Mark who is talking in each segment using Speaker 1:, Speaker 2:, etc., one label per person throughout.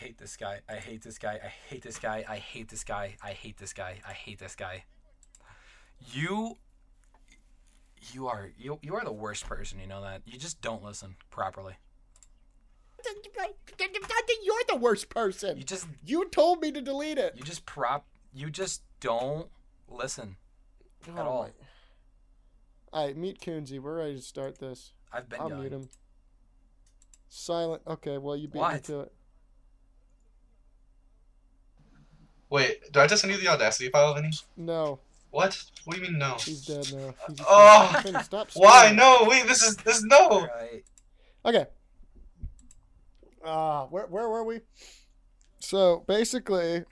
Speaker 1: hate this guy. I hate this guy. I hate this guy. I hate this guy. I hate this guy. I hate this guy. You you are you you are the worst person, you know that. You just don't listen properly.
Speaker 2: I think you're the worst person.
Speaker 1: You just
Speaker 2: You told me to delete it.
Speaker 1: you just prop you just don't listen.
Speaker 2: Oh
Speaker 1: at all.
Speaker 2: my- All right, meet Coonsy. We're ready to start this.
Speaker 1: I've been
Speaker 2: I'll
Speaker 1: yelling.
Speaker 2: mute him. Silent. Okay, well you beat me
Speaker 1: What?
Speaker 2: to it.
Speaker 3: Wait, do I just send you the Audacity file, Vinny?
Speaker 2: No,
Speaker 3: What? What do you mean no?
Speaker 2: he's dead now. He's
Speaker 3: Oh!
Speaker 2: he's finished. stop.
Speaker 3: Why?
Speaker 2: screaming.
Speaker 3: No, wait, this is this
Speaker 2: Oh.
Speaker 3: no.
Speaker 1: Right.
Speaker 2: Okay. Uh, where where were we? So basically,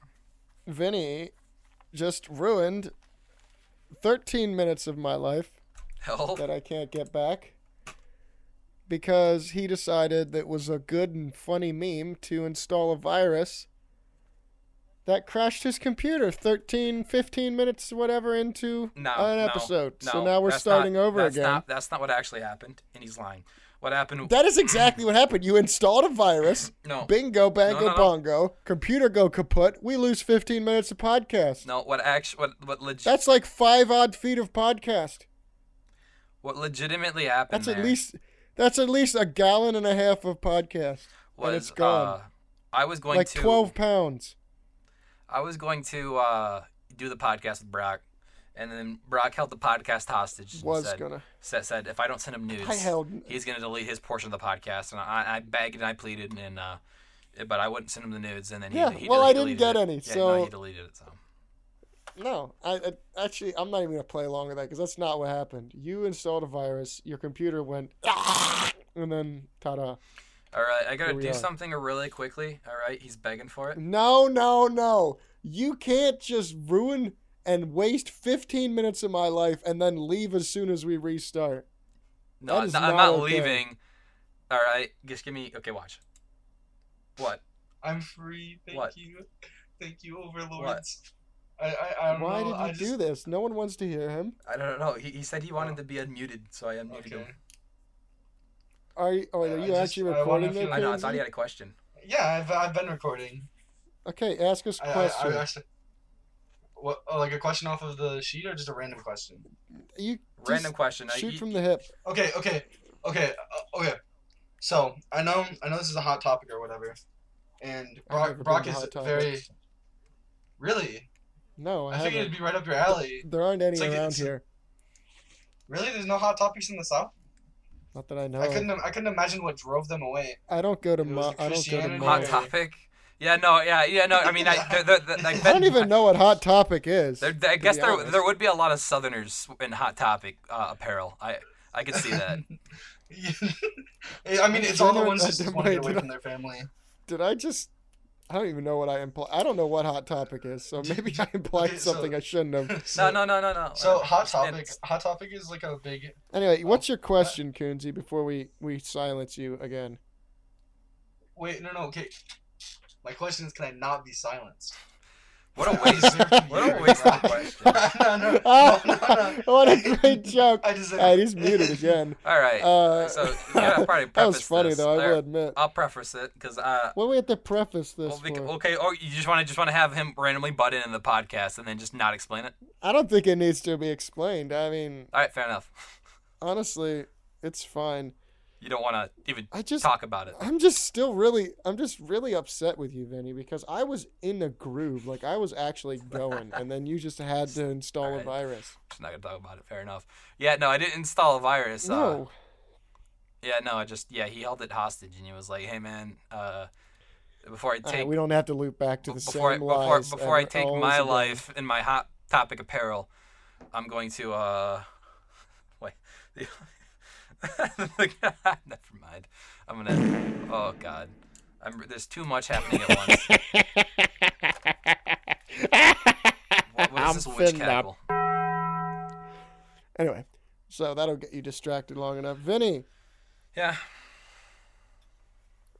Speaker 2: Vinny just ruined 13 minutes of my life
Speaker 1: Hell.
Speaker 2: that I can't get back because he decided that it was a good and funny meme to install a virus that crashed his computer 13 15 minutes whatever into
Speaker 1: No,
Speaker 2: an
Speaker 1: no,
Speaker 2: episode so
Speaker 1: no,
Speaker 2: now we're
Speaker 1: that's
Speaker 2: starting
Speaker 1: not-
Speaker 2: over
Speaker 1: that's
Speaker 2: again
Speaker 1: Not, that's not what actually happened, and he's lying. What happened?
Speaker 2: that is exactly what happened you installed a virus
Speaker 1: no,
Speaker 2: Bingo, bango,
Speaker 1: no, no.
Speaker 2: bongo. Computer go kaput. We lose 15 minutes of podcast.
Speaker 1: no. What actually? What what legit?
Speaker 2: That's like five odd feet of podcast.
Speaker 1: What legitimately happened?
Speaker 2: That's at
Speaker 1: there
Speaker 2: least that's at least a gallon and a half of podcast.
Speaker 1: was,
Speaker 2: and it's gone.
Speaker 1: Uh, I was going
Speaker 2: like
Speaker 1: to
Speaker 2: 12 pounds.
Speaker 1: I was going to uh, do the podcast with Brock, and then Brock held the podcast hostage. and
Speaker 2: Was
Speaker 1: said,
Speaker 2: gonna.
Speaker 1: said, said if I don't send him news,
Speaker 2: I held.
Speaker 1: he's gonna delete his portion of the podcast. And I, I begged and I pleaded, and uh, but I wouldn't send him the nudes. And then he,
Speaker 2: Yeah,
Speaker 1: he
Speaker 2: well, I
Speaker 1: dele-
Speaker 2: didn't
Speaker 1: deleted
Speaker 2: get
Speaker 1: it.
Speaker 2: any,
Speaker 1: Yeah, no,
Speaker 2: so-
Speaker 1: he deleted it. So
Speaker 2: No, I, I actually I'm not even gonna play along with that because that's not what happened. You installed a virus. Your computer went, and then ta-da.
Speaker 1: all right, I
Speaker 2: Here
Speaker 1: gotta
Speaker 2: we
Speaker 1: do
Speaker 2: are.
Speaker 1: something really quickly. All right, he's begging for it.
Speaker 2: No, no, no. You can't just ruin and waste 15 minutes of my life and then leave as soon as we restart.
Speaker 1: No,
Speaker 2: That
Speaker 1: I'm
Speaker 2: is
Speaker 1: not, I'm
Speaker 2: not
Speaker 1: not
Speaker 2: okay.
Speaker 1: leaving. All right, just give me. Okay, watch. What?
Speaker 3: I'm free. Thank
Speaker 1: What?
Speaker 3: you. Thank you, overlords. I I, I don't
Speaker 2: Why
Speaker 3: know.
Speaker 2: did you
Speaker 3: I just,
Speaker 2: do this? No one wants to hear him.
Speaker 1: I don't know. He, he said he wanted to be unmuted, so I unmuted
Speaker 3: Okay.
Speaker 1: him.
Speaker 2: Are you, oh, are
Speaker 3: I
Speaker 2: you
Speaker 3: just-
Speaker 2: actually
Speaker 3: I wanna
Speaker 2: recording
Speaker 3: feel-
Speaker 2: there,
Speaker 1: I know. I thought
Speaker 2: Kenzie?
Speaker 1: he had a question.
Speaker 3: Yeah, I've I've been recording.
Speaker 2: Okay, ask us a
Speaker 3: I, I,
Speaker 2: question.
Speaker 3: I actually. What? Oh, like a question off of the sheet or just a random question?
Speaker 2: you
Speaker 1: Random question. I-
Speaker 2: just shoot
Speaker 1: you-
Speaker 2: from the hip.
Speaker 3: Okay, okay, okay, uh, okay. So I know I know this is a hot topic or whatever, and
Speaker 2: never
Speaker 3: Brock,
Speaker 2: been
Speaker 3: Brock
Speaker 2: to
Speaker 3: is
Speaker 2: hot
Speaker 3: very. Really,
Speaker 2: No, I,
Speaker 3: I figured
Speaker 2: haven't.
Speaker 3: it'd be right up your alley.
Speaker 2: There aren't any
Speaker 3: It's like
Speaker 2: around
Speaker 3: it's-
Speaker 2: here.
Speaker 3: Really, there's no hot topics in the South.
Speaker 2: Not that I know.
Speaker 3: I
Speaker 2: of.
Speaker 3: couldn't I couldn't imagine what drove them away.
Speaker 2: I don't go to.
Speaker 3: It was
Speaker 2: Mo-
Speaker 3: the
Speaker 2: I don't go to.
Speaker 3: Christianity
Speaker 2: Mo-
Speaker 1: Hot
Speaker 3: Yeah.
Speaker 1: topic. Yeah. No. Yeah. Yeah. No. I mean, I, they're, they're, they're, like,
Speaker 2: I don't even know what hot topic is.
Speaker 1: there- there- I
Speaker 2: to
Speaker 1: guess
Speaker 2: be
Speaker 1: there
Speaker 2: honest.
Speaker 1: there would be a lot of Southerners in hot topic uh, apparel. I I could see that.
Speaker 3: I mean, it's all the
Speaker 2: Genuine-
Speaker 3: ones that just want to
Speaker 2: wait,
Speaker 3: get away
Speaker 2: did I-
Speaker 3: from their family.
Speaker 2: Did I just? I don't even know what I imply. I don't know what hot topic is. So maybe I implied
Speaker 3: Okay, so-
Speaker 2: something I shouldn't have.
Speaker 3: so,
Speaker 1: No. No. No. No. No.
Speaker 3: So
Speaker 1: Uh,
Speaker 3: hot
Speaker 1: and-
Speaker 3: topic, hot topic is like a big.
Speaker 2: Anyway, what's
Speaker 3: Oh,
Speaker 2: your
Speaker 3: uh,
Speaker 2: question, Coonsy? Before we we silence you again.
Speaker 3: Wait, no, no, okay. My question is, can I not be silenced?
Speaker 1: What a waste. what a waste of a question.
Speaker 3: no, no, no, no, no.
Speaker 2: Ah, what a great joke!
Speaker 3: I just.
Speaker 2: I just muted again.
Speaker 1: All right.
Speaker 2: Uh,
Speaker 1: so you gotta probably preface
Speaker 2: that was funny
Speaker 1: this.
Speaker 2: though. I
Speaker 1: There-
Speaker 2: will admit.
Speaker 1: I'll preface it because uh,
Speaker 2: What do we have to preface this
Speaker 1: Well, bec-
Speaker 3: oh.
Speaker 2: for?
Speaker 1: okay, or you just want to just want to have him randomly butt in in the podcast and then just not explain it.
Speaker 2: I don't think it needs to be explained. I mean,
Speaker 1: All right, fair enough.
Speaker 2: honestly, it's fine.
Speaker 1: You don't want to even
Speaker 2: I just,
Speaker 1: talk about it.
Speaker 2: I'm just still really, I'm just really upset with you, Vinny, because I was in a groove, like I was actually going, and then you just had to install a
Speaker 1: Alright.
Speaker 2: virus.
Speaker 1: Just not gonna talk about it. Fair enough. Yeah, no, I didn't install a virus. Uh,
Speaker 2: No,
Speaker 1: Yeah, no, I just yeah he held it hostage and he was like, hey man, uh, before I
Speaker 2: Alright,
Speaker 1: take
Speaker 2: we don't have to loop back to
Speaker 1: b-
Speaker 2: the
Speaker 1: before I,
Speaker 2: same
Speaker 1: before
Speaker 2: lies
Speaker 1: before I
Speaker 2: ever-
Speaker 1: take
Speaker 2: always
Speaker 1: my
Speaker 2: again."
Speaker 1: life in my hot topic apparel, I'm going to uh, wait. The, never mind. I'm gonna. Oh God, I'm, there's too much happening at once. What, what is
Speaker 2: I'm
Speaker 1: this witch
Speaker 2: finned up.
Speaker 1: cackle?
Speaker 2: Anyway, so that'll get you distracted long enough. Vinny,
Speaker 1: Yeah.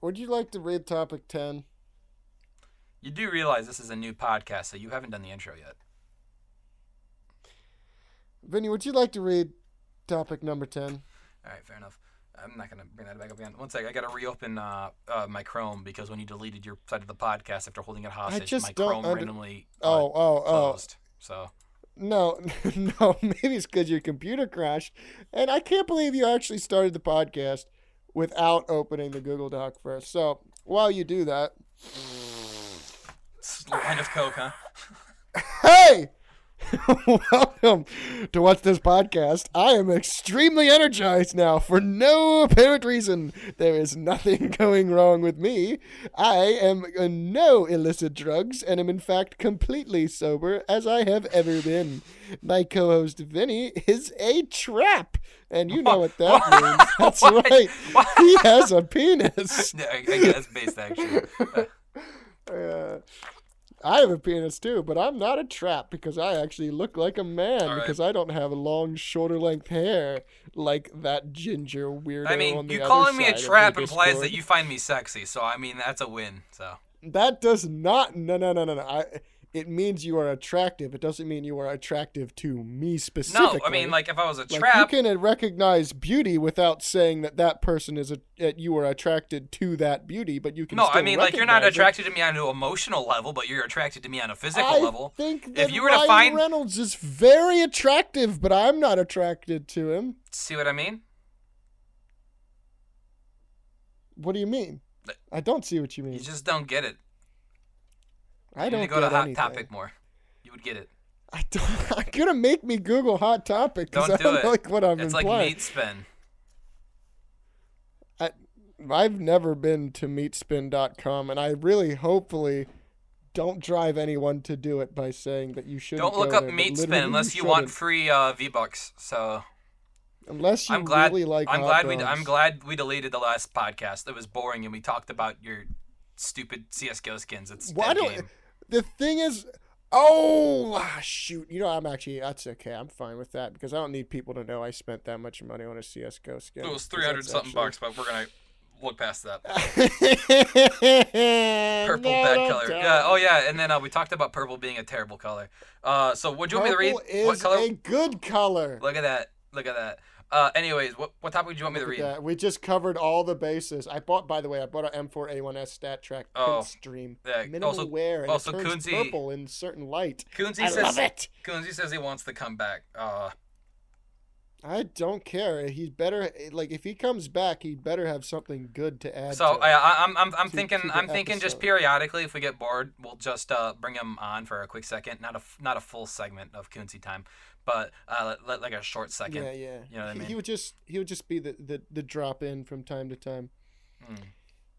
Speaker 2: would you like to read topic ten?
Speaker 1: You do realize this is a new podcast, so you haven't done the intro yet.
Speaker 2: Vinny, would you like to read topic number ten?
Speaker 1: All right, fair enough. I'm not gonna bring that back up again. One sec, I gotta reopen uh, uh, my Chrome because when you deleted your side of the podcast after holding it hostage,
Speaker 2: just
Speaker 1: my
Speaker 2: don't
Speaker 1: Chrome
Speaker 2: under-
Speaker 1: randomly uh,
Speaker 2: Oh, oh, oh.
Speaker 1: closed. So
Speaker 2: No, no, maybe it's because your computer crashed. And I can't believe you actually started the podcast without opening the Google Doc first. So while you do that,
Speaker 1: s- line of coke, huh?
Speaker 2: hey, welcome to What's This Podcast. I am extremely energized now for no apparent reason. There is nothing going wrong with me. I am on no illicit drugs and am, in fact, completely sober as I have ever been. My co host Vinny is a trap, and you know what that means. That's
Speaker 1: What?
Speaker 2: right.
Speaker 1: What?
Speaker 2: He has a penis.
Speaker 1: Yeah, I, I guess based actually. Uh,
Speaker 2: Uh, I have a penis too, but I'm not a trap because I actually look like a man
Speaker 1: All right.
Speaker 2: because I don't have long, shoulder length hair like that ginger weirdo.
Speaker 1: I
Speaker 2: on
Speaker 1: mean,
Speaker 2: the
Speaker 1: you
Speaker 2: other
Speaker 1: calling me
Speaker 2: side
Speaker 1: a
Speaker 2: of the
Speaker 1: trap implies
Speaker 2: Discord.
Speaker 1: that you find me sexy. So I mean, that's a win. So
Speaker 2: That does not. No, no, no, no, no. I, it means you are attractive. It doesn't mean you are attractive to me specifically.
Speaker 1: no, I mean, like if I was a
Speaker 2: Like,
Speaker 1: trap,
Speaker 2: you can recognize beauty without saying that that person is a, that you are attracted to that beauty, but you can.
Speaker 1: no,
Speaker 2: still
Speaker 1: I mean, like you're not
Speaker 2: recognize it.
Speaker 1: attracted to me on an emotional level, but you're attracted to me on a physical
Speaker 2: I
Speaker 1: level.
Speaker 2: think that
Speaker 1: If you were to
Speaker 2: Ryan
Speaker 1: find-
Speaker 2: Reynolds is very attractive, but I'm not attracted to him.
Speaker 1: See what I mean?
Speaker 2: What do you mean? I don't see what you mean.
Speaker 1: You just don't get it.
Speaker 2: Mm. I
Speaker 1: You
Speaker 2: don't
Speaker 1: need to go to
Speaker 2: get
Speaker 1: Hot
Speaker 2: anything.
Speaker 1: Topic more. You would get it.
Speaker 2: I don't. You're gonna make me Google hot topic because
Speaker 1: Don't
Speaker 2: I
Speaker 1: do
Speaker 2: don't
Speaker 1: it.
Speaker 2: like what I'm
Speaker 1: it's like
Speaker 2: implying.
Speaker 1: meat spin.
Speaker 2: I've never been to meatspin.com, and I really, hopefully, don't drive anyone to do it by saying that you should.
Speaker 1: Don't look
Speaker 2: go
Speaker 1: up
Speaker 2: there, but
Speaker 1: meat spin
Speaker 2: literally
Speaker 1: unless you
Speaker 2: shouldn't.
Speaker 1: want free uh, V bucks. So
Speaker 2: Unless you
Speaker 1: I'm glad.
Speaker 2: really like.
Speaker 1: I'm
Speaker 2: hot
Speaker 1: glad we.
Speaker 2: dogs.
Speaker 1: I'm glad we deleted the last podcast. It was boring, and we talked about your stupid CS:GO skins. It's
Speaker 2: Why
Speaker 1: dead
Speaker 2: don't
Speaker 1: game.
Speaker 2: the thing is? Oh ah, shoot! You know I'm actually that's okay. I'm fine with that because I don't need people to know I spent that much money on a CS:GO skin.
Speaker 1: It was
Speaker 2: because
Speaker 1: three hundred
Speaker 2: that's
Speaker 1: something
Speaker 2: actually-
Speaker 1: bucks, but we're gonna look past that.
Speaker 2: purple
Speaker 1: Purple bad color. Yeah. Oh yeah. And then uh, we talked about purple being a terrible color. Uh, so would you want me to read
Speaker 2: Is
Speaker 1: what color?
Speaker 2: A good color.
Speaker 1: Look at that. Look at that. Uh, anyways, what what topic do you want me to
Speaker 2: Look at
Speaker 1: read?
Speaker 2: that. We just covered all the bases. I bought, by the way, I bought an M4A1S Stat Track
Speaker 1: Oh.
Speaker 2: Stream.
Speaker 1: Yeah,
Speaker 2: Minimal
Speaker 1: also,
Speaker 2: wear and
Speaker 1: also
Speaker 2: it turns
Speaker 1: Kunze-
Speaker 2: purple in certain light.
Speaker 1: Coonsy
Speaker 2: I
Speaker 1: says
Speaker 2: love it.
Speaker 1: Coonsy says he wants to come back. Uh,
Speaker 2: I don't care. He's better. Like if he comes back, he better have something good to add.
Speaker 1: so
Speaker 2: to
Speaker 1: I,
Speaker 2: it.
Speaker 1: I, I'm I'm, I'm
Speaker 2: to-
Speaker 1: thinking
Speaker 2: to the
Speaker 1: I'm thinking just
Speaker 2: episode.
Speaker 1: periodically if we get bored, we'll just uh, bring him on for a quick second. Not a f- not a full segment of Coonsy time, but uh, li- like a short second.
Speaker 2: yeah, yeah.
Speaker 1: You know what I
Speaker 2: he, he
Speaker 1: mean?
Speaker 2: would just he would just be the, the the drop in from time to time.
Speaker 1: Mm.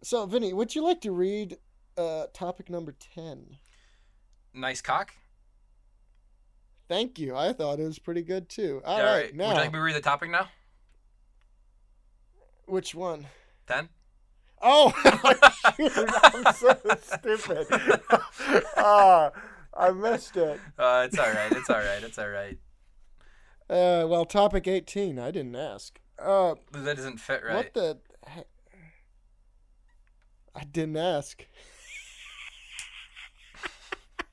Speaker 2: So Vinny, would you like to read uh topic number ten?
Speaker 1: Nice cock.
Speaker 2: Thank you. I thought it was pretty good too. All
Speaker 1: Yeah,
Speaker 2: right,
Speaker 1: All right.
Speaker 2: now
Speaker 1: Would you like me to read the topic now?
Speaker 2: which one?
Speaker 1: Ten.
Speaker 2: Oh, shoot, I'm so stupid. Ah, I missed it.
Speaker 1: Uh, it's all right. It's all right. It's all right.
Speaker 2: Uh, well, topic eighteen. I didn't ask. Uh,
Speaker 1: That doesn't fit right.
Speaker 2: what the? he- I didn't ask.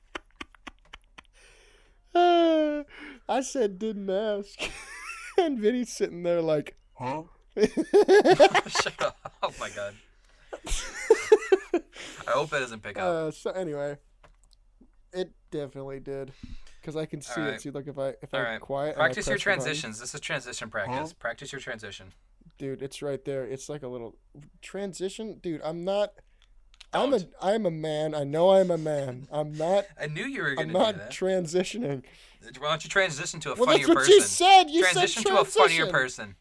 Speaker 2: Uh, I said didn't ask, and Vinny's sitting there like.
Speaker 3: Huh?
Speaker 1: Shut up. Oh my god. I hope that doesn't pick up.
Speaker 2: Uh, so anyway, it definitely did, because I can see
Speaker 1: Alright.
Speaker 2: it. See, look if I if I
Speaker 1: Alright.
Speaker 2: quiet. and I
Speaker 1: practice your
Speaker 2: press the button-
Speaker 1: transitions. This is transition practice. Practice your transition.
Speaker 2: dude. It's right there. It's like a little transition, dude. I'm not. I'm a
Speaker 1: Don't.
Speaker 2: I'm a man. I know I'm a man. I'm not.
Speaker 1: I knew you were
Speaker 2: I'm
Speaker 1: gonna do
Speaker 2: not
Speaker 1: that.
Speaker 2: transitioning.
Speaker 1: Why don't you transition to a
Speaker 2: Well,
Speaker 1: funnier
Speaker 2: that's what
Speaker 1: person?
Speaker 2: you said. You
Speaker 1: transition
Speaker 2: said
Speaker 1: to a funnier
Speaker 2: transition.
Speaker 1: person.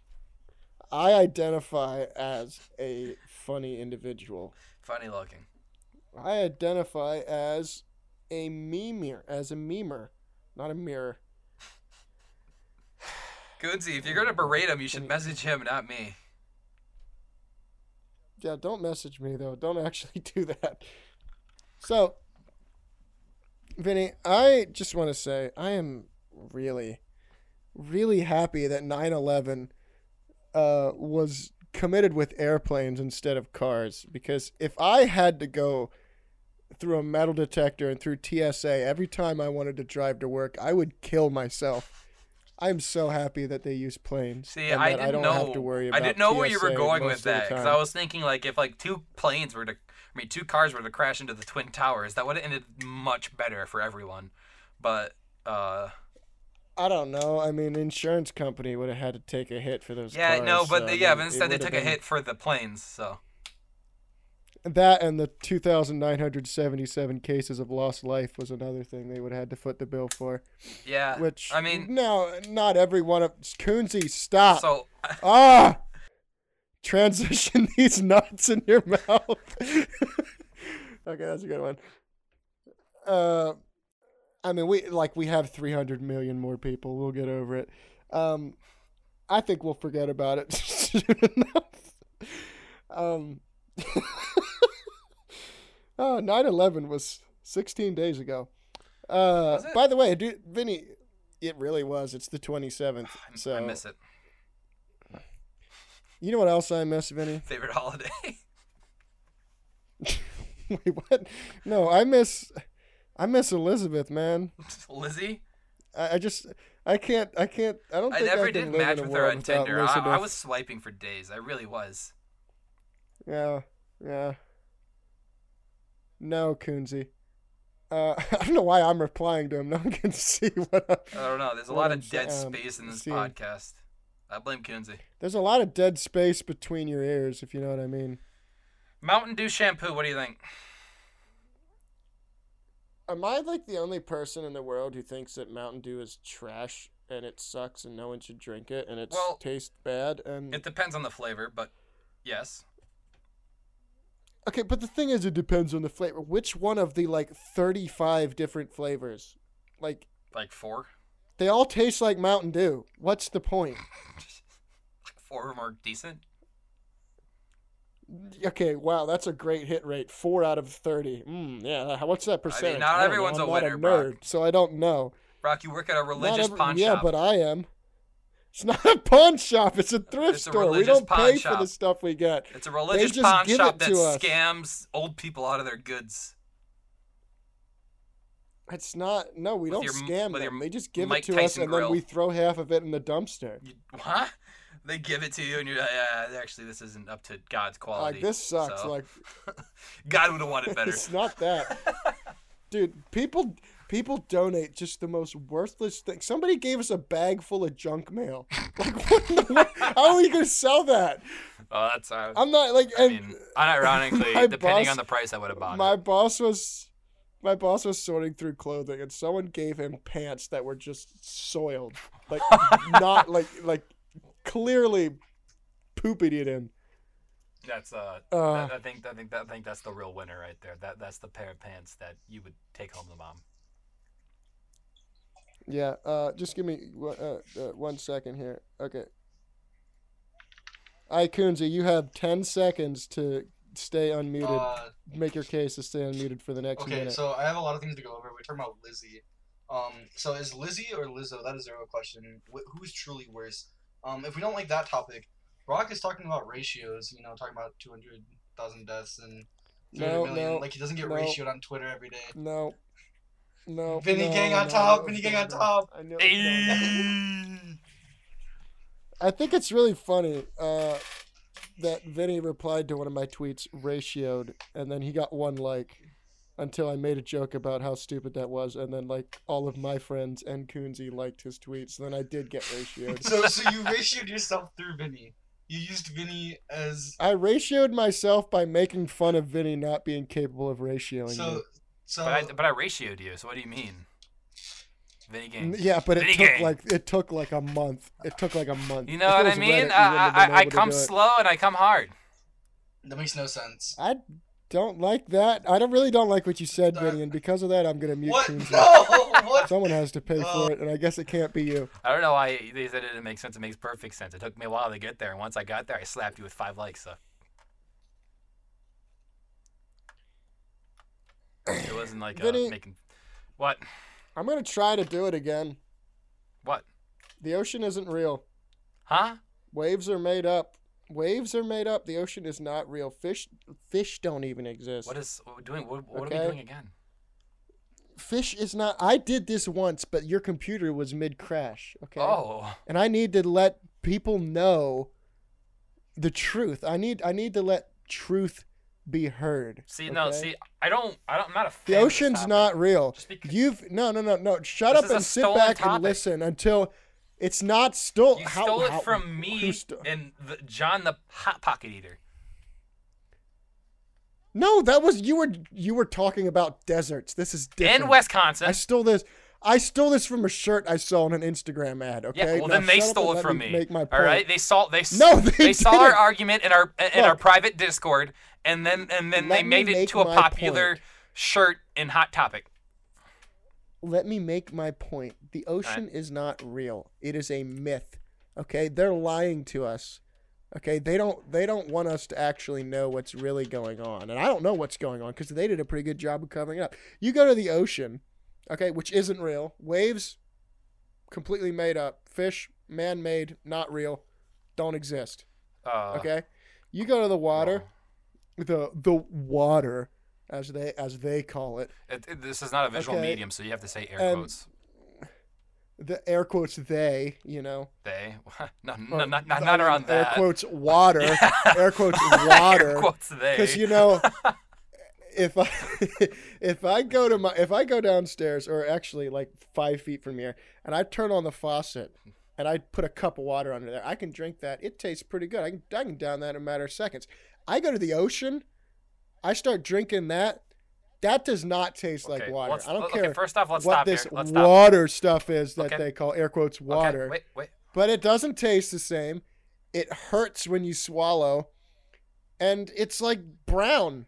Speaker 2: I identify as a funny individual.
Speaker 1: Funny looking.
Speaker 2: I identify as a memer, as a memer, not a mirror.
Speaker 1: Goonsy, if you're gonna berate him, you should message him, not me.
Speaker 2: Yeah, don't message me though. Don't actually do that. So, Vinny, I just want to say I am really, really happy that 9 11 uh, was committed with airplanes instead of cars because if I had to go through a metal detector and through TSA every time I wanted to drive to work, I would kill myself. I'm so happy that they use planes.
Speaker 1: See,
Speaker 2: and
Speaker 1: I
Speaker 2: that
Speaker 1: didn't
Speaker 2: I don't
Speaker 1: know.
Speaker 2: have to worry
Speaker 1: I
Speaker 2: about
Speaker 1: didn't know where you were
Speaker 2: TSA
Speaker 1: going
Speaker 2: most
Speaker 1: with
Speaker 2: of the
Speaker 1: that because I
Speaker 2: time.
Speaker 1: was thinking like if like two planes were to, I mean two cars were to crash into the twin towers, that would have ended much better for everyone. But uh,
Speaker 2: I don't know. I mean, insurance company would have had to take a hit for those.
Speaker 1: yeah,
Speaker 2: cars,
Speaker 1: no,
Speaker 2: so
Speaker 1: but they- yeah,
Speaker 2: uh, it-
Speaker 1: but
Speaker 2: it
Speaker 1: instead they
Speaker 2: would've
Speaker 1: took a
Speaker 2: been-
Speaker 1: hit for the planes. So
Speaker 2: That and the 2,977 cases of lost life was another thing they would have had to foot the bill for.
Speaker 1: yeah,
Speaker 2: Which
Speaker 1: Uh, I mean-
Speaker 2: no, not every one of Coonsy, stop.
Speaker 1: so
Speaker 2: ah, transition these nuts in your mouth. okay, that's a good one. Uh, I mean, we like we have 300 million more people. We'll get over it. Um, I think we'll forget about it soon enough. Um, oh, 9/11 was 16 days ago. Uh,
Speaker 1: Was it?
Speaker 2: by the way, dude, Vinny, it really was. It's the 27th.
Speaker 1: I-
Speaker 2: So
Speaker 1: I miss it.
Speaker 2: you know what else I miss, Vinny?
Speaker 1: Favorite holiday.
Speaker 2: Wait, what? No, I miss, I miss Elizabeth, man.
Speaker 1: Lizzie,
Speaker 2: I, I just, I can't, I can't, I don't
Speaker 1: I
Speaker 2: think
Speaker 1: never
Speaker 2: I can
Speaker 1: did
Speaker 2: live
Speaker 1: match
Speaker 2: in a
Speaker 1: with her
Speaker 2: world
Speaker 1: on
Speaker 2: without
Speaker 1: Tinder. I, I
Speaker 2: Elizabeth.
Speaker 1: was swiping for days. I really was.
Speaker 2: Yeah, yeah. No, Coonsy. Uh, I don't know why I'm replying to him. No one can see what.
Speaker 1: I
Speaker 2: I'm,
Speaker 1: don't know. There's a lot
Speaker 2: What I'm um,
Speaker 1: of dead
Speaker 2: saying,
Speaker 1: space in this
Speaker 2: see.
Speaker 1: podcast. I blame Kunze.
Speaker 2: there's a lot of dead space between your ears, if you know what I mean.
Speaker 1: Mountain Dew shampoo. What do you think?
Speaker 2: Am I like the only person in the world who thinks that Mountain Dew is trash and it sucks and no one should drink it and it
Speaker 1: Well,
Speaker 2: tastes bad and
Speaker 1: It depends on the flavor, but yes.
Speaker 2: Okay, but the thing is, it depends on the flavor. Which one of the like thirty-five different flavors? Like
Speaker 1: Like four.
Speaker 2: they all taste like Mountain Dew. What's the point?
Speaker 1: Like four of them are decent.
Speaker 2: Okay, wow, that's a great hit rate. Four out of thirty. Mm, yeah, what's that percentage?
Speaker 1: not
Speaker 2: don't
Speaker 1: everyone's
Speaker 2: know.
Speaker 1: a
Speaker 2: I'm
Speaker 1: winner,
Speaker 2: Not a
Speaker 1: Brock.
Speaker 2: nerd, so I don't know.
Speaker 1: Rock, you work at a
Speaker 2: Not
Speaker 1: religious
Speaker 2: every-
Speaker 1: pawn
Speaker 2: yeah,
Speaker 1: shop.
Speaker 2: but I am. It's not a pawn shop. It's a thrift
Speaker 1: It's a
Speaker 2: store. we
Speaker 1: religious
Speaker 2: don't
Speaker 1: pawn
Speaker 2: pay
Speaker 1: shop.
Speaker 2: for the stuff we get.
Speaker 1: it's a religious
Speaker 2: just
Speaker 1: pawn
Speaker 2: give
Speaker 1: shop
Speaker 2: it
Speaker 1: that
Speaker 2: to us.
Speaker 1: scams old people out of their goods.
Speaker 2: It's not. No, we
Speaker 1: With
Speaker 2: don't
Speaker 1: your m-
Speaker 2: scam
Speaker 1: with
Speaker 2: them.
Speaker 1: your
Speaker 2: They just give
Speaker 1: Mike
Speaker 2: it to us,
Speaker 1: Tyson
Speaker 2: and
Speaker 1: grill.
Speaker 2: then we throw half of it in the dumpster.
Speaker 1: You, huh? They give it to you, and you're like, "Ah, actually, this isn't up to God's quality.
Speaker 2: Like this sucks.
Speaker 1: So,
Speaker 2: Like
Speaker 1: God would have wanted better.
Speaker 2: It's not that. Dude, people people donate just the most worthless thing. Somebody gave us a bag full of junk mail. Like what in the wor- how are you gonna sell that?
Speaker 1: oh, that's. Uh,
Speaker 2: I'm not like
Speaker 1: I
Speaker 2: and
Speaker 1: mean, unironically,
Speaker 2: my
Speaker 1: depending
Speaker 2: boss-
Speaker 1: on the price, I would have bought
Speaker 2: my
Speaker 1: it.
Speaker 2: boss was my boss was sorting through clothing and someone gave him pants that were just soiled. Like not like like clearly pooping it in.
Speaker 1: That's uh,
Speaker 2: Uh,
Speaker 1: I think I think that I think that's the real winner right there. That that's the pair of pants that you would take home to mom.
Speaker 2: Yeah, uh, just give me uh, uh, one second here. Okay. I Kunze, you have ten seconds to stay unmuted.
Speaker 3: Uh,
Speaker 2: Make your case to stay unmuted for the next
Speaker 3: okay,
Speaker 2: minute.
Speaker 3: so I have a lot of things to go over. We're talking about Lizzie. Um, so is Lizzie or Lizzo? That is the real question. Wh- who's truly worse? Um, if we don't like that topic, Brock is talking about ratios. You know, talking about two hundred thousand deaths and three hundred
Speaker 2: no,
Speaker 3: million.
Speaker 2: no,
Speaker 3: like he doesn't get
Speaker 2: no.
Speaker 3: ratioed on Twitter every day.
Speaker 2: no, no.
Speaker 3: Vinny
Speaker 2: no,
Speaker 3: gang on
Speaker 2: no,
Speaker 3: top,
Speaker 2: no,
Speaker 3: Vinny
Speaker 2: no,
Speaker 3: gang on
Speaker 2: no.
Speaker 3: top.
Speaker 2: I knew it was going there. I think it's really funny uh, that Vinny replied to one of my tweets ratioed, and then he got one like until I made a joke about how stupid that was, and then like all of my friends and Coonsy liked his tweets, and then I did get ratioed.
Speaker 3: so so you ratioed yourself through Vinny. You used Vinny as
Speaker 2: I ratioed myself by making fun of Vinny not being capable of ratioing.
Speaker 3: so
Speaker 2: me.
Speaker 3: so.
Speaker 1: But I but I ratioed you. So what do you mean? Vinny
Speaker 2: N-
Speaker 1: Gaines.
Speaker 2: Yeah, but it
Speaker 1: Vinny
Speaker 2: took
Speaker 1: gang.
Speaker 2: like it took like a month. It took like a month.
Speaker 1: You know
Speaker 2: If it
Speaker 1: what I
Speaker 2: was Reddit, you
Speaker 1: mean?
Speaker 2: wouldn't
Speaker 1: I
Speaker 2: have
Speaker 1: I,
Speaker 2: been
Speaker 1: I
Speaker 2: able to
Speaker 1: come
Speaker 2: do it.
Speaker 1: slow and I come hard.
Speaker 3: that makes no sense.
Speaker 2: I don't like that. I don't really don't like what you said,
Speaker 3: Sorry.
Speaker 2: Vinny, and because of that, I'm gonna mute
Speaker 3: What?
Speaker 2: Coonsy.
Speaker 3: No. What?
Speaker 2: Someone has to pay
Speaker 3: Oh.
Speaker 2: for it, and I guess it can't be you.
Speaker 1: I don't know why they said it didn't make sense. It makes perfect sense. It took me a while to get there, and once I got there, I slapped you with five likes. So it wasn't like uh,
Speaker 2: Vinny-
Speaker 1: making what
Speaker 2: I'm gonna try to do it again.
Speaker 1: what
Speaker 2: The ocean isn't real.
Speaker 1: huh?
Speaker 2: Waves are made up. Waves are made up. The ocean is not real. Fish, fish don't even exist.
Speaker 1: What is what we're doing? What, what are
Speaker 2: Okay.
Speaker 1: we doing again?
Speaker 2: Fish is not. I did this once, but your computer was mid crash. Okay.
Speaker 1: Oh,
Speaker 2: And I need to let people know the truth. I need. I need to let truth be heard.
Speaker 1: see, no,
Speaker 2: okay?
Speaker 1: see, I don't, I don't, I'm not a fan.
Speaker 2: The
Speaker 1: of this
Speaker 2: ocean's
Speaker 1: topic.
Speaker 2: not real.
Speaker 1: Just because
Speaker 2: You've no, no, no, no. Shut
Speaker 1: This
Speaker 2: up
Speaker 1: is a
Speaker 2: and sit
Speaker 1: stolen
Speaker 2: back
Speaker 1: topic.
Speaker 2: and listen until it's not stolen.
Speaker 1: you stole it from me and the, John the Hot Pocket Eater.
Speaker 2: No, that was you were you were talking about deserts. This is different.
Speaker 1: In Wisconsin.
Speaker 2: I stole this. I stole this from a shirt I saw on an Instagram ad. Okay.
Speaker 1: yeah, well
Speaker 2: Now
Speaker 1: then they
Speaker 2: shut up
Speaker 1: stole
Speaker 2: and
Speaker 1: it
Speaker 2: let
Speaker 1: from me.
Speaker 2: Make my point.
Speaker 1: All right, they saw they s-
Speaker 2: No, they
Speaker 1: saw our
Speaker 2: didn't.
Speaker 1: argument in our in our
Speaker 2: Look.
Speaker 1: private Discord, and then and then
Speaker 2: Let
Speaker 1: they
Speaker 2: me
Speaker 1: made it
Speaker 2: make
Speaker 1: to a
Speaker 2: my
Speaker 1: popular
Speaker 2: point.
Speaker 1: shirt in Hot Topic.
Speaker 2: Let me make my point. The ocean is not real. It is a myth. Okay, they're lying to us. Okay, they don't they don't want us to actually know what's really going on, and I don't know what's going on because they did a pretty good job of covering it up. You go to the ocean, okay, which isn't real. Waves, completely made up. Fish, man made, not real, don't exist.
Speaker 1: Uh,
Speaker 2: Okay, you go to the water, the the water, as they as they call it,
Speaker 1: It, it- this is not a visual
Speaker 2: Okay.
Speaker 1: medium, so you have to say air
Speaker 2: Um,
Speaker 1: quotes.
Speaker 2: the air quotes they, you know,
Speaker 1: They no no,
Speaker 2: or-
Speaker 1: no not, not,
Speaker 2: I
Speaker 1: not
Speaker 2: mean,
Speaker 1: around
Speaker 2: air
Speaker 1: that.
Speaker 2: quotes water, air quotes water,
Speaker 1: air quotes they.
Speaker 2: because you know if i if i go to my if i go downstairs or actually like five feet from here and i turn on the faucet and i put a cup of water under there i can drink that it tastes pretty good i can, I can down that in a matter of seconds i go to the ocean i start drinking that that does not taste like
Speaker 1: Okay,
Speaker 2: water
Speaker 1: let's-
Speaker 2: i don't
Speaker 1: okay,
Speaker 2: care
Speaker 1: First off, let's
Speaker 2: what
Speaker 1: stop
Speaker 2: this
Speaker 1: here. Let's stop.
Speaker 2: water stuff is that
Speaker 1: Okay.
Speaker 2: they call air quotes
Speaker 1: Okay,
Speaker 2: water
Speaker 1: wait wait.
Speaker 2: but it doesn't taste the same. It hurts when you swallow, and it's like brown.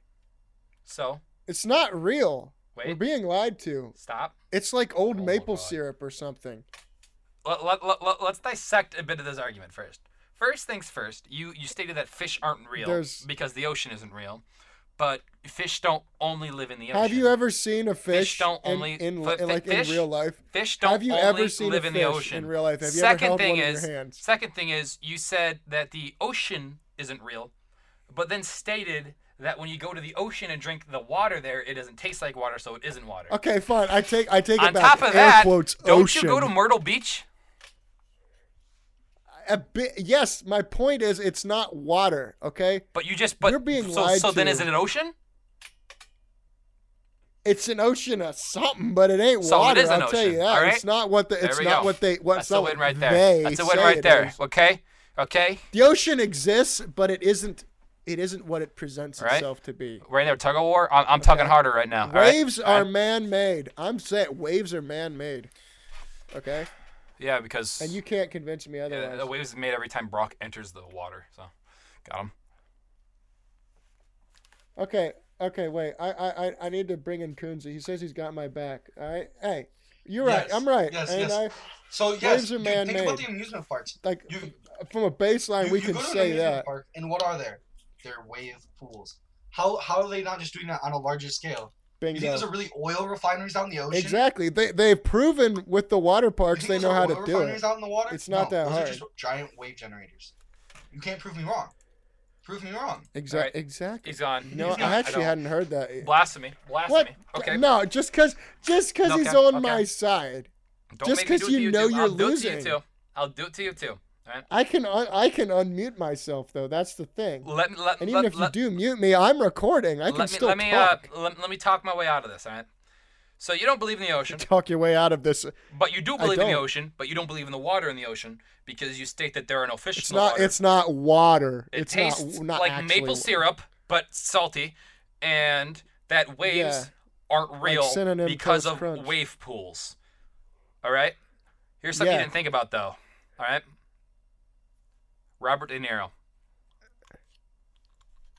Speaker 1: So
Speaker 2: It's not real. We're
Speaker 1: wait
Speaker 2: being lied to.
Speaker 1: stop.
Speaker 2: It's like old
Speaker 1: Oh my
Speaker 2: maple
Speaker 1: God.
Speaker 2: syrup or something.
Speaker 1: let, let, let, let, us dissect a bit of this argument first. First things first, you, you stated that fish aren't real
Speaker 2: There's-
Speaker 1: because the ocean isn't real, but fish don't only live in the ocean.
Speaker 2: Have you ever seen a fish,
Speaker 1: don't
Speaker 2: in,
Speaker 1: only-
Speaker 2: in,
Speaker 1: fi- fi-
Speaker 2: in, like
Speaker 1: fish
Speaker 2: in real life?
Speaker 1: Fish don't
Speaker 2: Have you
Speaker 1: only
Speaker 2: ever seen
Speaker 1: live
Speaker 2: a
Speaker 1: in
Speaker 2: fish
Speaker 1: the ocean.
Speaker 2: in real life? Have
Speaker 1: second
Speaker 2: you ever held
Speaker 1: thing
Speaker 2: one
Speaker 1: is,
Speaker 2: in your hands?
Speaker 1: second thing is, you said that the ocean isn't real, but then stated that when you go to the ocean and drink the water there, it doesn't taste like water, so it isn't water.
Speaker 2: Okay, fine. I take I take
Speaker 1: On
Speaker 2: it back.
Speaker 1: top of
Speaker 2: Air
Speaker 1: that,
Speaker 2: quotes,
Speaker 1: don't you
Speaker 2: ocean.
Speaker 1: go to Myrtle Beach?
Speaker 2: a bit? Yes, my point is it's not water. Okay,
Speaker 1: But you just but
Speaker 2: You're being
Speaker 1: so,
Speaker 2: lied
Speaker 1: so then
Speaker 2: to.
Speaker 1: is it an ocean?
Speaker 2: It's an ocean of something, but it ain't
Speaker 1: So it
Speaker 2: water.
Speaker 1: is an
Speaker 2: I'll tell
Speaker 1: ocean,
Speaker 2: you that.
Speaker 1: all right?
Speaker 2: It's not what the,
Speaker 1: There
Speaker 2: it's
Speaker 1: we
Speaker 2: not
Speaker 1: go.
Speaker 2: what they
Speaker 1: That's
Speaker 2: what's
Speaker 1: a
Speaker 2: not
Speaker 1: win
Speaker 2: what
Speaker 1: right there.
Speaker 2: they
Speaker 1: That's a win
Speaker 2: say
Speaker 1: right
Speaker 2: it
Speaker 1: there.
Speaker 2: is.
Speaker 1: Okay. Okay.
Speaker 2: The ocean exists, but it isn't it isn't what it presents
Speaker 1: All right.
Speaker 2: itself to be.
Speaker 1: Right there, tug of war. I'm, I'm tugging harder right now. all right?
Speaker 2: Waves
Speaker 1: All
Speaker 2: are
Speaker 1: right?
Speaker 2: man-made. I'm saying waves are man-made. Okay?
Speaker 1: Yeah, because
Speaker 2: And you can't convince me
Speaker 1: yeah,
Speaker 2: otherwise.
Speaker 1: the waves is made every time Brock enters the water. So, got him.
Speaker 2: Okay, okay, wait. I I I- I need to bring in Kunze. He says he's got my back. All right. Hey, you're right.
Speaker 3: Yes,
Speaker 2: I'm right.
Speaker 3: yes,
Speaker 2: ain't
Speaker 3: yes.
Speaker 2: I?
Speaker 3: So yes,
Speaker 2: Waves are
Speaker 3: dude, think about
Speaker 2: man-made.
Speaker 3: the amusement parks.
Speaker 2: Like
Speaker 3: You,
Speaker 2: from a baseline,
Speaker 3: you,
Speaker 2: we
Speaker 3: you
Speaker 2: can
Speaker 3: go to an
Speaker 2: say
Speaker 3: amusement
Speaker 2: that.
Speaker 3: Park, and what are there? They're wave pools. How how are they not just doing that on a larger scale? You
Speaker 2: Bingo.
Speaker 3: think there's a really oil refineries out in the ocean?
Speaker 2: Exactly. They they've proven with the water
Speaker 3: You
Speaker 2: parks
Speaker 3: think
Speaker 2: they
Speaker 3: there's
Speaker 2: know how to
Speaker 3: oil
Speaker 2: do
Speaker 3: refineries
Speaker 2: it.
Speaker 3: Out in the water?
Speaker 2: It's not
Speaker 3: No,
Speaker 2: that
Speaker 3: those
Speaker 2: hard.
Speaker 3: Are just giant wave generators. You can't prove me wrong. Prove me wrong.
Speaker 2: Exa-
Speaker 1: Alright.
Speaker 2: Exactly.
Speaker 1: He's gone.
Speaker 2: You know,
Speaker 1: He's
Speaker 2: what?
Speaker 1: gone.
Speaker 2: I actually
Speaker 1: don't-
Speaker 2: hadn't heard that.
Speaker 1: blasphemy.
Speaker 2: What?
Speaker 1: Blasphemy. Okay.
Speaker 2: No, just because just because he's
Speaker 1: Okay,
Speaker 2: on
Speaker 1: okay.
Speaker 2: my side,
Speaker 1: Don't
Speaker 2: just
Speaker 1: make me do
Speaker 2: 'cause
Speaker 1: it to
Speaker 2: you know
Speaker 1: too.
Speaker 2: you're
Speaker 1: I'll Do it
Speaker 2: losing.
Speaker 1: to you too. I'll do it to you too. All right.
Speaker 2: I can un- I can unmute myself though. That's the thing.
Speaker 1: Let me let
Speaker 2: And
Speaker 1: let,
Speaker 2: even if you
Speaker 1: let-
Speaker 2: do mute me, I'm recording. I can
Speaker 1: let me
Speaker 2: still
Speaker 1: let me uh,
Speaker 2: talk.
Speaker 1: let, let me talk my way out of this. All right. So you don't believe in the ocean.
Speaker 2: Talk your way out of this.
Speaker 1: But you do
Speaker 2: I
Speaker 1: believe in the
Speaker 2: don't.
Speaker 1: ocean, but you don't believe in the water in the ocean because you state that there are no fish
Speaker 2: It's
Speaker 1: in the
Speaker 2: not.
Speaker 1: water.
Speaker 2: It's not water.
Speaker 1: it
Speaker 2: it's
Speaker 1: tastes
Speaker 2: not, not
Speaker 1: like
Speaker 2: actually
Speaker 1: maple syrup, but salty, and that waves
Speaker 2: Yeah.
Speaker 1: aren't real
Speaker 2: Synonym
Speaker 1: because
Speaker 2: Toast
Speaker 1: of
Speaker 2: Crunch.
Speaker 1: wave pools. All right? Here's something
Speaker 2: Yeah.
Speaker 1: you didn't think about, though. All right? Robert De Niro.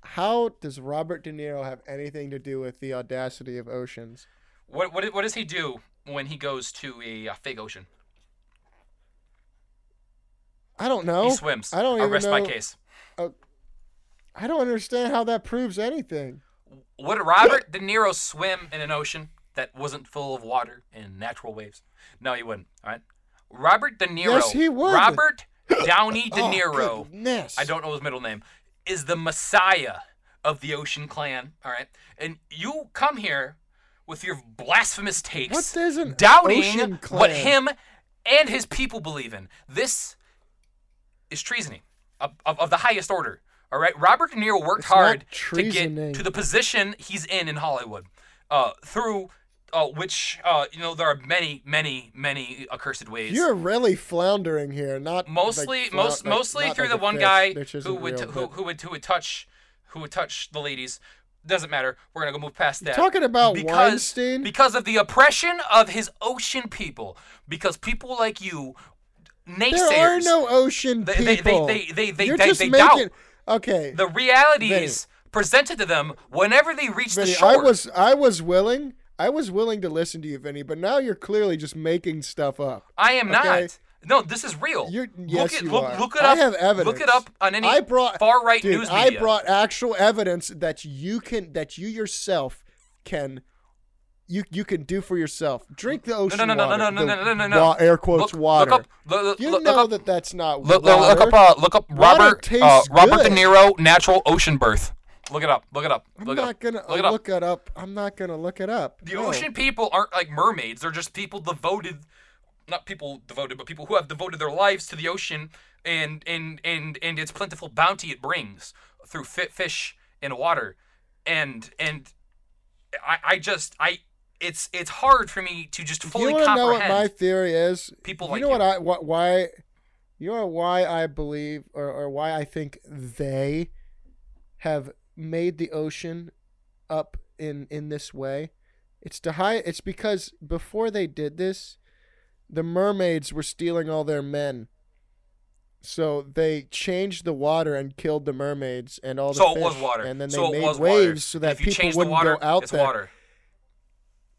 Speaker 2: How does Robert De Niro have anything to do with the audacity of oceans?
Speaker 1: What, what, what does he do when he goes to a, uh fake ocean?
Speaker 2: I don't know.
Speaker 1: he swims.
Speaker 2: I don't
Speaker 1: I'll
Speaker 2: even
Speaker 1: rest my
Speaker 2: know-
Speaker 1: case.
Speaker 2: I don't understand how that proves anything.
Speaker 1: Would Robert De Niro swim in an ocean that wasn't full of water and natural waves? No, he wouldn't. All right. Robert De Niro.
Speaker 2: Yes, he would.
Speaker 1: Robert Downey De
Speaker 2: Oh,
Speaker 1: Niro.
Speaker 2: goodness.
Speaker 1: I don't know his middle name. Is the Messiah of the Ocean Clan. All right. And you come here with your blasphemous takes.
Speaker 2: What is an
Speaker 1: doubting
Speaker 2: ocean clan?
Speaker 1: what him and his people believe in. This is treasoning of, of, of the highest order. All right, Robert De Niro worked
Speaker 2: It's not
Speaker 1: hard to
Speaker 2: treasoning.
Speaker 1: get to the position he's in in Hollywood, uh, through uh, which uh, you know there are many, many, many accursed ways.
Speaker 2: You're really floundering here. Not like,
Speaker 1: mostly,
Speaker 2: floun-
Speaker 1: most,
Speaker 2: like,
Speaker 1: mostly
Speaker 2: not
Speaker 1: through
Speaker 2: like
Speaker 1: the
Speaker 2: a
Speaker 1: one
Speaker 2: fish,
Speaker 1: guy
Speaker 2: which
Speaker 1: who
Speaker 2: isn't
Speaker 1: would
Speaker 2: real,
Speaker 1: t- who,
Speaker 2: but-
Speaker 1: who would who would touch who would touch the ladies. Doesn't matter. We're gonna go move past that
Speaker 2: talking about
Speaker 1: because
Speaker 2: Weinstein.
Speaker 1: because of the oppression of his ocean people. Because people like you, naysayers,
Speaker 2: there are no ocean
Speaker 1: They- they- they-
Speaker 2: people.
Speaker 1: they- they- they-
Speaker 2: You're
Speaker 1: they-
Speaker 2: just
Speaker 1: they doubt.
Speaker 2: making. Okay,
Speaker 1: the realities presented to them whenever they reach the
Speaker 2: Vinny,
Speaker 1: shore.
Speaker 2: I was I was willing. I was willing to listen to you, Vinny, but now you're clearly just making stuff up.
Speaker 1: I am
Speaker 2: okay.
Speaker 1: not. No, this is real.
Speaker 2: You're,
Speaker 1: look
Speaker 2: yes,
Speaker 1: it,
Speaker 2: you
Speaker 1: look,
Speaker 2: are.
Speaker 1: look it
Speaker 2: I
Speaker 1: up.
Speaker 2: have evidence.
Speaker 1: Look it up on any
Speaker 2: I brought
Speaker 1: far right
Speaker 2: dude,
Speaker 1: news
Speaker 2: I
Speaker 1: media.
Speaker 2: brought actual evidence that you can that you yourself can you you can do for yourself. Drink the ocean
Speaker 1: no, no, no,
Speaker 2: water.
Speaker 1: no, no,
Speaker 2: the
Speaker 1: no, no, no, no.
Speaker 2: wa- air quotes
Speaker 1: look,
Speaker 2: water.
Speaker 1: Look up. Look, look-
Speaker 2: you
Speaker 1: look
Speaker 2: know
Speaker 1: up.
Speaker 2: that that's not
Speaker 1: Look,
Speaker 2: water.
Speaker 1: look, look up. Uh, look up.
Speaker 2: Water
Speaker 1: Robert. Uh,
Speaker 2: tastes
Speaker 1: Robert De
Speaker 2: good.
Speaker 1: Niro. Natural ocean birth. Look it up. Look it up.
Speaker 2: I'm
Speaker 1: Look it
Speaker 2: not
Speaker 1: up.
Speaker 2: gonna
Speaker 1: look it up.
Speaker 2: look it up. I'm not gonna look it up.
Speaker 1: The
Speaker 2: No.
Speaker 1: ocean people aren't like mermaids. They're just people devoted, not people devoted, but people who have devoted their lives to the ocean and and and and its plentiful bounty it brings through fit fish and water, and and I I just I it's it's hard for me to just
Speaker 2: you
Speaker 1: fully
Speaker 2: want to know what
Speaker 1: comprehend
Speaker 2: my theory is?
Speaker 1: people
Speaker 2: you
Speaker 1: like
Speaker 2: know what
Speaker 1: you.
Speaker 2: I what why you know why I believe or, or why I think they have made the ocean up in in this way. It's to hide. It's because before they did this, the mermaids were stealing all their men. So they changed the water and killed the mermaids and all the
Speaker 1: so it
Speaker 2: fish,
Speaker 1: was water.
Speaker 2: and then they
Speaker 1: so it
Speaker 2: made
Speaker 1: was
Speaker 2: waves
Speaker 1: water.
Speaker 2: so
Speaker 1: And
Speaker 2: that
Speaker 1: if you
Speaker 2: people
Speaker 1: change
Speaker 2: wouldn't
Speaker 1: the water,
Speaker 2: go out
Speaker 1: it's
Speaker 2: there.
Speaker 1: water.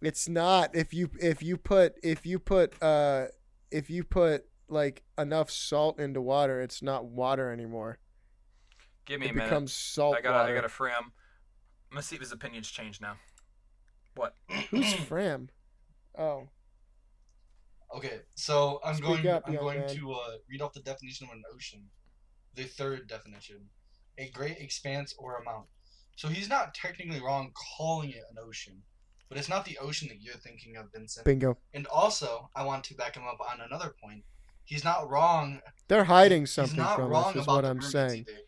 Speaker 2: It's not if you if you put if you put uh if you put like enough salt into water, it's not water anymore.
Speaker 1: Give me
Speaker 2: It
Speaker 1: a minute.
Speaker 2: becomes salt
Speaker 1: I gotta
Speaker 2: water.
Speaker 1: I gotta free him. I'm gonna see if his opinions change now. What?
Speaker 2: Who's Fram? Oh,
Speaker 3: Okay, so I'm
Speaker 2: Speak
Speaker 3: going.
Speaker 2: up,
Speaker 3: I'm
Speaker 2: young
Speaker 3: going
Speaker 2: man.
Speaker 3: to uh, read off the definition of an ocean, the third definition, a great expanse or amount. So he's not technically wrong calling it an ocean, but it's not the ocean that you're thinking of, Vincent.
Speaker 2: bingo.
Speaker 3: And also, I want to back him up on another point. He's not wrong.
Speaker 2: They're hiding
Speaker 3: he's
Speaker 2: something
Speaker 3: not
Speaker 2: from
Speaker 3: wrong
Speaker 2: us, is
Speaker 3: about
Speaker 2: what
Speaker 3: the
Speaker 2: I'm
Speaker 3: mermaids
Speaker 2: saying.
Speaker 3: either.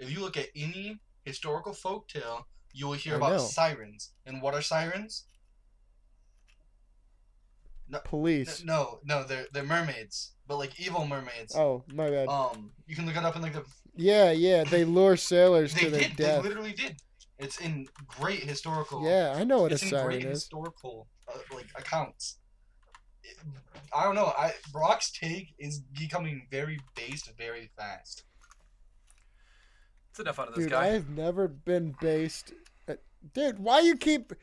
Speaker 3: If you look at any historical folktale, you will hear
Speaker 2: I
Speaker 3: about
Speaker 2: know.
Speaker 3: sirens. And what are sirens? N-
Speaker 2: Police.
Speaker 3: No, no, they're they're mermaids, but like evil mermaids.
Speaker 2: Oh, my bad.
Speaker 3: Um, you can look it up in like the.
Speaker 2: yeah, yeah, they lure sailors
Speaker 3: They
Speaker 2: to their
Speaker 3: did. They
Speaker 2: death.
Speaker 3: literally did. It's in great historical.
Speaker 2: Yeah, I know what
Speaker 3: It's
Speaker 2: a
Speaker 3: in
Speaker 2: siren
Speaker 3: great
Speaker 2: is.
Speaker 3: historical uh, like accounts. It- I don't know. I Brock's take is becoming very based very fast.
Speaker 1: It's enough out of this
Speaker 2: Dude,
Speaker 1: guy.
Speaker 2: I have never been based. At, dude, why you keep?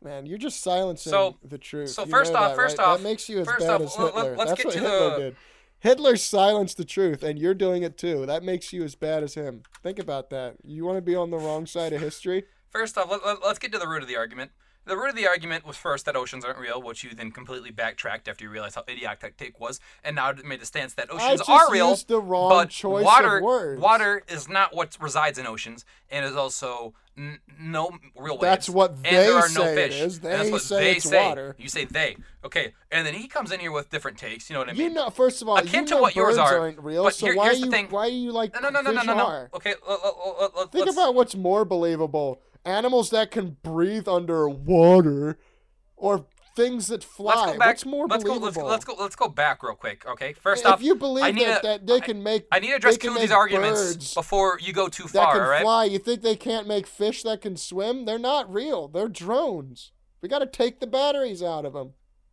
Speaker 2: Man, you're just silencing
Speaker 1: So-
Speaker 2: the truth.
Speaker 1: so
Speaker 2: You
Speaker 1: first
Speaker 2: know
Speaker 1: off-
Speaker 2: that,
Speaker 1: first
Speaker 2: right?
Speaker 1: off-
Speaker 2: that makes you as
Speaker 1: first
Speaker 2: bad
Speaker 1: off,
Speaker 2: as
Speaker 1: let- let-
Speaker 2: Hitler.
Speaker 1: let's
Speaker 2: That's
Speaker 1: get
Speaker 2: what
Speaker 1: to
Speaker 2: Hitler
Speaker 1: the-
Speaker 2: did. Hitler silenced the truth, and you're doing it too. That makes you as bad as him. Think about that. You want to be on the wrong side of history?
Speaker 1: First off, let, let, us get to the root of the argument. The root of the argument was first that oceans aren't real, which you then completely backtracked after you realized how idiotic that take was, and now made the stance that
Speaker 2: I
Speaker 1: oceans
Speaker 2: just
Speaker 1: are real,
Speaker 2: used the wrong
Speaker 1: but
Speaker 2: choice
Speaker 1: water
Speaker 2: of words.
Speaker 1: water is not what resides in oceans, and is also n- no real waves.
Speaker 2: That's what
Speaker 1: and
Speaker 2: they
Speaker 1: there are no
Speaker 2: say it
Speaker 1: fish.
Speaker 2: is.
Speaker 1: and that's
Speaker 2: They
Speaker 1: what
Speaker 2: say
Speaker 1: they
Speaker 2: it's
Speaker 1: say.
Speaker 2: water.
Speaker 1: You say they, okay? And then he comes in here with different takes. You know what I mean?
Speaker 2: You know, first of all,
Speaker 1: Akin
Speaker 2: you
Speaker 1: to
Speaker 2: know
Speaker 1: what yours
Speaker 2: birds
Speaker 1: are,
Speaker 2: not real.
Speaker 1: but
Speaker 2: so
Speaker 1: here-
Speaker 2: why
Speaker 1: here's the
Speaker 2: you
Speaker 1: thing.
Speaker 2: why do you like
Speaker 1: no, no, no, no,
Speaker 2: fish
Speaker 1: no, no.
Speaker 2: are?
Speaker 1: Okay, let, let, let,
Speaker 2: Think
Speaker 1: let's,
Speaker 2: about what's more believable: animals that can breathe underwater, or things that fly.
Speaker 1: let's go back.
Speaker 2: what's more
Speaker 1: let's go.
Speaker 2: believable?
Speaker 1: Let's go. Let's go. Let's go back real quick. Okay. First
Speaker 2: if
Speaker 1: off,
Speaker 2: you believe
Speaker 1: I need
Speaker 2: that,
Speaker 1: a-
Speaker 2: that they can make
Speaker 1: I need to address
Speaker 2: they can
Speaker 1: two of these
Speaker 2: make
Speaker 1: arguments
Speaker 2: birds
Speaker 1: before you go too
Speaker 2: that
Speaker 1: far,
Speaker 2: can
Speaker 1: all right?
Speaker 2: fly, you think they can't make fish that can swim? They're not real. They're drones. We got to take the batteries out of them.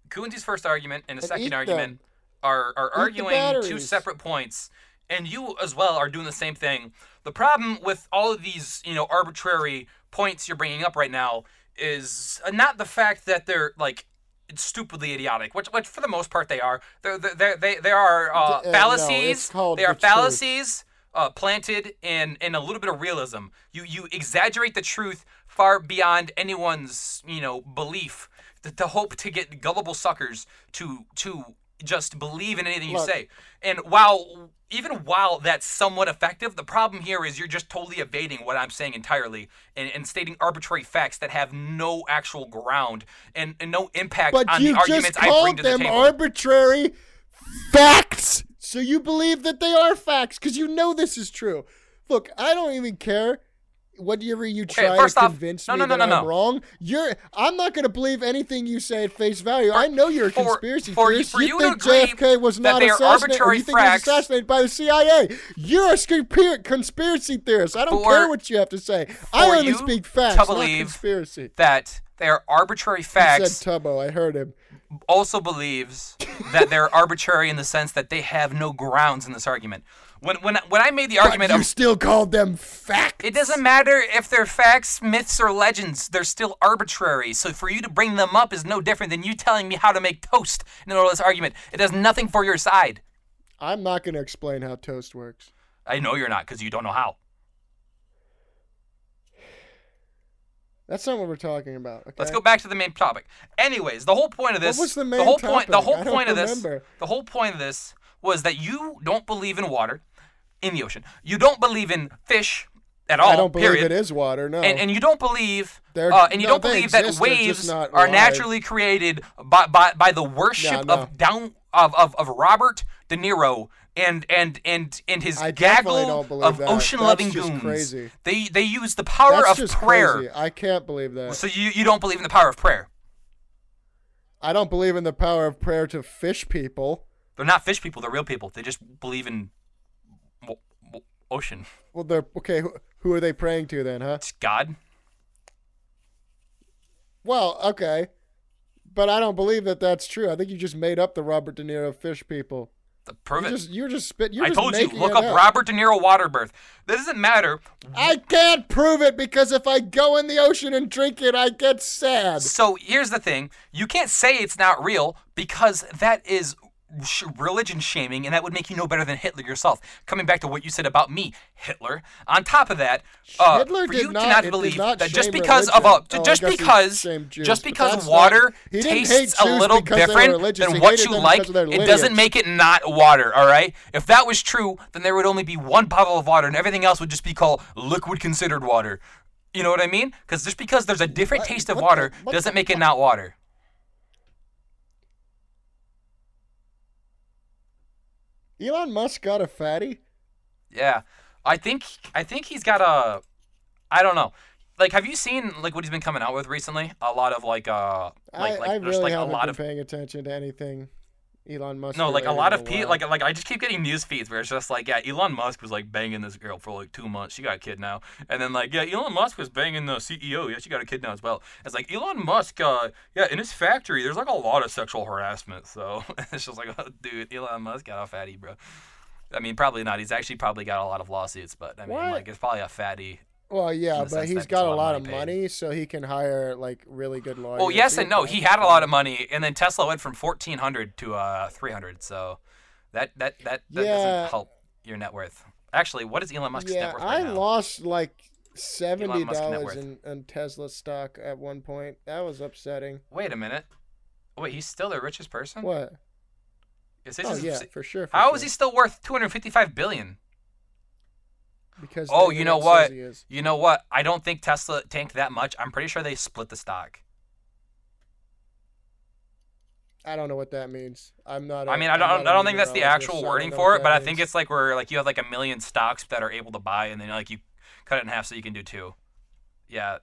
Speaker 1: Kunzi's first argument and his
Speaker 2: And eat
Speaker 1: second argument
Speaker 2: them.
Speaker 1: are, are
Speaker 2: the
Speaker 1: arguing two
Speaker 2: batteries.
Speaker 1: separate points, and you as well are doing the same thing. The problem with all of these, you know, arbitrary points you're bringing up right now is not the fact that they're like stupidly idiotic, which, which for the most part they are. They're, they're, they're, they they are uh,
Speaker 2: D- uh, no, it's
Speaker 1: fallacies.
Speaker 2: called
Speaker 1: they are
Speaker 2: the truth.
Speaker 1: fallacies. Uh, planted in, in a little bit of realism. You you exaggerate the truth far beyond anyone's you know belief to, to hope to get gullible suckers to to just believe in anything you
Speaker 2: Look.
Speaker 1: say. And while even while that's somewhat effective, the problem here is you're just totally evading what I'm saying entirely and, and stating arbitrary facts that have no actual ground and, and no impact
Speaker 2: But
Speaker 1: on the
Speaker 2: you just
Speaker 1: arguments I bring
Speaker 2: called
Speaker 1: to the
Speaker 2: them
Speaker 1: table.
Speaker 2: arbitrary facts. So you believe that they are facts because you know this is true. Look, I don't even care whatever you try
Speaker 1: first
Speaker 2: to
Speaker 1: off-
Speaker 2: convince
Speaker 1: no,
Speaker 2: me
Speaker 1: no, no,
Speaker 2: that
Speaker 1: no,
Speaker 2: I'm
Speaker 1: no.
Speaker 2: wrong. You're I'm not gonna believe anything you say at face value. I know you're a
Speaker 1: for-
Speaker 2: conspiracy
Speaker 1: for you-
Speaker 2: theorist.
Speaker 1: for you to
Speaker 2: think
Speaker 1: agree
Speaker 2: JFK was
Speaker 1: that
Speaker 2: not
Speaker 1: they are
Speaker 2: assassinated, or
Speaker 1: arbitrary
Speaker 2: you think he was
Speaker 1: facts-
Speaker 2: assassinated by the CIA. You're a conspir- conspiracy theorist. I don't
Speaker 1: For-
Speaker 2: care what you have to say. I
Speaker 1: for
Speaker 2: only
Speaker 1: you
Speaker 2: speak
Speaker 1: to
Speaker 2: facts, not
Speaker 1: believe
Speaker 2: conspiracy.
Speaker 1: That they are arbitrary
Speaker 2: I
Speaker 1: facts
Speaker 2: said Tubbo. I heard him.
Speaker 1: also believes that they're arbitrary in the sense that they have no grounds in this argument. When when when I made the argument
Speaker 2: you
Speaker 1: of
Speaker 2: still called them facts.
Speaker 1: It doesn't matter if they're facts, myths, or legends. They're still arbitrary. So for you to bring them up is no different than you telling me how to make toast in an this argument. It does nothing for your side.
Speaker 2: I'm not going to explain how toast works.
Speaker 1: I know you're not because you don't know how.
Speaker 2: That's not what we're talking about. Okay?
Speaker 1: Let's go back to the main topic. Anyways, the whole point of
Speaker 2: What
Speaker 1: this
Speaker 2: was the main
Speaker 1: whole point the
Speaker 2: topic?
Speaker 1: whole
Speaker 2: I don't
Speaker 1: point of this
Speaker 2: remember.
Speaker 1: the whole point of this was that you don't believe in water in the ocean. You don't believe in fish at all.
Speaker 2: I don't believe
Speaker 1: period.
Speaker 2: it is water. No.
Speaker 1: and, and you don't believe
Speaker 2: They're-
Speaker 1: uh, and you
Speaker 2: no,
Speaker 1: don't
Speaker 2: they
Speaker 1: believe
Speaker 2: exist,
Speaker 1: that
Speaker 2: they're just
Speaker 1: waves
Speaker 2: not
Speaker 1: are
Speaker 2: alive.
Speaker 1: naturally created by, by, by the worship
Speaker 2: No, no.
Speaker 1: of down of, of, of Robert De Niro and and and and his
Speaker 2: I definitely
Speaker 1: gaggle
Speaker 2: don't believe
Speaker 1: of
Speaker 2: that.
Speaker 1: ocean loving
Speaker 2: That's just
Speaker 1: goons.
Speaker 2: crazy.
Speaker 1: They they use the power
Speaker 2: That's
Speaker 1: of
Speaker 2: just
Speaker 1: prayer.
Speaker 2: crazy. I can't believe that.
Speaker 1: So you, you don't believe in the power of prayer.
Speaker 2: I don't believe in the power of prayer to fish people.
Speaker 1: They're not fish people, they're real people. They just believe in w- w- ocean.
Speaker 2: Well, they're okay. Who, who are they praying to then, huh?
Speaker 1: It's God.
Speaker 2: Well, okay, but I don't believe that that's true. I think you just made up the Robert De Niro fish people.
Speaker 1: Prove
Speaker 2: You're
Speaker 1: it.
Speaker 2: just you're just spit. You're
Speaker 1: I
Speaker 2: just
Speaker 1: told you,
Speaker 2: making
Speaker 1: look
Speaker 2: it
Speaker 1: up,
Speaker 2: up
Speaker 1: Robert De Niro water birth. That doesn't matter.
Speaker 2: I can't prove it because if I go in the ocean and drink it, I get sad.
Speaker 1: So here's the thing: you can't say it's not real because that is sh- religion shaming, and that would make you no better than Hitler yourself. Coming back to what you said about me, Hitler. On top of that, uh,
Speaker 2: Hitler
Speaker 1: for
Speaker 2: did
Speaker 1: you
Speaker 2: not-
Speaker 1: to
Speaker 2: it
Speaker 1: not
Speaker 2: did
Speaker 1: believe
Speaker 2: not
Speaker 1: that just
Speaker 2: shame
Speaker 1: because of
Speaker 2: religion.
Speaker 1: a
Speaker 2: Oh, I
Speaker 1: just
Speaker 2: guess he
Speaker 1: because
Speaker 2: shamed Jews,
Speaker 1: just
Speaker 2: but
Speaker 1: because
Speaker 2: that's
Speaker 1: water
Speaker 2: not- he didn't hate
Speaker 1: tastes a
Speaker 2: Jews
Speaker 1: little
Speaker 2: because they were
Speaker 1: different
Speaker 2: religious.
Speaker 1: than
Speaker 2: He
Speaker 1: what
Speaker 2: hated
Speaker 1: you
Speaker 2: them
Speaker 1: like,
Speaker 2: because of their
Speaker 1: it doesn't
Speaker 2: lineage.
Speaker 1: make it not water. All right. If that was true, then there would only be one bottle of water, and everything else would just be called liquid considered water. You know what I mean? Because just because there's a different
Speaker 2: What-
Speaker 1: taste of
Speaker 2: what the-
Speaker 1: water
Speaker 2: what
Speaker 1: doesn't
Speaker 2: the
Speaker 1: make it not water.
Speaker 2: Elon Musk got a fatty.
Speaker 1: Yeah, I think I think he's got a, I don't know. Like, have you seen like what he's been coming out with recently? A lot of like uh, like
Speaker 2: I,
Speaker 1: like
Speaker 2: I
Speaker 1: there's
Speaker 2: really
Speaker 1: like a
Speaker 2: haven't
Speaker 1: lot
Speaker 2: been
Speaker 1: of
Speaker 2: paying attention to anything Elon Musk.
Speaker 1: no, like a
Speaker 2: related
Speaker 1: lot
Speaker 2: in
Speaker 1: of people
Speaker 2: while.
Speaker 1: like like I just keep getting news feeds where it's just like yeah, Elon Musk was like banging this girl for like two months. She got a kid now, and then like yeah, Elon Musk was banging the CEO. Yeah, she got a kid now as well. It's like Elon Musk, uh, yeah, in his factory, there's like a lot of sexual harassment. So it's just like, oh, dude, Elon Musk got a fatty, bro. I mean, probably not. He's actually probably got a lot of lawsuits, but I mean,
Speaker 2: What?
Speaker 1: like it's probably a fatty
Speaker 2: Well,
Speaker 1: in
Speaker 2: yeah,
Speaker 1: the
Speaker 2: but
Speaker 1: sense
Speaker 2: he's
Speaker 1: that gets
Speaker 2: got a lot of
Speaker 1: paid.
Speaker 2: money, so he can hire like really good lawyers.
Speaker 1: Well, yes and no.
Speaker 2: can
Speaker 1: He
Speaker 2: actually
Speaker 1: had a lot of money, and then Tesla went from fourteen hundred to uh three hundred. So that that that, that
Speaker 2: Yeah.
Speaker 1: doesn't help your net worth. Actually, what is Elon Musk's
Speaker 2: Yeah,
Speaker 1: net worth
Speaker 2: I
Speaker 1: right now?
Speaker 2: lost like seventy
Speaker 1: Elon Musk's net
Speaker 2: dollars
Speaker 1: worth.
Speaker 2: in, in Tesla stock at one point. That was upsetting.
Speaker 1: Wait a minute. Wait, he's still the richest person.
Speaker 2: What?
Speaker 1: Is Mm. this
Speaker 2: Oh
Speaker 1: his-
Speaker 2: yeah, for sure. For
Speaker 1: how
Speaker 2: sure.
Speaker 1: is he still worth two hundred fifty-five billion?
Speaker 2: Because
Speaker 1: Oh,
Speaker 2: the
Speaker 1: you know
Speaker 2: internet says
Speaker 1: what?
Speaker 2: he is.
Speaker 1: You know what? I don't think Tesla tanked that much. I'm pretty sure they split the stock.
Speaker 2: I don't know what that means. I'm not. a-
Speaker 1: I mean, I
Speaker 2: I'm
Speaker 1: don't, I
Speaker 2: not a
Speaker 1: don't think that's the
Speaker 2: meteorologist,
Speaker 1: actual
Speaker 2: so I don't
Speaker 1: wording
Speaker 2: know
Speaker 1: for
Speaker 2: what
Speaker 1: it, but I
Speaker 2: that
Speaker 1: think
Speaker 2: means.
Speaker 1: it's like where like you have like a million stocks that are able to buy, and then like you cut it in half so you can do two. Yeah,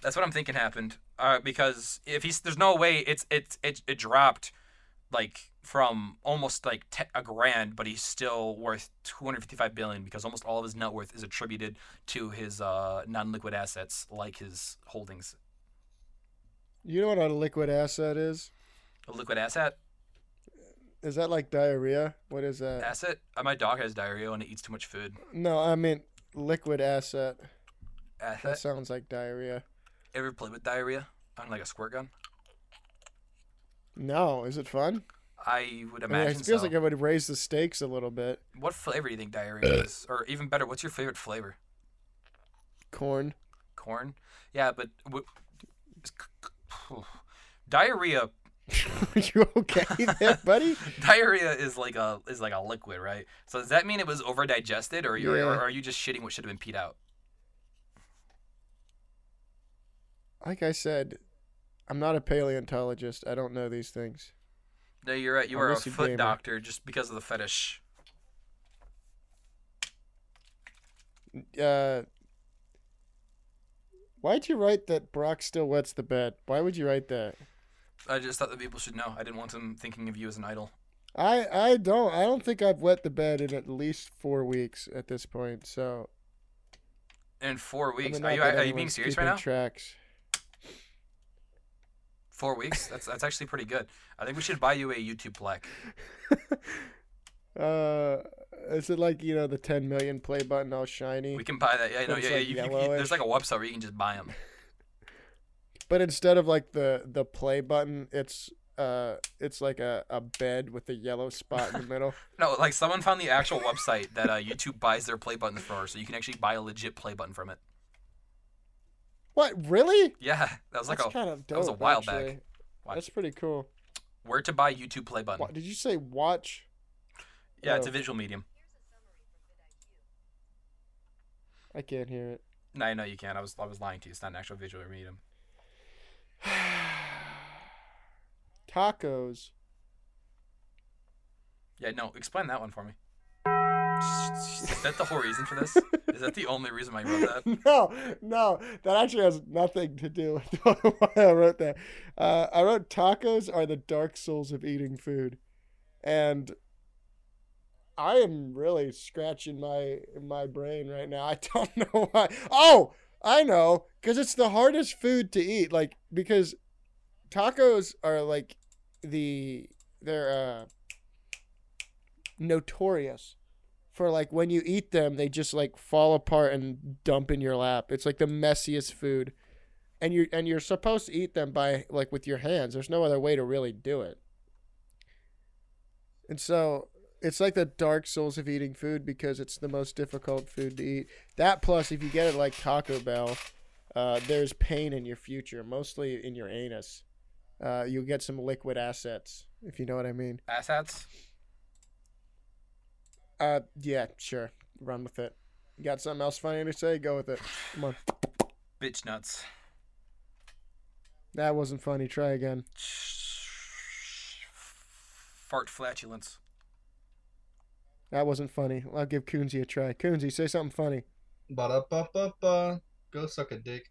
Speaker 1: that's what I'm thinking happened. Uh, because if he's there's no way it's it's it, it dropped like from almost like te- a grand, but he's still worth 255 billion because almost all of his net worth is attributed to his uh, non-liquid assets like his holdings.
Speaker 2: You know what a liquid asset is?
Speaker 1: A liquid asset
Speaker 2: Is that like diarrhea? What is that?
Speaker 1: asset. Uh, my dog has diarrhea and it eats too much food.
Speaker 2: no, I mean liquid asset.
Speaker 1: Asset.
Speaker 2: That sounds like diarrhea.
Speaker 1: Ever played with diarrhea on like a squirt gun?
Speaker 2: No, is it fun?
Speaker 1: I would
Speaker 2: I mean,
Speaker 1: imagine
Speaker 2: it feels
Speaker 1: so.
Speaker 2: like I would raise the stakes a little bit.
Speaker 1: What flavor do you think diarrhea is? Or even better, what's your favorite flavor?
Speaker 2: Corn.
Speaker 1: Corn. Yeah, but w- diarrhea
Speaker 2: Are you okay there, buddy?
Speaker 1: Diarrhea is like a is like a liquid, right? So does that mean it was over digested, or, you
Speaker 2: Yeah.
Speaker 1: or are you just shitting what should have been peed out?
Speaker 2: Like I said, I'm not a paleontologist. I don't know these things.
Speaker 1: No, you're right. You
Speaker 2: I'm
Speaker 1: are a
Speaker 2: Lucy
Speaker 1: foot
Speaker 2: Gamer.
Speaker 1: doctor just because of the fetish.
Speaker 2: Uh, why'd you write that Brock still wets the bed? Why would you write that?
Speaker 1: I just thought that people should know. I didn't want them thinking of you as an idol.
Speaker 2: I I don't I don't think I've wet the bed in at least four weeks at this point. So
Speaker 1: In four
Speaker 2: I mean,
Speaker 1: weeks,
Speaker 2: not
Speaker 1: are you
Speaker 2: that
Speaker 1: are you being
Speaker 2: anyone's
Speaker 1: serious right
Speaker 2: keeping
Speaker 1: now?
Speaker 2: Tracks.
Speaker 1: Four weeks? That's that's actually pretty good. I think we should buy you a YouTube plaque.
Speaker 2: Uh, is it like you know the 10 million play button all shiny?
Speaker 1: We can buy that. Yeah, no,
Speaker 2: Looks
Speaker 1: yeah, yeah.
Speaker 2: like
Speaker 1: You, can- you-
Speaker 2: yellowish.
Speaker 1: there's like a website where you can just buy them.
Speaker 2: But instead of like the the play button, it's uh it's like a, a bed with a yellow spot in the middle.
Speaker 1: No, like someone found the actual website that uh, YouTube buys their play buttons for, so you can actually buy a legit play button from it.
Speaker 2: What really?
Speaker 1: Yeah, that was like
Speaker 2: That's
Speaker 1: a
Speaker 2: kind of dope.
Speaker 1: that was a while back.
Speaker 2: actually.
Speaker 1: Watch.
Speaker 2: That's pretty cool.
Speaker 1: where to buy YouTube play button.
Speaker 2: Wha did you say watch?
Speaker 1: Yeah, it's a
Speaker 2: Oh.
Speaker 1: visual medium.
Speaker 2: I can't hear it.
Speaker 1: No, I know you can. I was I was lying to you. It's not an actual visual medium.
Speaker 2: Tacos.
Speaker 1: Yeah, no, explain that one for me. Is that the whole reason for this? Is that the only reason why you wrote that?
Speaker 2: no, no, that actually has nothing to do with why I wrote that. Uh, I wrote tacos are the dark souls of eating food, and I am really scratching my my brain right now. I don't know why. Oh, I know, because it's the hardest food to eat. Like because tacos are like the they're uh, notorious for like when you eat them, they just like fall apart and dump in your lap. It's like the messiest food, and you and you're supposed to eat them by like with your hands. There's no other way to really do it. And so it's like the dark souls of eating food because it's the most difficult food to eat. That plus, if you get it like Taco Bell, uh, there's pain in your future, mostly in your anus. Uh, you'll get some liquid assets, if you know what I mean.
Speaker 1: Asshats?
Speaker 2: Uh, yeah, sure. Run with it. You got something else funny to say? Go with it. Come on.
Speaker 1: Bitch nuts.
Speaker 2: That wasn't funny. Try again.
Speaker 1: Fart flatulence.
Speaker 2: That wasn't funny. I'll give Coonsy a try. Coonsy, say something funny.
Speaker 3: Ba-da-ba-ba-ba. Go suck a dick.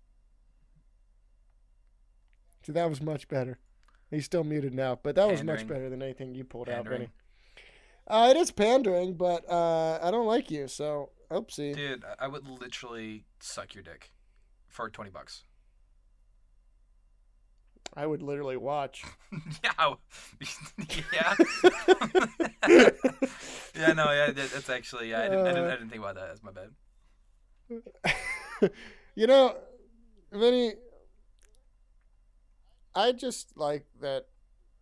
Speaker 2: See, that was much better. He's still muted now, but that was much
Speaker 1: Pandering.
Speaker 2: better than anything you pulled out,
Speaker 1: Pandering.
Speaker 2: Benny. Uh, it is pandering, but uh, I don't like you, so oopsie.
Speaker 1: Dude, I- I would literally suck your dick for 20 bucks.
Speaker 2: I would literally watch.
Speaker 1: yeah. yeah. yeah, no, yeah, that- that's actually, yeah, I didn't, I, didn't, I didn't think about that. That's my bad.
Speaker 2: you know, Vinny, I just like that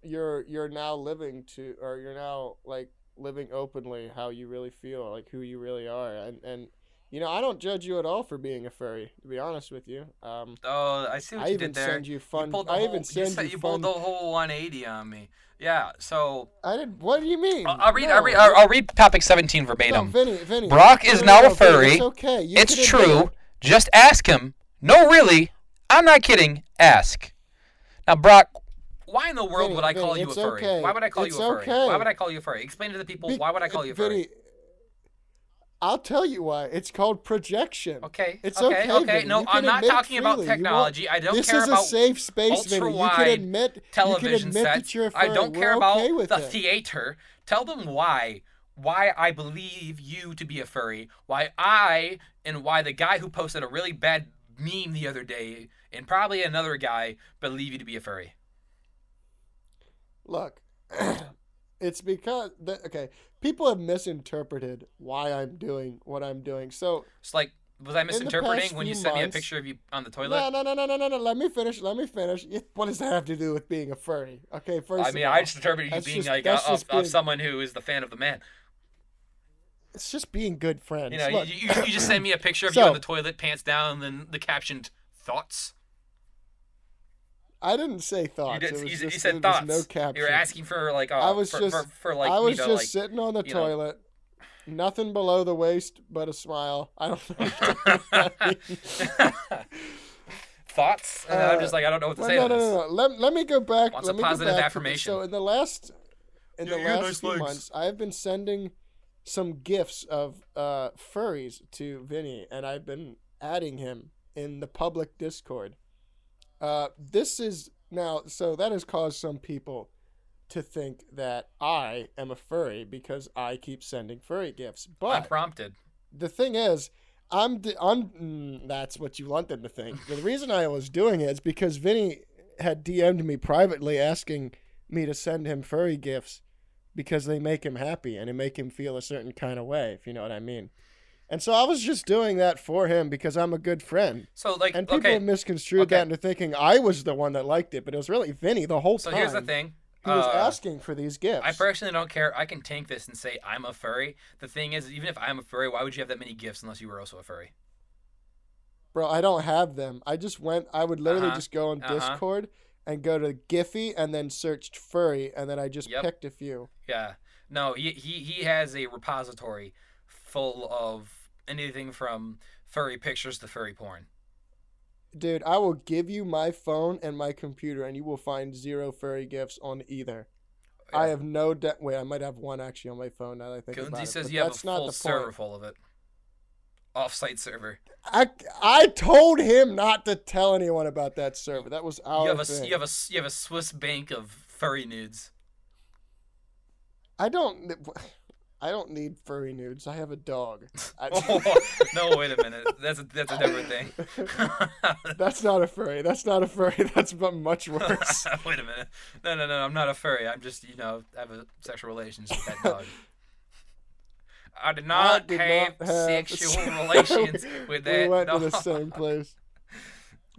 Speaker 2: you're you're now living to or you're now like living openly how you really feel, like who you really are. And and you know, I don't judge you at all for being a furry, to be honest with you. Um
Speaker 1: Oh, I see what
Speaker 2: I
Speaker 1: you
Speaker 2: even
Speaker 1: did there.
Speaker 2: send you fun
Speaker 1: you pulled the
Speaker 2: I
Speaker 1: whole,
Speaker 2: even send
Speaker 1: said
Speaker 2: you,
Speaker 1: you
Speaker 2: fun
Speaker 1: pulled the whole 180 on me. Yeah, so
Speaker 2: I did what do you mean?
Speaker 1: I'll, I'll read. I'll
Speaker 2: No,
Speaker 1: read. I'll, I'll read topic 17
Speaker 2: no,
Speaker 1: verbatim.
Speaker 2: Vinny, Vinny,
Speaker 1: Brock
Speaker 2: no,
Speaker 1: is
Speaker 2: no,
Speaker 1: now
Speaker 2: no,
Speaker 1: a
Speaker 2: Vinny,
Speaker 1: furry.
Speaker 2: It's okay. You
Speaker 1: it's
Speaker 2: can admit
Speaker 1: true.
Speaker 2: it.
Speaker 1: Just ask him. No, really. I'm not kidding. Ask. Now, Brock. Why in the world
Speaker 2: Vinny,
Speaker 1: would I call
Speaker 2: Vinny,
Speaker 1: you a
Speaker 2: it's
Speaker 1: furry?
Speaker 2: okay.
Speaker 1: Why would I call
Speaker 2: It's
Speaker 1: you a furry?
Speaker 2: okay.
Speaker 1: Why would I call you a furry? Explain to the people
Speaker 2: Be-
Speaker 1: why would I call you a furry?
Speaker 2: Vinny, I'll tell you why. It's called projection.
Speaker 1: Okay.
Speaker 2: It's
Speaker 1: okay.
Speaker 2: okay,
Speaker 1: Okay.
Speaker 2: Vinny.
Speaker 1: No,
Speaker 2: You can
Speaker 1: I'm not
Speaker 2: admit
Speaker 1: talking about
Speaker 2: freely. You won't-
Speaker 1: technology. I don't
Speaker 2: this
Speaker 1: care
Speaker 2: is
Speaker 1: about
Speaker 2: a safe space, Vinny. You can
Speaker 1: ultra-wide
Speaker 2: admit you can
Speaker 1: television
Speaker 2: admit
Speaker 1: sets.
Speaker 2: That you're a
Speaker 1: I
Speaker 2: furry.
Speaker 1: don't
Speaker 2: We're
Speaker 1: care about
Speaker 2: okay with
Speaker 1: the
Speaker 2: it.
Speaker 1: theater. Tell them why why I believe you to be a furry, why I and why the guy who posted a really bad meme the other day and probably another guy believe you to be a furry.
Speaker 2: Look, it's because the, okay, people have misinterpreted why I'm doing what I'm doing. So
Speaker 1: It's like was I
Speaker 2: past
Speaker 1: misinterpreting when you
Speaker 2: few
Speaker 1: sent me a
Speaker 2: months-
Speaker 1: picture of you on the toilet?
Speaker 2: no, no, no, no, no, no, no. Let me finish. Let me finish. What does that have to do with being a furry? Okay, first.
Speaker 1: I mean,
Speaker 2: of all,
Speaker 1: I just interpreted you
Speaker 2: that's
Speaker 1: being
Speaker 2: just-
Speaker 1: like
Speaker 2: that's
Speaker 1: a, of,
Speaker 2: just
Speaker 1: of
Speaker 2: being-
Speaker 1: someone who is the fan of the man.
Speaker 2: it's just being good friends.
Speaker 1: You know,
Speaker 2: Look,
Speaker 1: you, you, you just sent me a picture of you
Speaker 2: So-
Speaker 1: on the toilet, pants down, and then the captioned thoughts.
Speaker 2: I didn't say thoughts.
Speaker 1: You, did,
Speaker 2: it was
Speaker 1: you,
Speaker 2: just,
Speaker 1: you
Speaker 2: there
Speaker 1: said
Speaker 2: was
Speaker 1: thoughts.
Speaker 2: No caption.
Speaker 1: you were asking for like. Uh,
Speaker 2: I was
Speaker 1: for,
Speaker 2: just-
Speaker 1: for, for, like.
Speaker 2: I
Speaker 1: me
Speaker 2: was
Speaker 1: to,
Speaker 2: just
Speaker 1: like,
Speaker 2: sitting on the
Speaker 1: you know.
Speaker 2: toilet. Nothing below the waist but a smile. I don't know.
Speaker 1: thoughts, and then I'm just
Speaker 2: Uh,
Speaker 1: like, I don't know what to
Speaker 2: Well,
Speaker 1: say.
Speaker 2: no,
Speaker 1: to
Speaker 2: no,
Speaker 1: this.
Speaker 2: no, no. Let, let me go back.
Speaker 1: Wants
Speaker 2: let
Speaker 1: a
Speaker 2: me go
Speaker 1: positive
Speaker 2: back to this.
Speaker 1: affirmation.
Speaker 2: So in the last, in
Speaker 4: Yeah,
Speaker 2: the
Speaker 4: you got
Speaker 2: last
Speaker 4: nice
Speaker 2: few
Speaker 4: legs.
Speaker 2: months, I've been sending some gifts of uh, furries to Vinny, and I've been adding him in the public Discord. Uh, this is now so that has caused some people to think that I am a furry because I keep sending furry gifts, but
Speaker 1: Unprompted.
Speaker 2: the thing is, I'm d I'm mm, that's what you want them to think. The reason I was doing it is because Vinny had DM'd me privately asking me to send him furry gifts because they make him happy and they make him feel a certain kind of way, if you know what I mean. And so I was just doing that for him because I'm a good friend.
Speaker 1: So like,
Speaker 2: And people
Speaker 1: okay.
Speaker 2: misconstrued
Speaker 1: Okay.
Speaker 2: that into thinking I was the one that liked it, but it was really Vinny the whole
Speaker 1: So
Speaker 2: time.
Speaker 1: here's the thing.
Speaker 2: He was
Speaker 1: uh,
Speaker 2: asking for these gifts.
Speaker 1: I personally don't care. I can tank this and say I'm a furry. The thing is, even if I'm a furry, why would you have that many gifts unless you were also a furry?
Speaker 2: Bro, I don't have them. I just went. I would literally
Speaker 1: Uh-huh.
Speaker 2: just go on
Speaker 1: Uh-huh.
Speaker 2: Discord and go to Giphy and then searched furry, and then I just
Speaker 1: Yep.
Speaker 2: picked a few.
Speaker 1: Yeah. No, he, he he has a repository full of anything from furry pictures to furry porn.
Speaker 2: Dude, I will give you my phone and my computer, and you will find zero furry gifts on either. I
Speaker 1: Oh, Yeah.
Speaker 2: have no doubt. Wait, I might have one actually on my phone now that I think about
Speaker 1: Gunzi
Speaker 2: it.
Speaker 1: says
Speaker 2: but
Speaker 1: you have a
Speaker 2: that's not
Speaker 1: full
Speaker 2: the
Speaker 1: server
Speaker 2: point.
Speaker 1: full of it. Off-site server.
Speaker 2: I, I told him not to tell anyone about that server. That was our
Speaker 1: you have a
Speaker 2: thing.
Speaker 1: you have a you have a Swiss bank of furry nudes.
Speaker 2: I don't. I don't need furry nudes. I have a dog. I-
Speaker 1: no, wait a minute. That's a, that's a different thing.
Speaker 2: That's not a furry. That's not a furry. That's mu- much worse.
Speaker 1: wait a minute. No, no, no. I'm not a furry. I'm just you know I have a sexual relations with that dog. I did not,
Speaker 2: did
Speaker 1: have,
Speaker 2: not have
Speaker 1: sexual
Speaker 2: sex-
Speaker 1: relations with that
Speaker 2: we went
Speaker 1: dog.
Speaker 2: to the same place.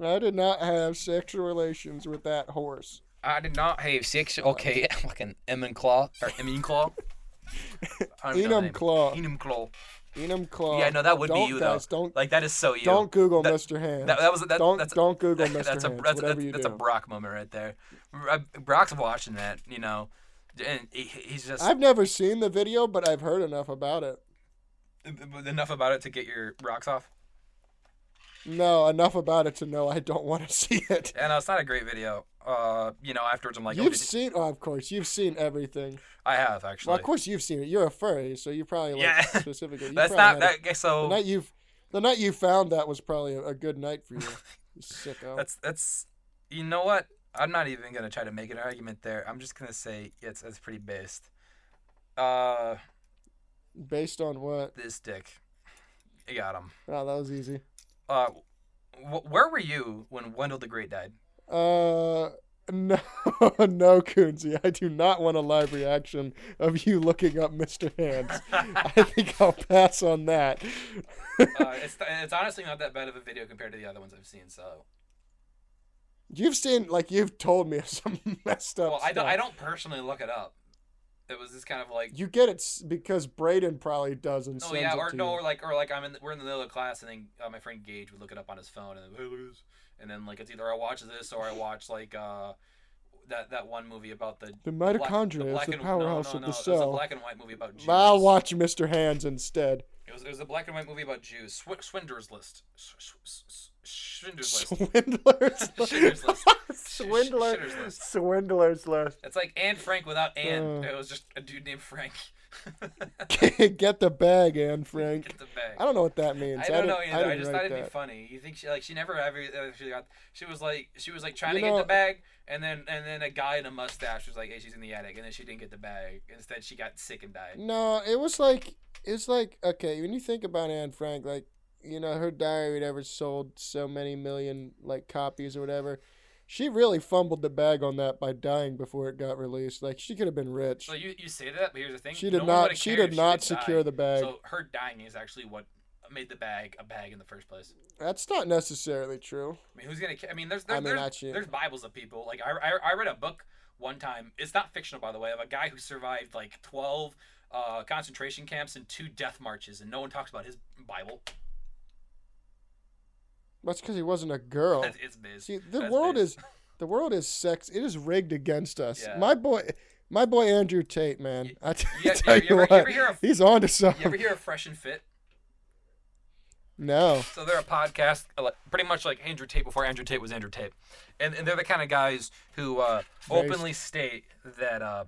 Speaker 2: I did not have sexual relations with that horse.
Speaker 1: I did not have sexual. Okay, fucking Emin Claw or Emin Claw. I don't know the
Speaker 2: Enum
Speaker 1: name.
Speaker 2: Claw.
Speaker 1: Enum Claw.
Speaker 2: Enum Claw.
Speaker 1: Yeah, no, that would be
Speaker 2: don't,
Speaker 1: you, though.
Speaker 2: guys, Don't
Speaker 1: Like that is so you.
Speaker 2: don't Google
Speaker 1: That-
Speaker 2: Mr. Hands.
Speaker 1: that, that was that,
Speaker 2: don't
Speaker 1: that's
Speaker 2: don't Google Mr.
Speaker 1: that's a
Speaker 2: Hands.
Speaker 1: that's,
Speaker 2: whatever
Speaker 1: that's,
Speaker 2: you
Speaker 1: that's a
Speaker 2: do.
Speaker 1: Brock moment right there. Uh, Brock's watching that, you know, and he, he's just
Speaker 2: I've never seen the video, but I've heard enough about it.
Speaker 1: enough about it to get your rocks off.
Speaker 2: No, enough about it to know I don't want to see it.
Speaker 1: And uh, it's not a great video. Uh, you know, afterwards I'm like, oh,
Speaker 2: you've
Speaker 1: did you-
Speaker 2: seen, oh, of course, you've seen everything.
Speaker 1: I have
Speaker 2: Well,
Speaker 1: actually.
Speaker 2: of course, you've seen it. You're a furry, so you probably like
Speaker 1: Yeah.
Speaker 2: specifically. You
Speaker 1: That's
Speaker 2: probably
Speaker 1: not
Speaker 2: had a
Speaker 1: that. okay, So
Speaker 2: The night you, the night you found that was probably a, a good night for you. you sicko.
Speaker 1: That's that's you know what? I'm not even gonna try to make an argument there. I'm just gonna say it's it's pretty based. Uh,
Speaker 2: Based on what?
Speaker 1: this dick, you got him.
Speaker 2: Oh, that was easy.
Speaker 1: Uh, wh- where were you when Wendell the Great died?
Speaker 2: Uh, no, no, Coonsy, I do not want a live reaction of you looking up Mr. Hands. I think I'll pass on that.
Speaker 1: uh, it's it's honestly not that bad of a video compared to the other ones I've seen. So,
Speaker 2: You've seen, like, you've told me of some messed up.
Speaker 1: well, I don't I
Speaker 2: stuff.
Speaker 1: don't personally look it up. It was just kind of like,
Speaker 2: You get it s- because Braden probably doesn't.
Speaker 1: oh yeah, or
Speaker 2: to
Speaker 1: no,
Speaker 2: you.
Speaker 1: or like or like I'm in the, we're in the middle of class, and then uh, my friend Gage would look it up on his phone, and then, "Hey, look at this." and then like it's either I watch this or I watch like uh that that one movie about the
Speaker 2: The
Speaker 1: black-
Speaker 2: mitochondria is the
Speaker 1: and-
Speaker 2: powerhouse
Speaker 1: no, no, no,
Speaker 2: of the
Speaker 1: It was a
Speaker 2: cell.
Speaker 1: black and white movie about Jews.
Speaker 2: I'll watch Mr. Hands instead.
Speaker 1: It was, it was a black and white movie about Jews. Sw- Swindler's List. Sw- sw- sw- Schindler's List.
Speaker 2: Swindlers.
Speaker 1: Schindler's List.
Speaker 2: Swindler,
Speaker 1: Schindler's List.
Speaker 2: Swindler's List.
Speaker 1: It's like Anne Frank without Anne.
Speaker 2: Uh.
Speaker 1: it was just a dude named Frank.
Speaker 2: Get the bag, Anne Frank.
Speaker 1: Get the bag.
Speaker 2: I don't know what that means.
Speaker 1: I don't know
Speaker 2: didn't-
Speaker 1: either. I,
Speaker 2: didn't
Speaker 1: just
Speaker 2: write
Speaker 1: thought it'd be
Speaker 2: that.
Speaker 1: funny. You think she like she never ever uh, she got she was like she was like trying
Speaker 2: You
Speaker 1: to get
Speaker 2: know-
Speaker 1: the bag and then and then a guy in a mustache was like hey she's in the attic and then she didn't get the bag instead she got sick and died.
Speaker 2: No, it was like it's like okay when you think about Anne Frank, like you know her diary never sold so many million like copies or whatever. She really fumbled the bag on that by dying before it got released. Like she could have been rich.
Speaker 1: So you, you say that, but here's the thing.
Speaker 2: She did
Speaker 1: no one
Speaker 2: not.
Speaker 1: would've
Speaker 2: She
Speaker 1: cared if
Speaker 2: did not
Speaker 1: died.
Speaker 2: secure the bag.
Speaker 1: So her dying is actually what made the bag a bag in the first place.
Speaker 2: That's not necessarily true.
Speaker 1: I mean, who's gonna? ca- I mean, there's
Speaker 2: I
Speaker 1: there's,
Speaker 2: mean,
Speaker 1: there's,
Speaker 2: actually-
Speaker 1: there's Bibles of people. Like I, I I read a book one time. It's not fictional, by the way, of a guy who survived like twelve uh, concentration camps and two death marches, and no one talks about his Bible.
Speaker 2: That's because he wasn't a girl.
Speaker 1: That's it's biz.
Speaker 2: Oh. See, the
Speaker 1: That's
Speaker 2: world
Speaker 1: biz.
Speaker 2: is The world is sex. It is rigged against us.
Speaker 5: Yeah.
Speaker 2: My boy, my boy Andrew Tate, man. I t-
Speaker 5: You,
Speaker 2: tell
Speaker 5: you,
Speaker 2: you,
Speaker 5: ever, you
Speaker 2: what,
Speaker 5: ever hear of
Speaker 2: he's on to
Speaker 5: you ever
Speaker 2: something.
Speaker 5: hear of Fresh and Fit?
Speaker 2: No,
Speaker 1: So they're a podcast, uh, like- pretty much like Andrew Tate before Andrew Tate was Andrew Tate, and, and they're the kind of guys who uh,
Speaker 2: Very
Speaker 1: openly state that uh,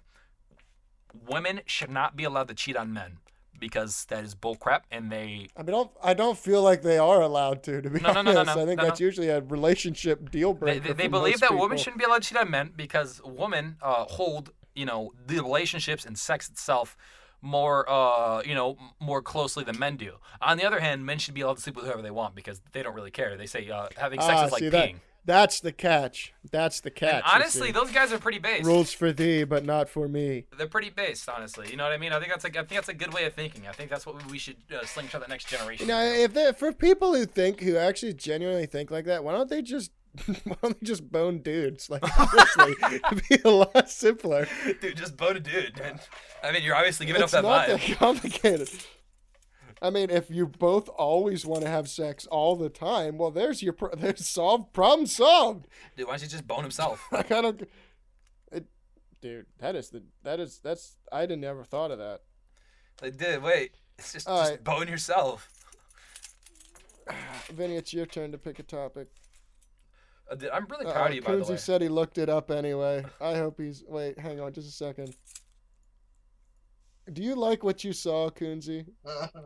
Speaker 1: women should not be allowed to cheat on men because that is bull crap, and they
Speaker 2: I mean, I don't, I don't feel like they are allowed to. To be
Speaker 1: No, no,
Speaker 2: honest,
Speaker 1: no, no, no,
Speaker 2: I think
Speaker 1: no,
Speaker 2: that's usually a relationship deal
Speaker 1: they,
Speaker 2: breaker.
Speaker 1: they, they
Speaker 2: for
Speaker 1: believe
Speaker 2: most
Speaker 1: that women
Speaker 2: people.
Speaker 1: shouldn't be allowed to cheat on men because women uh, hold you know the relationships and sex itself more uh you know m- more closely than men do on the other hand men should be allowed to sleep with whoever they want because they don't really care they say uh, having sex
Speaker 2: Ah,
Speaker 1: is like
Speaker 2: see
Speaker 1: peeing
Speaker 2: that? That's the catch. That's the catch.
Speaker 1: And
Speaker 2: you
Speaker 1: honestly
Speaker 2: see.
Speaker 1: those guys are pretty based
Speaker 2: rules for thee, but not for me.
Speaker 1: they're pretty based honestly you know what i mean i think that's like i think that's a good way of thinking i think that's what we should uh, slingshot the next generation
Speaker 2: You know,
Speaker 1: with.
Speaker 2: if they for people who think who actually genuinely think like that, why don't they just why don't they just bone dudes? Like honestly, it'd be a lot simpler.
Speaker 1: dude just boat a dude man. i mean you're obviously giving
Speaker 2: it's
Speaker 1: up that
Speaker 2: not
Speaker 1: vibe
Speaker 2: that complicated. I mean, if you both always want to have sex all the time, well, there's your pro- there's solved problem solved.
Speaker 1: dude why don't you just bone himself
Speaker 2: Like I don't, it, dude, that is the that is that's I didn't ever thought of that.
Speaker 1: like dude wait it's just,
Speaker 2: All
Speaker 1: just
Speaker 2: right.
Speaker 1: bone yourself
Speaker 2: Vinny, it's your turn to pick a topic.
Speaker 1: Uh, dude, I'm really
Speaker 2: Uh-oh,
Speaker 1: proud of you, by the
Speaker 2: Coonsy
Speaker 1: way.
Speaker 2: said he looked it up anyway. I hope he's. Wait, hang on just a second. Do you like what you saw, Coonsy?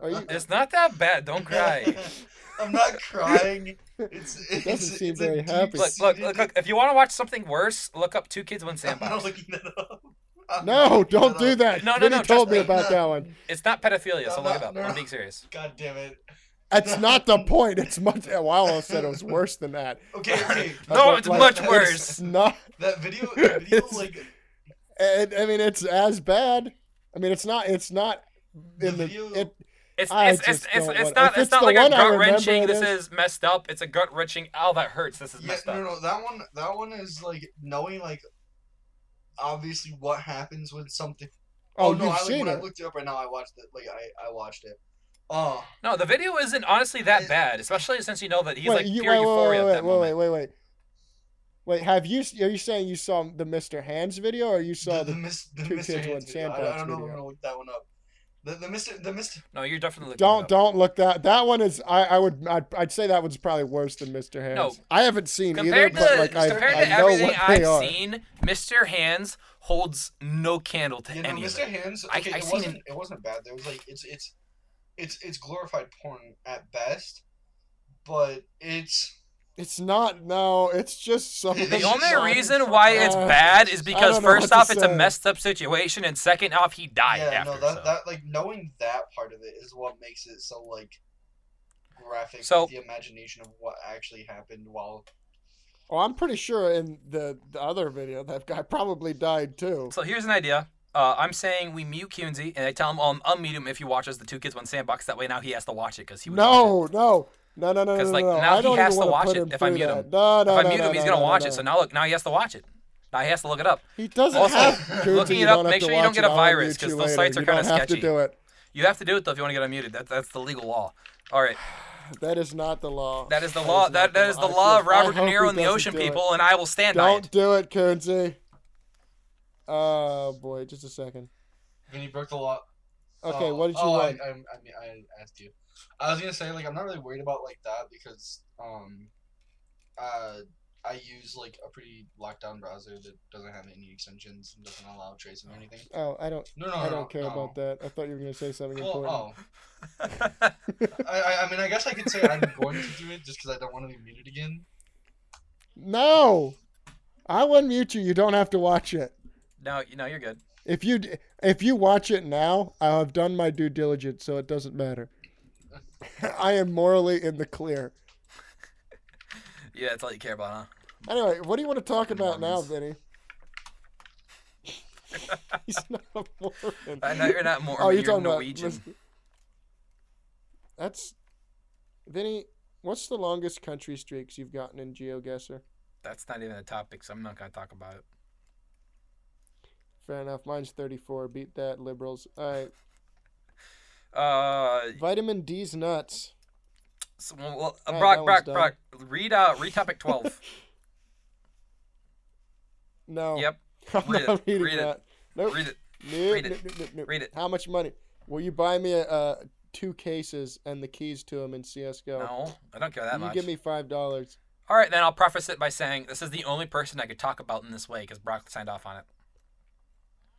Speaker 2: Are you-
Speaker 1: It's not that bad. Don't cry.
Speaker 3: I'm not crying. It's, it's
Speaker 2: seem
Speaker 3: it's a
Speaker 2: very happy.
Speaker 1: look, look, look, look. If you want to watch something worse, look up Two Kids One
Speaker 3: I'm not
Speaker 1: Sandbox.
Speaker 3: looking that up. I'm not
Speaker 2: No,
Speaker 3: looking
Speaker 2: don't do
Speaker 3: up.
Speaker 2: that.
Speaker 1: No, no,
Speaker 2: Vinny
Speaker 1: no,
Speaker 2: told
Speaker 1: just-
Speaker 2: me about that one.
Speaker 1: It's not pedophilia, so
Speaker 3: No,
Speaker 1: look it
Speaker 3: no,
Speaker 1: up.
Speaker 3: no,
Speaker 1: I'm
Speaker 3: no.
Speaker 1: being serious.
Speaker 3: God damn it.
Speaker 2: That's not the point. It's much. Wow, I said it was worse than that.
Speaker 3: Okay, okay.
Speaker 1: No,
Speaker 2: But,
Speaker 1: it's
Speaker 2: like,
Speaker 1: much
Speaker 2: it's
Speaker 1: worse.
Speaker 2: Not.
Speaker 3: That video, that video
Speaker 2: It's-
Speaker 3: like
Speaker 2: It, I mean, it's as bad. I mean, it's not. It's not.
Speaker 3: the
Speaker 2: In the,
Speaker 3: video.
Speaker 2: it,
Speaker 1: It's
Speaker 2: I
Speaker 1: it's it's,
Speaker 2: just
Speaker 1: it's,
Speaker 2: don't
Speaker 1: it's
Speaker 2: want-
Speaker 1: not
Speaker 2: if
Speaker 1: it's,
Speaker 2: it's
Speaker 1: not
Speaker 2: the
Speaker 1: like a
Speaker 2: one I
Speaker 1: gut
Speaker 2: remember
Speaker 1: wrenching.
Speaker 2: it
Speaker 1: This
Speaker 2: is-
Speaker 1: is messed up. It's a gut wrenching. Oh, that hurts. This is
Speaker 3: yeah,
Speaker 1: messed
Speaker 3: no,
Speaker 1: up.
Speaker 3: no, that one, that one is like knowing like obviously what happens when something.
Speaker 2: oh,
Speaker 3: no,
Speaker 2: you've
Speaker 3: I, like,
Speaker 2: seen
Speaker 3: when I
Speaker 2: it.
Speaker 3: looked it up right now, I watched it. Like I, I watched it. Oh,
Speaker 1: No, the video isn't honestly that
Speaker 3: It-
Speaker 1: bad, especially since you know that he's like
Speaker 2: you-
Speaker 1: pure euphoria
Speaker 2: wait,
Speaker 1: at that
Speaker 2: wait,
Speaker 1: moment.
Speaker 2: Wait, wait, wait. Wait, have you? Are you saying you saw the Mr. Hands video, or you saw
Speaker 3: the, the,
Speaker 2: the?
Speaker 3: mis- the
Speaker 2: two
Speaker 3: Mr.
Speaker 2: kids,
Speaker 3: Hands
Speaker 2: one
Speaker 3: video. I,
Speaker 2: sandbox
Speaker 3: I don't know. if I'm
Speaker 2: video.
Speaker 3: gonna look that one up. The the Mr. The Mr.
Speaker 1: No, you're definitely looking
Speaker 2: Don't
Speaker 1: it up.
Speaker 2: don't look that. That one is. I, I would. I'd, I'd say that one's probably worse than Mr. Hands.
Speaker 1: No.
Speaker 2: I haven't seen
Speaker 1: Compared
Speaker 2: either, but
Speaker 1: to
Speaker 2: like I,
Speaker 1: compared
Speaker 2: I
Speaker 1: to
Speaker 2: know what
Speaker 1: everything
Speaker 2: they
Speaker 1: I've
Speaker 2: are.
Speaker 1: seen, Mr. Hands holds no candle to
Speaker 3: You know,
Speaker 1: any of
Speaker 3: Mr.
Speaker 1: it.
Speaker 3: Hands.
Speaker 1: I-
Speaker 3: Okay,
Speaker 1: I
Speaker 3: it
Speaker 1: seen
Speaker 3: wasn't. It wasn't bad. There was like it's it's it's it's glorified porn at best, but it's
Speaker 2: It's not. No, it's just something.
Speaker 1: The
Speaker 3: It's just
Speaker 1: only
Speaker 3: all-
Speaker 1: reason why it's
Speaker 2: Uh,
Speaker 1: bad is
Speaker 2: I
Speaker 1: because
Speaker 2: don't know
Speaker 1: first
Speaker 2: what to
Speaker 1: off, it's a
Speaker 2: say.
Speaker 1: messed up situation, and second off, he died
Speaker 3: yeah.
Speaker 1: after.
Speaker 3: no, that
Speaker 1: so.
Speaker 3: that like knowing that part of it is what makes it so like graphic.
Speaker 1: So-
Speaker 3: the imagination of what actually happened while
Speaker 2: Oh, I'm pretty sure in the, the other video that guy probably died too.
Speaker 1: So here's an idea. Uh, I'm saying we mute Kunzi, and I tell him um, unmute him if he watches the Two Kids One Sandbox. That way now he has to watch it because he would watch
Speaker 2: No, no, no, no, no, no,
Speaker 1: 'Cause,
Speaker 2: no,
Speaker 1: like,
Speaker 2: no.
Speaker 1: now
Speaker 2: I
Speaker 1: he
Speaker 2: don't
Speaker 1: has
Speaker 2: even
Speaker 1: to
Speaker 2: wanna
Speaker 1: watch
Speaker 2: put
Speaker 1: it
Speaker 2: him
Speaker 1: if I
Speaker 2: through
Speaker 1: mute him.
Speaker 2: that. No,
Speaker 1: it.
Speaker 2: no,
Speaker 1: if I
Speaker 2: no,
Speaker 1: mute
Speaker 2: no,
Speaker 1: him, he's
Speaker 2: no,
Speaker 1: gonna
Speaker 2: no,
Speaker 1: watch
Speaker 2: no.
Speaker 1: it. So now look, now he has to watch it. Now he has to look it up.
Speaker 2: He doesn't
Speaker 1: Also,
Speaker 2: have to.
Speaker 1: looking
Speaker 2: you
Speaker 1: it up,
Speaker 2: don't have
Speaker 1: make
Speaker 2: to
Speaker 1: sure you don't
Speaker 2: watch
Speaker 1: get a
Speaker 2: it. I'll
Speaker 1: virus,
Speaker 2: unmute you
Speaker 1: 'cause those
Speaker 2: later.
Speaker 1: sites are
Speaker 2: You
Speaker 1: kinda
Speaker 2: don't have
Speaker 1: sketchy.
Speaker 2: to do it.
Speaker 1: You have to do it though if you want to get unmuted. That, that's the legal law. All right,
Speaker 2: That is not the law.
Speaker 1: that is the law.
Speaker 2: not
Speaker 1: That that is the
Speaker 2: I
Speaker 1: law
Speaker 2: feel-
Speaker 1: of Robert
Speaker 2: I
Speaker 1: De
Speaker 2: hope
Speaker 1: Niro
Speaker 2: he
Speaker 1: and the
Speaker 2: doesn't
Speaker 1: Ocean
Speaker 2: do it.
Speaker 1: People, and I will stand by
Speaker 2: Don't
Speaker 1: it.
Speaker 2: do it, Coonsy. Oh boy, just a second.
Speaker 3: Vinny broke the law.
Speaker 2: Okay,
Speaker 3: Oh,
Speaker 2: what did you
Speaker 3: oh, I-
Speaker 2: want?
Speaker 3: I, I, mean, I asked you. I was gonna say like I'm not really worried about like that because um, uh, I use like a pretty locked down browser that doesn't have any extensions and doesn't allow tracing or anything.
Speaker 2: oh, I don't.
Speaker 3: No, no,
Speaker 2: I
Speaker 3: no,
Speaker 2: don't care
Speaker 3: Oh, no.
Speaker 2: about that. I thought you were gonna say something
Speaker 3: Well,
Speaker 2: important.
Speaker 3: oh, I, I, I mean, I guess I could say I'm going to do it just because I don't want to be muted again.
Speaker 2: No, I will mute you. You don't have to watch it.
Speaker 1: no, you know you're good.
Speaker 2: If you d- if you watch it now, I have done my due diligence, so it doesn't matter. I am morally in the clear.
Speaker 1: Yeah, that's all you care about, huh?
Speaker 2: Anyway, what do you want to talk about now,
Speaker 1: Mormons.
Speaker 2: Vinny? He's not a Mormon.
Speaker 1: I know Uh, you're not Mormon.
Speaker 2: oh, you're,
Speaker 1: you're,
Speaker 2: talking
Speaker 1: Norwegian.
Speaker 2: about. listen- That's Vinny. What's the longest country streaks you've gotten in GeoGuessr?
Speaker 1: That's not even a topic, so I'm not gonna talk about it.
Speaker 2: Fair enough. Mine's 34. Beat that, liberals. All right.
Speaker 1: Uh,
Speaker 2: Vitamin D's nuts.
Speaker 1: so, well, uh,
Speaker 2: Alright,
Speaker 1: Brock,
Speaker 2: that
Speaker 1: Brock,
Speaker 2: one's
Speaker 1: Brock, read uh, read topic twelve.
Speaker 2: No.
Speaker 1: Yep.
Speaker 2: I'm
Speaker 1: Read
Speaker 2: not
Speaker 1: it.
Speaker 2: reading
Speaker 1: Read it.
Speaker 2: that. Nope.
Speaker 1: Read it.
Speaker 2: Nope,
Speaker 1: Read it.
Speaker 2: nope, nope, nope, nope.
Speaker 1: Read it.
Speaker 2: How much money? Will you buy me uh, two cases and the keys to them in CS:GO?
Speaker 1: No, I don't care that
Speaker 2: you
Speaker 1: much.
Speaker 2: give me five dollars.
Speaker 1: All right, then I'll preface it by saying this is the only person I could talk about in this way because Brock signed off on it.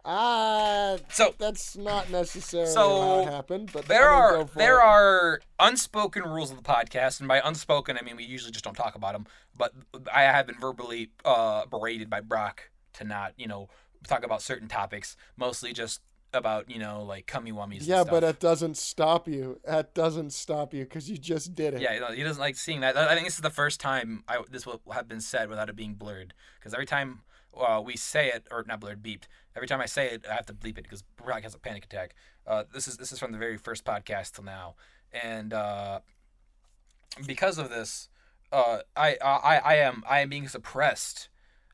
Speaker 2: Ah,
Speaker 1: So
Speaker 2: that's not necessarily how
Speaker 1: So,
Speaker 2: it happened. But
Speaker 1: there
Speaker 2: I mean,
Speaker 1: are
Speaker 2: go for
Speaker 1: there
Speaker 2: it.
Speaker 1: are unspoken rules of the podcast, and by unspoken I mean we usually just don't talk about them. But I have been verbally uh, berated by Brock to not, you know, talk about certain topics, mostly just about you know like cummy wummies.
Speaker 2: Yeah,
Speaker 1: and stuff.
Speaker 2: but it doesn't stop you. That doesn't stop you because you just did it.
Speaker 1: Yeah, you know, he doesn't like seeing that. I think this is the first time I, this will have been said without it being blurred. Because every time uh, we say it, or not blurred, beeped. Every time I say it, I have to bleep it because Brock has a panic attack. Uh, this is this is from the very first podcast till now, and uh, because of this, uh, I, I I am I am being suppressed.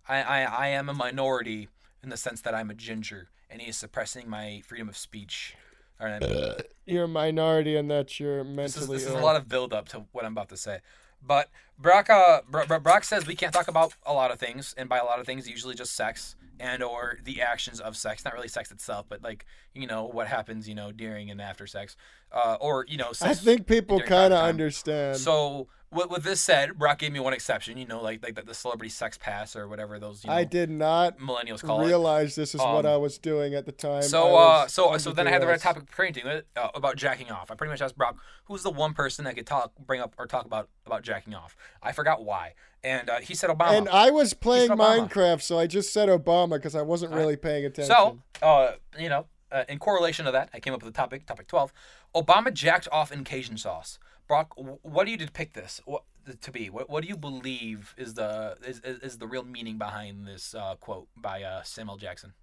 Speaker 1: I, I I am a minority in the sense that I'm a ginger, and he is suppressing my freedom of speech. Or I'm-
Speaker 2: You're a minority and that you're
Speaker 1: this is,
Speaker 2: mentally
Speaker 1: this is
Speaker 2: ill.
Speaker 1: a lot of build up to what I'm about to say. But Brock, uh, Bro- Bro- Brock says we can't talk about a lot of things, and by a lot of things, usually just sex and or the actions of sex. Not really sex itself, but like you know what happens, you know, during and after sex, uh, or you know,
Speaker 2: I
Speaker 1: sex
Speaker 2: think um, people
Speaker 1: during prime
Speaker 2: kind of
Speaker 1: time.
Speaker 2: understand.
Speaker 1: So with, with this said, Brock gave me one exception. You know, like like the, the celebrity sex pass or whatever those you know,
Speaker 2: I did not
Speaker 1: millennials call it.
Speaker 2: realize this is what
Speaker 1: Um,
Speaker 2: I was doing at the time. I
Speaker 1: So, uh,
Speaker 2: was
Speaker 1: so, so then I had the right
Speaker 2: underdressed.
Speaker 1: topic parenting uh, about jacking off. I pretty much asked Brock, who's the one person that could talk, bring up, or talk about about jacking off. I forgot why, and uh, he said Obama.
Speaker 2: And I was playing
Speaker 1: Obama.
Speaker 2: Minecraft, so I just said Obama because I wasn't
Speaker 1: All right.
Speaker 2: really paying attention.
Speaker 1: so, uh, you know, uh, in correlation to that, I came up with the topic, topic twelve. Obama jacked off in Cajun sauce. Brock, wh- what do you depict this what, to be? What, what do you believe is the is, is, is the real meaning behind this uh, quote by uh, Samuel Jackson?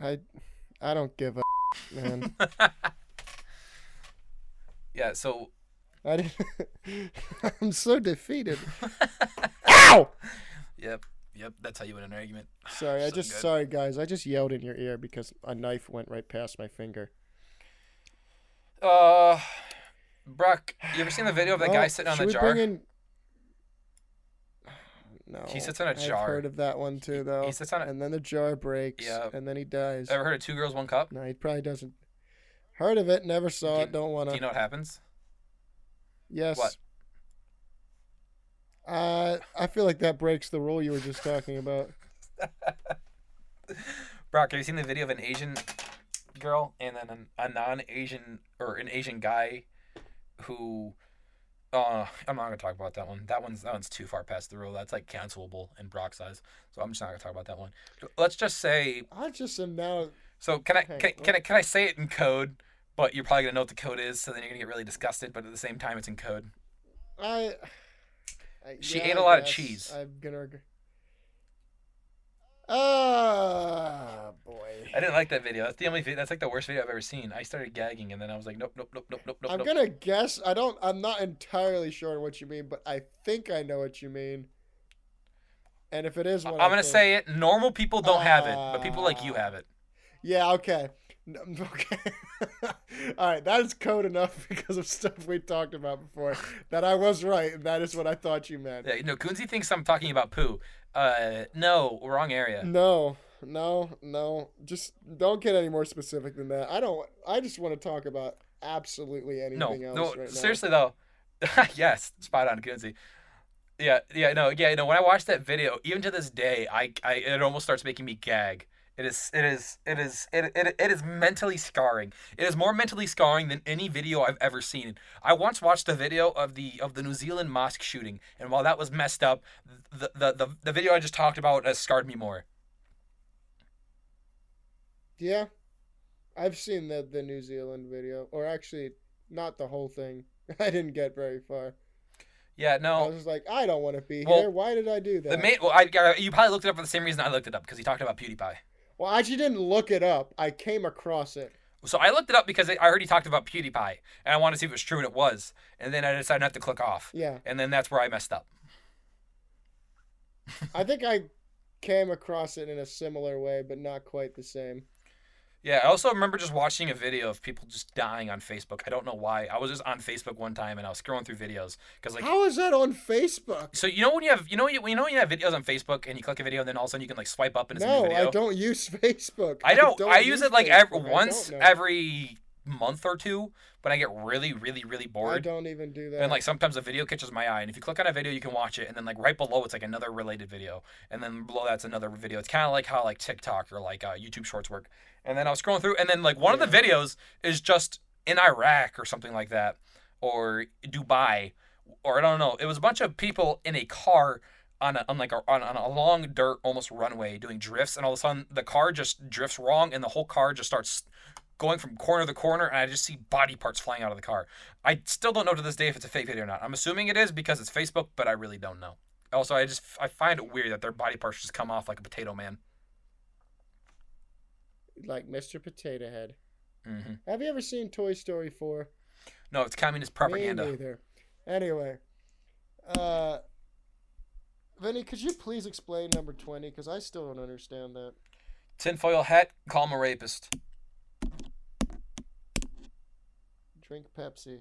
Speaker 2: I, I don't give a man.
Speaker 1: Yeah. So
Speaker 2: I didn't, I'm so defeated. Ow!
Speaker 1: Yep, yep. That's how you win an argument.
Speaker 2: Sorry, I
Speaker 1: So
Speaker 2: just
Speaker 1: good.
Speaker 2: sorry guys. I just yelled in your ear because a knife went right past my finger.
Speaker 1: Uh, Brock, you ever seen the video of that
Speaker 2: Well,
Speaker 1: guy sitting on
Speaker 2: should
Speaker 1: the
Speaker 2: we
Speaker 1: jar?
Speaker 2: bring in- No.
Speaker 1: He sits on a
Speaker 2: I've
Speaker 1: jar.
Speaker 2: heard of that one too, though.
Speaker 1: he sits on a-
Speaker 2: and then the jar breaks.
Speaker 1: Yeah.
Speaker 2: And then he dies.
Speaker 1: Ever heard of two girls, one cup?
Speaker 2: No, he probably doesn't. Heard of it? Never saw
Speaker 1: Do
Speaker 2: it.
Speaker 1: you-
Speaker 2: Don't want
Speaker 1: Do
Speaker 2: to.
Speaker 1: you know what happens?
Speaker 2: yes.
Speaker 1: what?
Speaker 2: Uh, I feel like that breaks the rule you were just talking about.
Speaker 1: Brock, have you seen the video of an Asian girl and then an, a non-Asian or an Asian guy who? Uh, I'm not gonna talk about that one. That one's that one's too far past the rule. That's like cancelable in Brock's eyes. So I'm just not gonna talk about that one. Let's just say.
Speaker 2: I just am now.
Speaker 1: So can I
Speaker 2: Okay,
Speaker 1: can, I- can I can I say it in code? But you're probably gonna know what the code is, so then you're gonna get really disgusted. But at the same time, it's in code.
Speaker 2: I. I
Speaker 1: She
Speaker 2: yeah,
Speaker 1: ate
Speaker 2: I
Speaker 1: a lot of
Speaker 2: guess
Speaker 1: cheese.
Speaker 2: I'm gonna. Reg- ah, boy.
Speaker 1: I didn't like that video. That's the only video. That's like the worst video I've ever seen. I started gagging and then I was like, nope, nope, nope, nope, nope, nope.
Speaker 2: I'm
Speaker 1: nope.
Speaker 2: gonna guess. I don't. I'm not entirely sure what you mean, but I think I know what you mean. And if it is one,
Speaker 1: I'm gonna say it. Normal people don't have it, but people like you
Speaker 2: Ah.
Speaker 1: have it.
Speaker 2: Yeah. Okay. No, okay. All right. That is code enough because of stuff we talked about before. That I was right. And that is what I thought you meant.
Speaker 1: Yeah, no, Kunzi thinks I'm talking about poo. Uh, no, wrong area.
Speaker 2: No. No. No. Just don't get any more specific than that. I don't. I just want to talk about absolutely
Speaker 1: No,
Speaker 2: anything else
Speaker 1: no,
Speaker 2: right now.
Speaker 1: seriously though. yes, spot on, Kunzi. Yeah, yeah, no, yeah, no. When I watched that video, even to this day, I, I, it almost starts making me gag. It is, it is, it is, it, it, it is mentally scarring. It is more mentally scarring than any video I've ever seen. I once watched a video of the of the New Zealand mosque shooting, and while that was messed up, the the the, the video I just talked about has scarred me more.
Speaker 2: Yeah, I've seen the the New Zealand video, or actually, not the whole thing. I didn't get very far.
Speaker 1: Yeah,
Speaker 2: I
Speaker 1: no.
Speaker 2: was just like, I don't want to be
Speaker 1: Well,
Speaker 2: here. Why did I do that?
Speaker 1: The main, well, I, I- you probably looked it up for the same reason I looked it up because he talked about PewDiePie.
Speaker 2: well, I actually didn't look it up. I came across it.
Speaker 1: So I looked it up because I I heard he talked about PewDiePie, and I wanted to see if it was true, and it was. And then I decided not to click off,
Speaker 2: Yeah,
Speaker 1: and then that's where I messed up.
Speaker 2: I think I came across it in a similar way, but not quite the same.
Speaker 1: Yeah, I also remember just watching a video of people just dying on Facebook. I don't know why. I was just on Facebook one time and I was scrolling through videos because like.
Speaker 2: How is that on Facebook?
Speaker 1: So you know when you have you know you, you know when you have videos on Facebook and you click a video and then all of a sudden you can like swipe up and it's a
Speaker 2: No,
Speaker 1: new video.
Speaker 2: I don't use Facebook.
Speaker 1: I don't. I, use it like every,
Speaker 2: Facebook. I
Speaker 1: once
Speaker 2: don't know.
Speaker 1: every month or two when I get really, really, really
Speaker 2: I
Speaker 1: bored.
Speaker 2: don't even do that.
Speaker 1: And like sometimes a video catches my eye, and if you click on a video, you can watch it, and then like right below it's like another related video, and then below that's another video. It's kind of like how like TikTok or like uh, YouTube Shorts work. And then I was scrolling through, and then like one of the videos is just in Iraq or something like that, or Dubai, or I don't know. It was a bunch of people in a car on a on like a, on, on a long dirt almost runway doing drifts, and all of a sudden the car just drifts wrong, and the whole car just starts going from corner to corner, and I just see body parts flying out of the car. I still don't know to this day if it's a fake video or not. I'm assuming it is because it's Facebook, but I really don't know. Also, I just I find it weird that their body parts just come off like a potato man.
Speaker 2: like Mr. Potato Head.
Speaker 1: hmm
Speaker 2: Have you ever seen Toy Story 4?
Speaker 1: No, it's communist
Speaker 2: Me
Speaker 1: propaganda.
Speaker 2: neither. Anyway, uh, Vinny, could you please explain number 20? Because I still don't understand that.
Speaker 1: Tinfoil hat, call him a rapist.
Speaker 2: Drink Pepsi.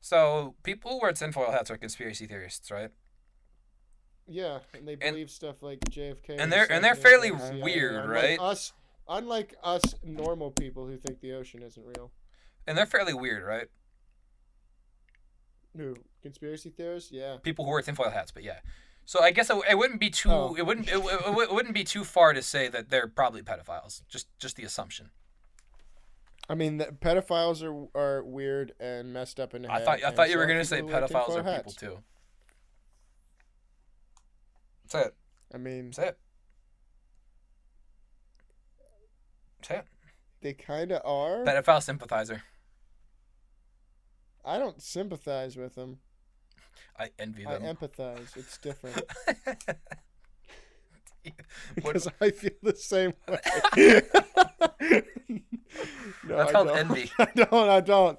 Speaker 1: So people who wear tinfoil hats are conspiracy theorists, right?
Speaker 2: Yeah, and they believe stuff like JFK.
Speaker 1: and they're-
Speaker 2: was
Speaker 1: and they're
Speaker 2: sent there
Speaker 1: fairly
Speaker 2: by the CIA,
Speaker 1: weird,
Speaker 2: unlike
Speaker 1: right?
Speaker 2: Us, unlike us normal people who think the ocean isn't real.
Speaker 1: And they're fairly weird, right?
Speaker 2: No, conspiracy theorists. Yeah.
Speaker 1: people who wear tinfoil hats, but yeah. So I guess it, it wouldn't be too
Speaker 2: Oh.
Speaker 1: it wouldn't it, w- it, w- it wouldn't be too far to say that they're probably pedophiles. Just just the assumption.
Speaker 2: I mean, the, pedophiles are are weird and messed up in the
Speaker 1: I
Speaker 2: head,
Speaker 1: thought I
Speaker 2: and
Speaker 1: thought you
Speaker 2: so
Speaker 1: were
Speaker 2: are
Speaker 1: gonna say
Speaker 2: people who wear
Speaker 1: pedophiles
Speaker 2: tinfoil
Speaker 1: are people
Speaker 2: hats.
Speaker 1: too. That's it.
Speaker 2: I mean,
Speaker 1: That's it. That's it.
Speaker 2: they kind of are.
Speaker 1: Pedophile sympathizer.
Speaker 2: I don't sympathize with them.
Speaker 1: I envy
Speaker 2: I
Speaker 1: them.
Speaker 2: empathize. It's different
Speaker 1: What-
Speaker 2: because I feel the same way. no,
Speaker 1: That's
Speaker 2: I
Speaker 1: called
Speaker 2: don't.
Speaker 1: envy.
Speaker 2: I don't. I don't.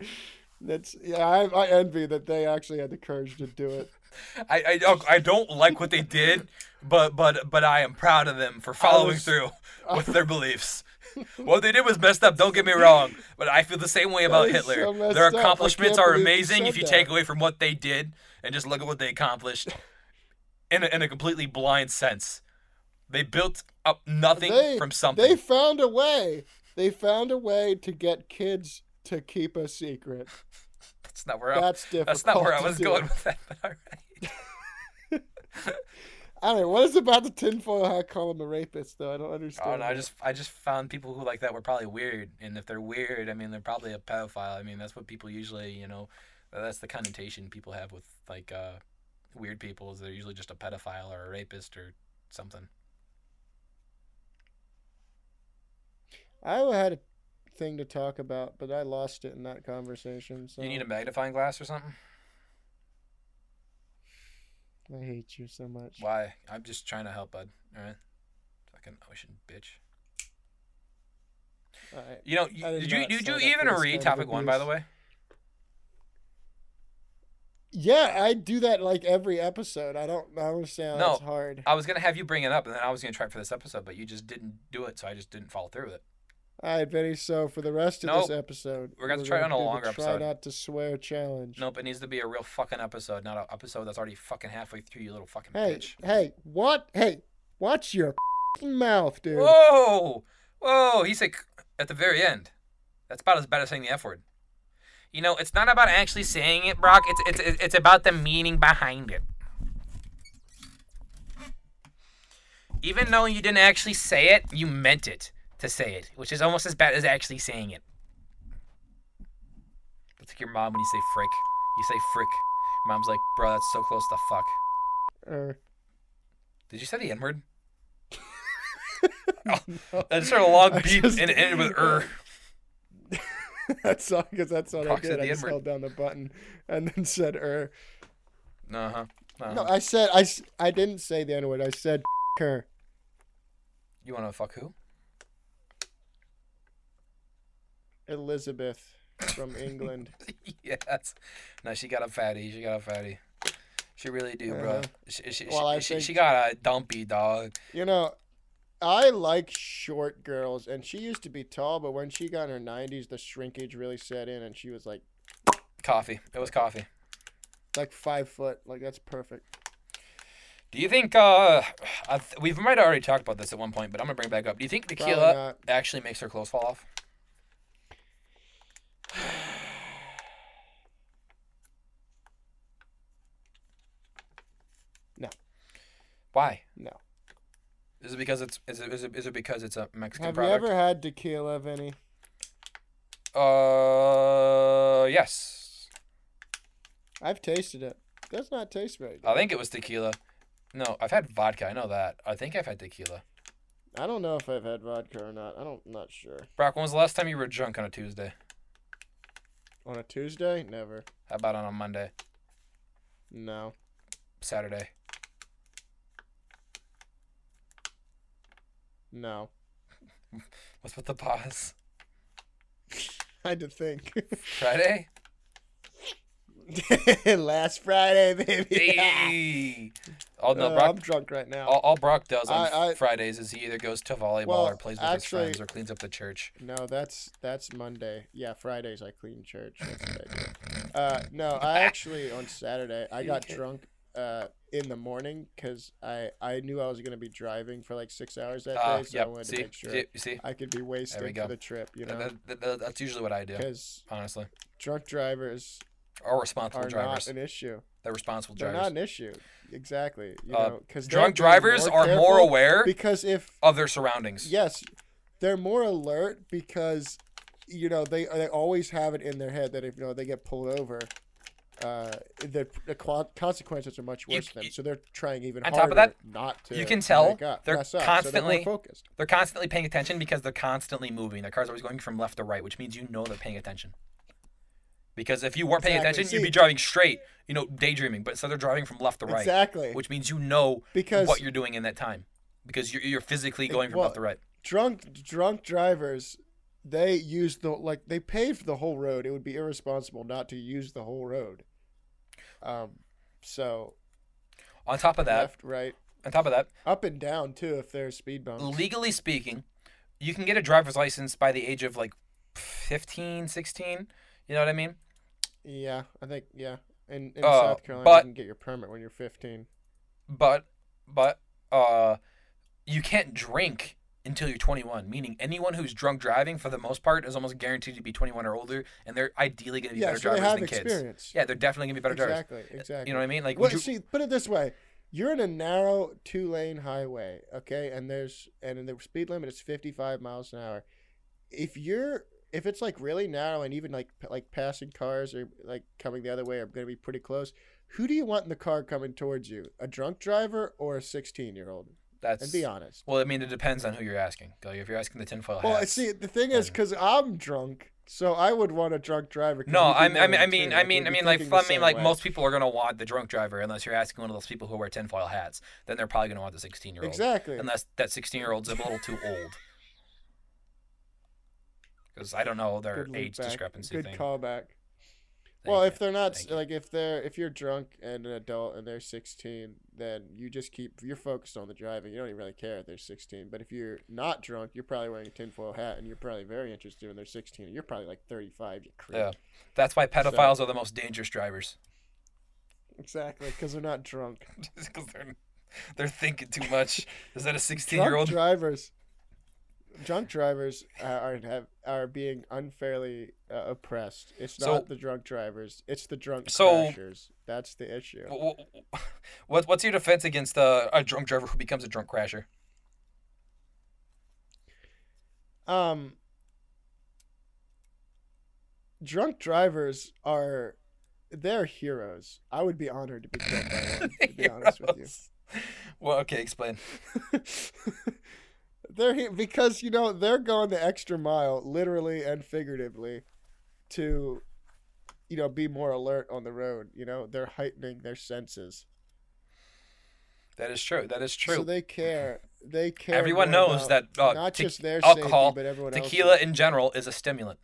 Speaker 2: That's yeah. I, I envy that they actually had the courage to do it.
Speaker 1: I, I don't I don't like what they did, but but but I am proud of them for following
Speaker 2: was-
Speaker 1: through with their beliefs. What they did was messed up. Don't get me wrong, but I feel the same way about
Speaker 2: is
Speaker 1: Hitler.
Speaker 2: so messed
Speaker 1: their
Speaker 2: up. I
Speaker 1: accomplishments
Speaker 2: can't
Speaker 1: are
Speaker 2: believe you
Speaker 1: amazing if
Speaker 2: said
Speaker 1: you
Speaker 2: that.
Speaker 1: take away from what they did and just look at what they accomplished in a, in a completely blind sense. They built up nothing
Speaker 2: They-
Speaker 1: from something.
Speaker 2: They found a way. They found a way to get kids to keep a secret.
Speaker 1: that's not where I,
Speaker 2: That's difficult.
Speaker 1: that's not where I
Speaker 2: to
Speaker 1: was
Speaker 2: do.
Speaker 1: going with that. But all right.
Speaker 2: I don't know. What is about the tinfoil hat call him a rapist, though? I don't understand.
Speaker 1: Oh, no, I
Speaker 2: that.
Speaker 1: just I just found people who like that were probably weird, and if they're weird, I mean they're probably a pedophile. I mean that's what people usually, you know, that's the connotation people have with like uh, weird people is they're usually just a pedophile or a rapist or something.
Speaker 2: I had a thing to talk about, but I lost it in that conversation. So
Speaker 1: You need a magnifying glass or something?
Speaker 2: I hate you so much.
Speaker 1: Why? I'm just trying to help, bud. All right, fucking ocean bitch.
Speaker 2: All right.
Speaker 1: You know, y-
Speaker 2: I did
Speaker 1: did you
Speaker 2: not
Speaker 1: did
Speaker 2: sign
Speaker 1: you
Speaker 2: up
Speaker 1: even
Speaker 2: for this kind
Speaker 1: read
Speaker 2: of
Speaker 1: topic one by the way?
Speaker 2: Yeah, I do that like every episode. I don't. I don't understand.
Speaker 1: No.
Speaker 2: It's hard.
Speaker 1: I was gonna have you bring it up, and then I was gonna try it for this episode, but you just didn't do it, so I just didn't follow through with it.
Speaker 2: All right, Vinny. So for the rest of this
Speaker 1: Nope.
Speaker 2: episode,
Speaker 1: We're gonna try it on a
Speaker 2: do the
Speaker 1: longer
Speaker 2: try
Speaker 1: episode.
Speaker 2: not to swear challenge.
Speaker 1: Nope, it needs to be a real fucking episode, not an episode that's already fucking halfway through, you little fucking
Speaker 2: Hey,
Speaker 1: bitch.
Speaker 2: hey, what? Hey, watch your mouth, dude.
Speaker 1: Whoa! Whoa! He said c- at the very end. That's about as bad as saying the F word. You know, it's not about actually saying it, Brock. It's it's it's it's about the meaning behind it. Even though you didn't actually say it, you meant it to say it, which is almost as bad as actually saying it. It's like your mom when you say frick. You say frick. Your mom's like, bro, that's so close to fuck.
Speaker 2: Er,
Speaker 1: Did you say the Oh, N word? That's sort of long
Speaker 2: I
Speaker 1: beep
Speaker 2: just-
Speaker 1: and it ended with er.
Speaker 2: that's all because that's what
Speaker 1: Brock
Speaker 2: I
Speaker 1: said
Speaker 2: did.
Speaker 1: the
Speaker 2: I just
Speaker 1: N-word. held
Speaker 2: held down the button and then said er.
Speaker 1: Uh huh.
Speaker 2: No, I said I, s- I didn't say the N word. I said her.
Speaker 1: You want to fuck who?
Speaker 2: Elizabeth from England.
Speaker 1: yes. No, she got a fatty. She got a fatty. She really do, bro.
Speaker 2: Uh-huh.
Speaker 1: She, she,
Speaker 2: Well, I
Speaker 1: she, she,
Speaker 2: think-
Speaker 1: she got a dumpy dog.
Speaker 2: You know, I like short girls, and she used to be tall, but when she got in her 90s, the shrinkage really set in, and she was like
Speaker 1: Coffee. It was coffee.
Speaker 2: like five foot. Like that's perfect.
Speaker 1: Do you think uh, I th- we might have already talked about this at one point, but I'm gonna bring it back up. Do you think
Speaker 2: Probably
Speaker 1: tequila
Speaker 2: not.
Speaker 1: actually makes her clothes fall off?
Speaker 2: No.
Speaker 1: Why?
Speaker 2: No.
Speaker 1: Is it because it's is it is it, is it because it's a Mexican
Speaker 2: Have
Speaker 1: product?
Speaker 2: you ever had tequila, Vinny?
Speaker 1: Uh, yes.
Speaker 2: I've tasted it. Does not taste very good.
Speaker 1: I think it was tequila. No, I've had vodka. I know that. I think I've had tequila.
Speaker 2: I don't know if I've had vodka or not. I don't. Not sure.
Speaker 1: Brock, when was the last time you were drunk on a Tuesday?
Speaker 2: On a Tuesday, never.
Speaker 1: How about on a Monday,
Speaker 2: No.
Speaker 1: Saturday?
Speaker 2: No.
Speaker 1: What's with the pause?
Speaker 2: I had to think.
Speaker 1: Friday?
Speaker 2: Last Friday, baby.
Speaker 1: Hey! Oh no,
Speaker 2: Uh,
Speaker 1: Brock.
Speaker 2: I'm drunk right now.
Speaker 1: all, all Brock does on
Speaker 2: I- I-
Speaker 1: Fridays is he either goes to volleyball
Speaker 2: Well,
Speaker 1: or plays with
Speaker 2: actually-
Speaker 1: his friends or cleans up the church.
Speaker 2: No, that's that's Monday. Yeah, Fridays I clean church. That's what I do. Uh, no, I actually on Saturday I got drunk uh, in the morning because I I knew I was gonna be driving for like six hours that
Speaker 1: Ah,
Speaker 2: day, so I
Speaker 1: yep.
Speaker 2: wanted
Speaker 1: See,
Speaker 2: to make sure
Speaker 1: see, see?
Speaker 2: I could be wasted
Speaker 1: go.
Speaker 2: for the trip, you
Speaker 1: That-
Speaker 2: know,
Speaker 1: that- that- that's usually what I do,
Speaker 2: because
Speaker 1: honestly.
Speaker 2: drunk drivers
Speaker 1: Or responsible
Speaker 2: are
Speaker 1: drivers.
Speaker 2: not an issue.
Speaker 1: They're responsible
Speaker 2: They're
Speaker 1: drivers.
Speaker 2: not an issue. Exactly. You
Speaker 1: Uh,
Speaker 2: know, because
Speaker 1: Drunk drivers are more aware
Speaker 2: because if
Speaker 1: of their surroundings.
Speaker 2: Yes, they're more alert because you know they they always have it in their head that if you know they get pulled over, uh, the, the qua- consequences are much
Speaker 1: You-
Speaker 2: worse than
Speaker 1: you-
Speaker 2: them. So they're trying even
Speaker 1: on
Speaker 2: harder
Speaker 1: top of that,
Speaker 2: not to.
Speaker 1: you can tell
Speaker 2: make up,
Speaker 1: they're
Speaker 2: mess up, so more
Speaker 1: constantly-
Speaker 2: focused.
Speaker 1: They're constantly paying attention because they're constantly moving. Their car's always going from left to right, which means you know they're paying attention. Because if you weren't paying
Speaker 2: Exactly.
Speaker 1: attention, you'd be
Speaker 2: See-
Speaker 1: driving straight, you know, daydreaming. But so they're driving from left to right,
Speaker 2: Exactly.
Speaker 1: which means you know
Speaker 2: Because-
Speaker 1: what you're doing in that time. Because you're, you're physically going from
Speaker 2: well,
Speaker 1: left to right.
Speaker 2: drunk drunk drivers, they use the like they paved the whole road. It would be irresponsible not to use the whole road. Um, so
Speaker 1: On top of that,
Speaker 2: left, right,
Speaker 1: on top of that,
Speaker 2: up and down too if there's speed bumps.
Speaker 1: legally speaking, you can get a driver's license by the age of like 15, 16. You know what I mean?
Speaker 2: Yeah, I think yeah. In, in
Speaker 1: Uh,
Speaker 2: South Carolina,
Speaker 1: but-
Speaker 2: you can get your permit when you're 15.
Speaker 1: But but uh you can't drink until you're 21, meaning anyone who's drunk driving for the most part is almost guaranteed to be 21 or older and they're ideally going to be
Speaker 2: Yeah,
Speaker 1: better
Speaker 2: so they
Speaker 1: drivers
Speaker 2: have
Speaker 1: than kids.
Speaker 2: experience.
Speaker 1: Yeah, they're definitely going to be better
Speaker 2: exactly,
Speaker 1: drivers.
Speaker 2: exactly.
Speaker 1: You know what I mean? Like
Speaker 2: well,
Speaker 1: would you,
Speaker 2: see, put it this way: you're in a narrow two-lane highway, okay, and there's and the speed limit is 55 miles an hour. If you're if it's like really narrow and even like p- like passing cars or like coming the other way are going to be pretty close. Who do you want in the car coming towards you? A drunk driver or a 16-year-old?
Speaker 1: that's
Speaker 2: And be honest.
Speaker 1: Well, I mean it depends on who you're asking. Like if you're asking the tinfoil
Speaker 2: Well,
Speaker 1: hats-
Speaker 2: see, the thing is,
Speaker 1: and-
Speaker 2: because I'm drunk, so I would want a drunk driver. 'cause
Speaker 1: No,
Speaker 2: we'd be
Speaker 1: I mean, I mean,
Speaker 2: knowing
Speaker 1: I mean,
Speaker 2: too,
Speaker 1: I mean, I
Speaker 2: we'd be
Speaker 1: mean, like,
Speaker 2: thinking the
Speaker 1: I mean,
Speaker 2: same
Speaker 1: like,
Speaker 2: way.
Speaker 1: most people are gonna want the drunk driver unless you're asking one of those people who wear tinfoil hats. Then they're probably gonna want the sixteen year old.
Speaker 2: Exactly.
Speaker 1: Unless that sixteen year old's a little too old. Because I don't know their
Speaker 2: Good
Speaker 1: age
Speaker 2: loopback.
Speaker 1: discrepancy
Speaker 2: Good
Speaker 1: thing.
Speaker 2: callback.
Speaker 1: Thank
Speaker 2: well,
Speaker 1: you.
Speaker 2: if they're not
Speaker 1: Thank you.
Speaker 2: like if they're if you're drunk and an adult and they're 16, then you just keep you're focused on the driving. You don't even really care if they're 16. But if you're not drunk, you're probably wearing a tinfoil hat and you're probably very interested when they're 16. and You're probably like 35. You creep.
Speaker 1: yeah, that's why pedophiles are the most dangerous drivers.
Speaker 2: Exactly, because they're not drunk.
Speaker 1: Just 'cause they're they're thinking too much. Is that a sixteen year
Speaker 2: drunk
Speaker 1: old?
Speaker 2: drivers drunk drivers uh, are have, are being unfairly uh, oppressed it's
Speaker 1: So-
Speaker 2: not the drunk drivers it's the drunk
Speaker 1: So-
Speaker 2: crashers that's the issue
Speaker 1: What, what's your defense against uh, a drunk driver who becomes a drunk crasher? Oh.
Speaker 2: um drunk drivers are they're heroes i would be honored to be killed by one to be honest with you
Speaker 1: Heroes. Well, okay, explain.
Speaker 2: they're he- because you know they're going the extra mile literally and figuratively to you know be more alert on the road you know they're heightening their senses
Speaker 1: That is true. That is true.
Speaker 2: so they care they care
Speaker 1: Everyone
Speaker 2: more
Speaker 1: knows
Speaker 2: about
Speaker 1: that uh,
Speaker 2: not
Speaker 1: te-
Speaker 2: just their
Speaker 1: alcohol,
Speaker 2: safety, but everyone
Speaker 1: tequila
Speaker 2: else's.
Speaker 1: in general is a stimulant.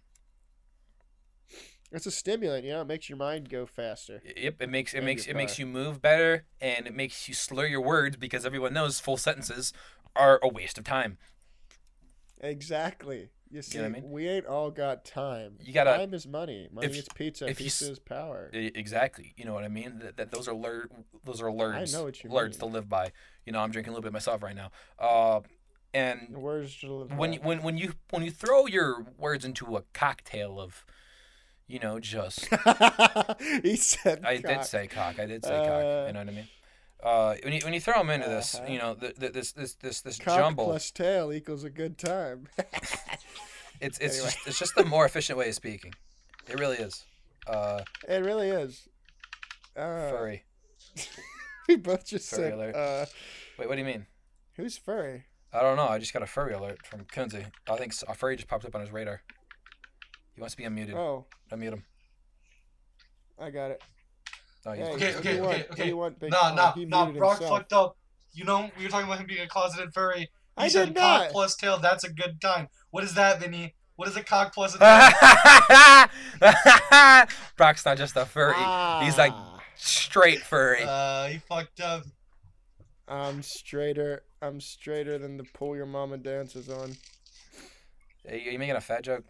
Speaker 2: It's a stimulant, you know. It makes your mind go faster.
Speaker 1: Yep, it makes it
Speaker 2: And
Speaker 1: makes
Speaker 2: your
Speaker 1: it makes
Speaker 2: car.
Speaker 1: you move better, and it makes you slur your words because everyone knows full sentences are a waste of time.
Speaker 2: Exactly. You see,
Speaker 1: know what I mean?
Speaker 2: we ain't all got time.
Speaker 1: You gotta-
Speaker 2: time is money. Money
Speaker 1: if-
Speaker 2: is pizza.
Speaker 1: if you
Speaker 2: pizza
Speaker 1: s-
Speaker 2: is power.
Speaker 1: I- E, exactly, you know what I mean. That, that those are lur- those are lurds.
Speaker 2: know what you
Speaker 1: lurds
Speaker 2: mean.
Speaker 1: to live by. You know, I'm drinking a little bit myself right now. Uh, and
Speaker 2: Where's your
Speaker 1: when you, when when you when you throw your words into a cocktail of, you know, just
Speaker 2: he said.
Speaker 1: I did
Speaker 2: cock.
Speaker 1: say cock. I did say
Speaker 2: Uh,
Speaker 1: cock. You know what I mean? Uh, when you when you throw them into this,
Speaker 2: Uh-huh.
Speaker 1: you know, th- th- this this this this
Speaker 2: Cock
Speaker 1: jumble.
Speaker 2: plus tail equals a good time.
Speaker 1: It's it's
Speaker 2: Anyway.
Speaker 1: just, it's just the more efficient way of speaking. It really is. Uh,
Speaker 2: it really is. Uh,
Speaker 1: furry.
Speaker 2: We both just
Speaker 1: Furry
Speaker 2: said.
Speaker 1: alert.
Speaker 2: Uh,
Speaker 1: Wait, what do you mean?
Speaker 2: who's furry?
Speaker 1: I don't know. I just got a furry alert from Kunze. I think s- a furry just popped up on his radar. He wants to be unmuted.
Speaker 2: Oh,
Speaker 1: Unmute him.
Speaker 2: I got it.
Speaker 1: No, he's,
Speaker 2: Hey,
Speaker 3: Oh,
Speaker 2: what do
Speaker 3: Okay, okay,
Speaker 2: you
Speaker 3: okay,
Speaker 2: want? What do
Speaker 3: okay.
Speaker 2: you want, big-
Speaker 3: Nah,
Speaker 2: oh,
Speaker 3: nah,
Speaker 2: he
Speaker 3: nah.
Speaker 2: muted
Speaker 3: Brock
Speaker 2: himself.
Speaker 3: fucked up. You know, we were talking about him being a closeted furry. He
Speaker 2: I
Speaker 3: said
Speaker 2: did
Speaker 3: cock
Speaker 2: not.
Speaker 3: plus tail. That's a good time. What is that, Vinny? What is a cock plus a tail?
Speaker 1: Brock's not just a furry. He's like
Speaker 2: Ah.
Speaker 1: straight furry.
Speaker 3: uh, he fucked up.
Speaker 2: I'm straighter. I'm straighter than the pool your mama dances on.
Speaker 1: Are you are you making a fat joke?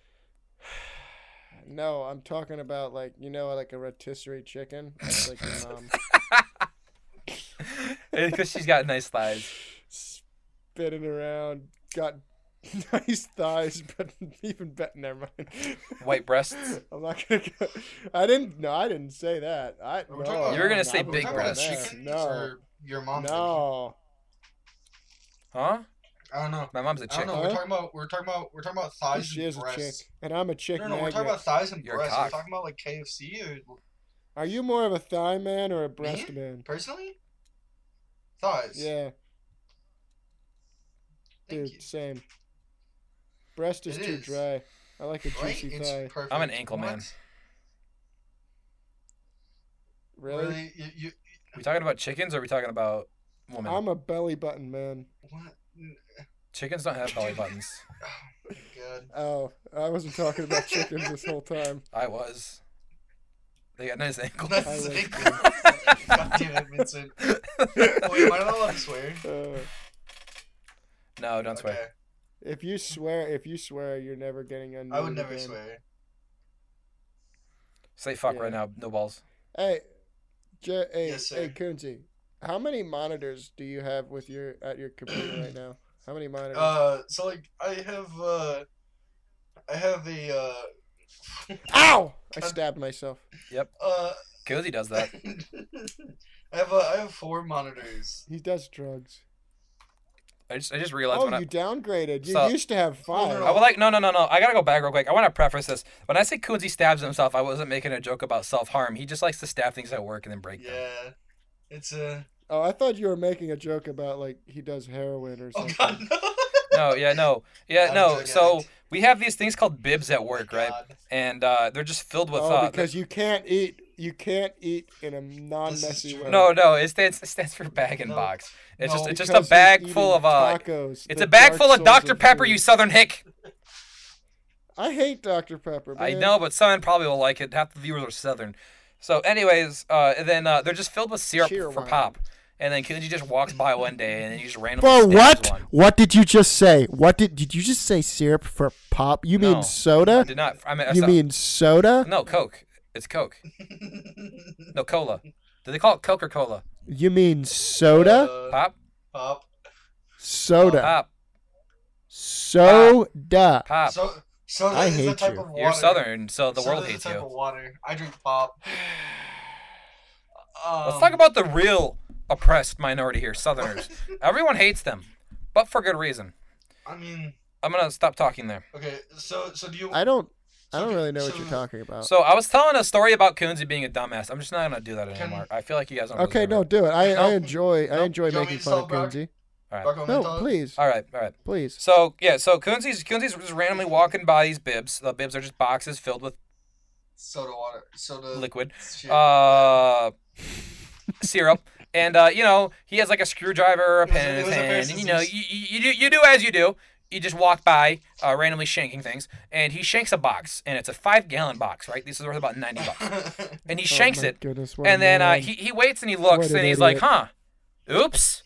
Speaker 2: No, I'm talking about like you know like a rotisserie chicken. It's like your mom
Speaker 1: Because she's got nice thighs.
Speaker 2: spinning around, got nice thighs, but even better. Never mind.
Speaker 1: White breasts?
Speaker 2: I'm not gonna. Go, I didn't. No, I didn't say that. I.
Speaker 3: Are
Speaker 2: no,
Speaker 3: we talking about-
Speaker 1: You were gonna
Speaker 2: I'm
Speaker 1: say
Speaker 2: not
Speaker 1: big
Speaker 2: going
Speaker 1: breasts.
Speaker 2: there.
Speaker 3: Chicken
Speaker 2: No.
Speaker 3: or your mom?
Speaker 2: No.
Speaker 1: Huh?
Speaker 3: I don't know.
Speaker 1: My mom's a
Speaker 3: I don't
Speaker 1: chick.
Speaker 3: know.
Speaker 2: Huh?
Speaker 3: We're talking about we're talking about we're talking about thighs
Speaker 2: She
Speaker 3: and
Speaker 2: is a chick,
Speaker 3: breasts.
Speaker 2: and I'm a chick
Speaker 3: No, no, we're
Speaker 2: magnet.
Speaker 3: talking about thighs and
Speaker 1: You're a
Speaker 3: breasts. Are we
Speaker 1: cock.
Speaker 3: talking about like KFC or
Speaker 2: Are you more of a thigh man or a breast man?
Speaker 3: personally? Thighs.
Speaker 2: Yeah,
Speaker 3: Thank
Speaker 2: dude, same. Breast is
Speaker 3: It
Speaker 2: too
Speaker 3: is.
Speaker 2: dry. I like a
Speaker 3: you. Right?
Speaker 2: juicy
Speaker 3: It's
Speaker 2: thigh.
Speaker 3: perfect.
Speaker 1: I'm an ankle man.
Speaker 3: What?
Speaker 2: Really?
Speaker 3: Really? You, you,
Speaker 1: we talking about chickens or are we talking about women?
Speaker 3: Um,
Speaker 2: I'm a belly button man.
Speaker 3: what?
Speaker 1: Chickens don't have belly buttons.
Speaker 3: Good.
Speaker 2: Oh, I wasn't talking about chickens this whole time.
Speaker 1: I was. They got nice ankles.
Speaker 3: Nice
Speaker 2: I like
Speaker 3: ankles. God damn it, Vincent. Wait, am I not allowed to swear?
Speaker 2: Uh,
Speaker 1: no, don't swear.
Speaker 3: Okay.
Speaker 2: if you swear, if you swear, you're never getting unmuted.
Speaker 3: I would never
Speaker 2: again.
Speaker 3: swear.
Speaker 1: Say fuck
Speaker 2: Yeah.
Speaker 1: right now. No balls.
Speaker 2: Hey, J- hey,
Speaker 3: Yes,
Speaker 2: hey,
Speaker 3: sir.
Speaker 2: Kunzi, how many monitors do you have with your at your computer right now? How many monitors?
Speaker 3: Uh, so like I have uh, I have a uh,
Speaker 2: Ow! I stabbed myself.
Speaker 3: uh,
Speaker 1: Cozy does
Speaker 3: I
Speaker 1: that.
Speaker 3: have uh, I have four monitors.
Speaker 2: He does drugs.
Speaker 1: I just I just realized
Speaker 2: Oh,
Speaker 1: when I,
Speaker 2: you downgraded. You
Speaker 1: So-
Speaker 2: used to have
Speaker 3: Oh,
Speaker 2: five.
Speaker 1: I would like no no no no. I gotta go back real quick. I want to preface this. When I say Cozy stabs himself, I wasn't making a joke about self harm. He just likes to stab things at work and then break them.
Speaker 3: Yeah, it's a
Speaker 2: Oh, I thought you were making a joke about like he does heroin or
Speaker 3: oh
Speaker 2: something.
Speaker 3: god no.
Speaker 1: No yeah no yeah
Speaker 3: I'm
Speaker 1: no.
Speaker 3: joking.
Speaker 1: So we have these things called bibs at work, right?
Speaker 3: Oh God.
Speaker 1: And uh, they're just filled with
Speaker 2: oh,
Speaker 1: uh,
Speaker 2: because you can't eat. You can't eat in a non-messy
Speaker 3: true.
Speaker 2: way.
Speaker 1: no no. It stands it stands for bag and
Speaker 3: No.
Speaker 1: box. It's
Speaker 3: No,
Speaker 1: just it's just a
Speaker 2: Because he's
Speaker 1: bag full
Speaker 2: eating
Speaker 1: of uh.
Speaker 2: tacos.
Speaker 1: It's
Speaker 2: the
Speaker 1: a bag
Speaker 2: dark
Speaker 1: full of
Speaker 2: souls
Speaker 1: Dr Pepper. You
Speaker 2: food.
Speaker 1: southern hick.
Speaker 2: I hate Dr Pepper.
Speaker 1: I
Speaker 2: man.
Speaker 1: know, but someone probably will like it. Half the viewers are Southern. So, anyways, uh, and then uh, they're just filled with syrup
Speaker 2: Cheer
Speaker 1: for
Speaker 2: wine.
Speaker 1: pop. And then Kunji just walks by one day, and then he just randomly
Speaker 2: For
Speaker 1: stabs
Speaker 2: what?
Speaker 1: One.
Speaker 2: What did you just say? What did did you just say? Syrup for pop? You
Speaker 1: No,
Speaker 2: mean soda?
Speaker 1: I did not. I mean, I
Speaker 2: you
Speaker 1: saw-
Speaker 2: mean soda?
Speaker 1: no Coke? It's Coke. No cola. Do they call it Coke or cola?
Speaker 2: You mean soda?
Speaker 3: Uh,
Speaker 1: Pop,
Speaker 3: pop.
Speaker 2: soda.
Speaker 1: pop,
Speaker 2: soda.
Speaker 1: pop.
Speaker 3: So soda
Speaker 2: I
Speaker 3: is a
Speaker 2: hate
Speaker 3: type
Speaker 2: you.
Speaker 3: of water.
Speaker 1: You're Southern, so the
Speaker 3: Soda
Speaker 1: world
Speaker 3: is a
Speaker 1: hates
Speaker 3: type
Speaker 1: you.
Speaker 3: Of water. I drink pop. Um,
Speaker 1: Let's talk about the real oppressed minority here, Southerners. Everyone hates them, but for good reason.
Speaker 3: I mean,
Speaker 1: I'm gonna stop talking there.
Speaker 3: okay. So so do you?
Speaker 2: I don't. I
Speaker 3: So
Speaker 2: don't
Speaker 3: do-
Speaker 2: really know what
Speaker 3: so-
Speaker 2: you're talking about.
Speaker 1: uh, So I was telling a story about Kunzi being a dumbass. I'm just not gonna do that
Speaker 3: Can-
Speaker 1: anymore. I feel like you guys don't.
Speaker 2: Okay,
Speaker 1: deserve
Speaker 2: no,
Speaker 1: it.
Speaker 2: do it. I, I
Speaker 1: No.
Speaker 2: enjoy I
Speaker 3: No.
Speaker 2: enjoy
Speaker 3: You want me
Speaker 2: making
Speaker 3: to
Speaker 2: fun of
Speaker 3: Solberg?
Speaker 2: Kunzi.
Speaker 3: Dark Omen
Speaker 2: No,
Speaker 3: Thought?
Speaker 2: please,
Speaker 1: All right, all right.
Speaker 2: please.
Speaker 1: So yeah, so Kunzi's Kunzi's just randomly walking by these bibs. The bibs are just boxes filled with
Speaker 3: Soda water. Soda.
Speaker 1: liquid,
Speaker 3: shit.
Speaker 1: uh, syrup, and uh, you know he has like a screwdriver or a
Speaker 3: It was a-
Speaker 1: pen
Speaker 3: it
Speaker 1: in his
Speaker 3: was a
Speaker 1: hand, and you know
Speaker 3: versus-
Speaker 1: you, you, you do you do as you do. he just walked by, uh, randomly shanking things, and he shanks a box, and it's a five gallon box, right? This is worth about ninety bucks, and he shanks
Speaker 2: Oh my
Speaker 1: it,
Speaker 2: Goodness, what a
Speaker 1: and then uh,
Speaker 2: moron.
Speaker 1: he he waits and he looks,
Speaker 2: What an
Speaker 1: and he's like,
Speaker 2: idiot.
Speaker 1: huh, oops,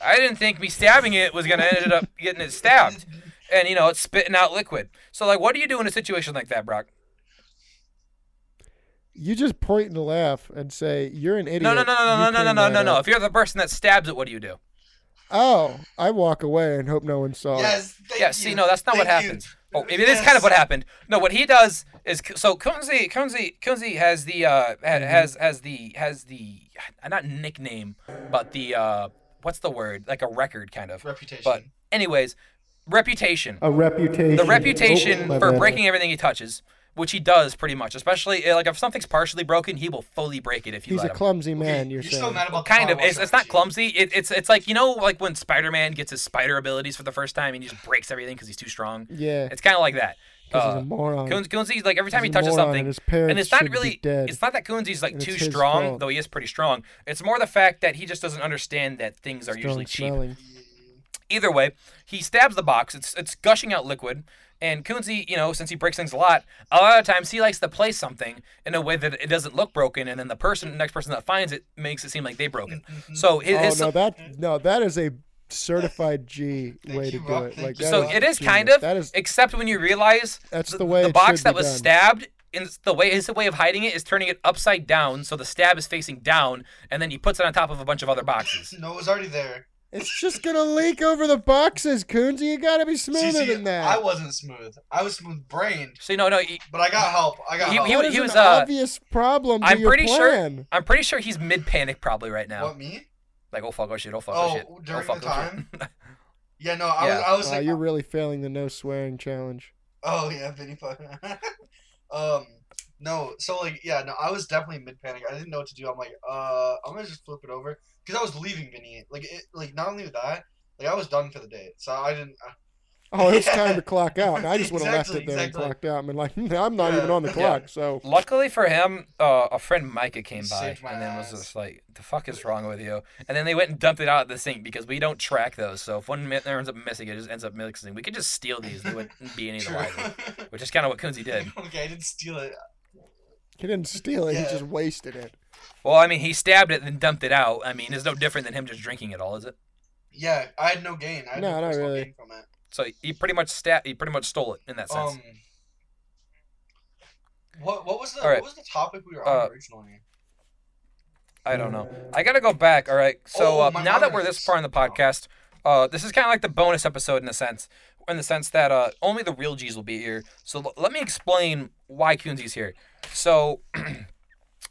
Speaker 1: I didn't think me stabbing it was gonna end up getting it stabbed, and you know it's spitting out liquid. So like, what do you do in a situation like that, Brock?
Speaker 2: you just point and laugh and say you're an idiot.
Speaker 1: No, no, no, no, no,
Speaker 2: You
Speaker 1: no, no,
Speaker 2: cleaned
Speaker 1: no,
Speaker 2: that
Speaker 1: no, no.
Speaker 2: up."
Speaker 1: If you're the person that stabs it, what do you do?
Speaker 2: Oh, I walk away and hope no one saw it.
Speaker 3: Yes. Thank
Speaker 1: Yeah,
Speaker 3: you.
Speaker 1: see, no, that's not what
Speaker 3: Thank you.
Speaker 1: happens. Oh, it is kind of what
Speaker 3: Yes.
Speaker 1: happened. No, what he does is so Kunze Kunze Kunze has the uh ha-
Speaker 2: Mm-hmm.
Speaker 1: has has the has the not nickname but the uh what's the word like a record kind of.
Speaker 3: Reputation.
Speaker 1: But anyways, reputation.
Speaker 2: A reputation.
Speaker 1: The reputation
Speaker 2: Oh, my
Speaker 1: for
Speaker 2: bad.
Speaker 1: breaking everything he touches, which he does pretty much, especially uh, like if something's partially broken, he will fully break it if you
Speaker 2: He's a
Speaker 1: let him.
Speaker 2: clumsy man.
Speaker 3: you're
Speaker 2: You're,
Speaker 3: so
Speaker 2: saying.
Speaker 3: mad about the
Speaker 1: Kind of.
Speaker 3: firewall
Speaker 1: It's, it's not
Speaker 3: strategy.
Speaker 1: clumsy. It, it's it's like you know like when Spider-Man gets his spider abilities for the first time and he just breaks everything because he's too strong.
Speaker 2: Yeah,
Speaker 1: It's kind of like that.
Speaker 2: 'cause he's
Speaker 1: Uh,
Speaker 2: a moron.
Speaker 1: Coons- Coonsy's, like every time
Speaker 2: He's
Speaker 1: he
Speaker 2: a
Speaker 1: touches
Speaker 2: moron
Speaker 1: something,
Speaker 2: and his
Speaker 1: and
Speaker 2: parents
Speaker 1: it's not
Speaker 2: should be
Speaker 1: really.
Speaker 2: dead.
Speaker 1: It's not that Coonsy's like
Speaker 2: And
Speaker 1: too
Speaker 2: it's his
Speaker 1: strong,
Speaker 2: fault.
Speaker 1: though he is pretty strong. It's more the fact that he just doesn't understand that things are
Speaker 2: Strong
Speaker 1: usually cheap.
Speaker 2: smelling.
Speaker 1: Either way, he stabs the box. It's it's gushing out liquid. And Coonsy, you know, since he breaks things a lot, a lot of times he likes to play something in a way that it doesn't look broken, and then the person, the next person that finds it, makes it seem like they broke it.
Speaker 3: Mm-hmm.
Speaker 1: So his,
Speaker 2: Oh
Speaker 1: his
Speaker 2: no, that no, that is a certified G way to
Speaker 3: you,
Speaker 2: do
Speaker 3: Rob.
Speaker 2: it.
Speaker 3: Thank
Speaker 2: Like
Speaker 3: you.
Speaker 2: that
Speaker 1: so
Speaker 2: is
Speaker 1: it is kind
Speaker 2: genius.
Speaker 1: of,
Speaker 2: that is
Speaker 1: except when you realize
Speaker 2: That's
Speaker 1: th-
Speaker 2: the way it
Speaker 1: box
Speaker 2: should
Speaker 1: that
Speaker 2: be
Speaker 1: was
Speaker 2: done.
Speaker 1: stabbed and it's the way his way of hiding it is turning it upside down, so the stab is facing down, and then he puts it on top of a bunch of other boxes.
Speaker 3: No, it was already there.
Speaker 2: it's just gonna leak over the boxes, Coons. You gotta be
Speaker 3: See,
Speaker 2: smoother
Speaker 3: see,
Speaker 2: than that.
Speaker 3: I wasn't smooth. I was smooth brained,
Speaker 1: So you know, no, he,
Speaker 3: but I got help. I got
Speaker 1: He-
Speaker 3: help.
Speaker 1: he
Speaker 2: That
Speaker 1: wa-
Speaker 2: is
Speaker 1: was,
Speaker 2: an
Speaker 1: uh,
Speaker 2: obvious problem to
Speaker 1: I'm
Speaker 2: your
Speaker 1: pretty sure-
Speaker 2: plan.
Speaker 1: I'm pretty sure he's mid panic probably right now.
Speaker 3: What me?
Speaker 1: Like, oh fuck, oh shit, oh fuck,
Speaker 3: Oh,
Speaker 1: shit, oh
Speaker 3: during
Speaker 1: fuck,
Speaker 3: the
Speaker 1: oh shit.
Speaker 3: Yeah, no, I
Speaker 1: Yeah.
Speaker 3: was, I was
Speaker 2: Wow,
Speaker 3: like,
Speaker 2: you're really failing the no swearing challenge.
Speaker 3: oh yeah, Vinny fucking. um, no, so like, yeah, no, I was definitely mid panic. I didn't know what to do. I'm like, uh, I'm gonna just flip it over because I was leaving Vinny. Like, it, like not only that, like I was done for the day, so I didn't.
Speaker 2: Oh, it's time to clock out. And I just would have left it
Speaker 3: Exactly,
Speaker 2: there
Speaker 3: exactly.
Speaker 2: and clocked out and been like, I'm not
Speaker 3: Yeah.
Speaker 2: even on the
Speaker 3: Yeah.
Speaker 2: clock. So
Speaker 1: Luckily for him, uh, a friend Micah came by
Speaker 3: Saved my
Speaker 1: and then was
Speaker 3: ass.
Speaker 1: just like, "The fuck is wrong with you?" And then they went and dumped it out at the sink because we don't track those. So if one mi- there ends up missing, it just ends up mixing. We could just steal these; they wouldn't be any the
Speaker 3: True.
Speaker 1: wiser. Which is kind of what Kunzi did.
Speaker 3: okay, I didn't steal it.
Speaker 2: he didn't steal it. He
Speaker 3: Yeah.
Speaker 2: just wasted it.
Speaker 1: Well, I mean, he stabbed it and then dumped it out. I mean, it's no different than him just drinking it all, is it?
Speaker 3: Yeah, I had no gain. I had
Speaker 2: No,
Speaker 3: no,
Speaker 2: not
Speaker 3: personal
Speaker 2: really.
Speaker 3: gain from it.
Speaker 1: So he pretty much stab he pretty much stole it in that sense.
Speaker 3: Um, what what was the
Speaker 1: All right.
Speaker 3: what was the topic we were
Speaker 1: Uh,
Speaker 3: on originally?
Speaker 1: I don't know. I gotta go back. All right. So
Speaker 3: Oh,
Speaker 1: uh,
Speaker 3: my
Speaker 1: now that we're
Speaker 3: memories.
Speaker 1: this far in the podcast, uh, this is kind of like the bonus episode in a sense, in the sense that uh, only the real G's will be here. So l- let me explain why Coonsy's here. So.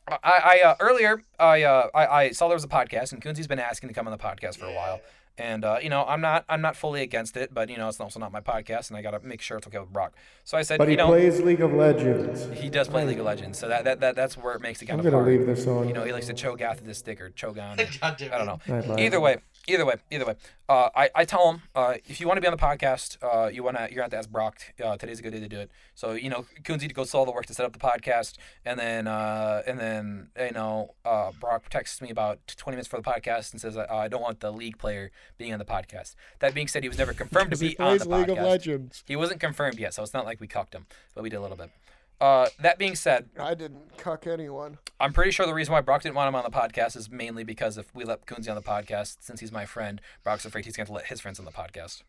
Speaker 1: I, I uh, earlier I, uh, I I saw there was a podcast and Coonsy's been asking to come on the podcast for a while and uh, you know I'm not I'm not fully against it but you know it's also not my podcast and I gotta make sure it's okay with Brock so I said you know
Speaker 2: League of Legends.
Speaker 1: he does play League of Legends so that, that, that that's where it makes it kind of hard.
Speaker 2: this on.
Speaker 1: You know, he likes to Cho'Gath this sticker, Cho'Gon. and-
Speaker 3: God damn
Speaker 1: I
Speaker 3: it.
Speaker 1: don't know.
Speaker 2: Right, right.
Speaker 1: Either way, either way, either way. Uh, I, I tell him uh, if you want to be on the podcast, uh, you wanna you're gonna have to ask Brock. Uh, today's a good day to do it. So you know, Kunzi goes through all the work to set up the podcast, and then uh, and then you know, uh, Brock texts me about 20 minutes before the podcast and says uh, I don't want the league player being on the podcast. That being said, he was never confirmed to
Speaker 2: He
Speaker 1: be on
Speaker 2: plays
Speaker 1: the
Speaker 2: League of
Speaker 1: podcast.
Speaker 2: Legends.
Speaker 1: He wasn't confirmed yet, so it's not like we cucked him, but we did a little bit. Uh, that being said,
Speaker 2: I didn't cuck anyone.
Speaker 1: I'm pretty sure the reason why Brock didn't want him on the podcast is mainly because if we let Coonsy on the podcast, since he's my friend, Brock's afraid he's going to let his friends on the podcast.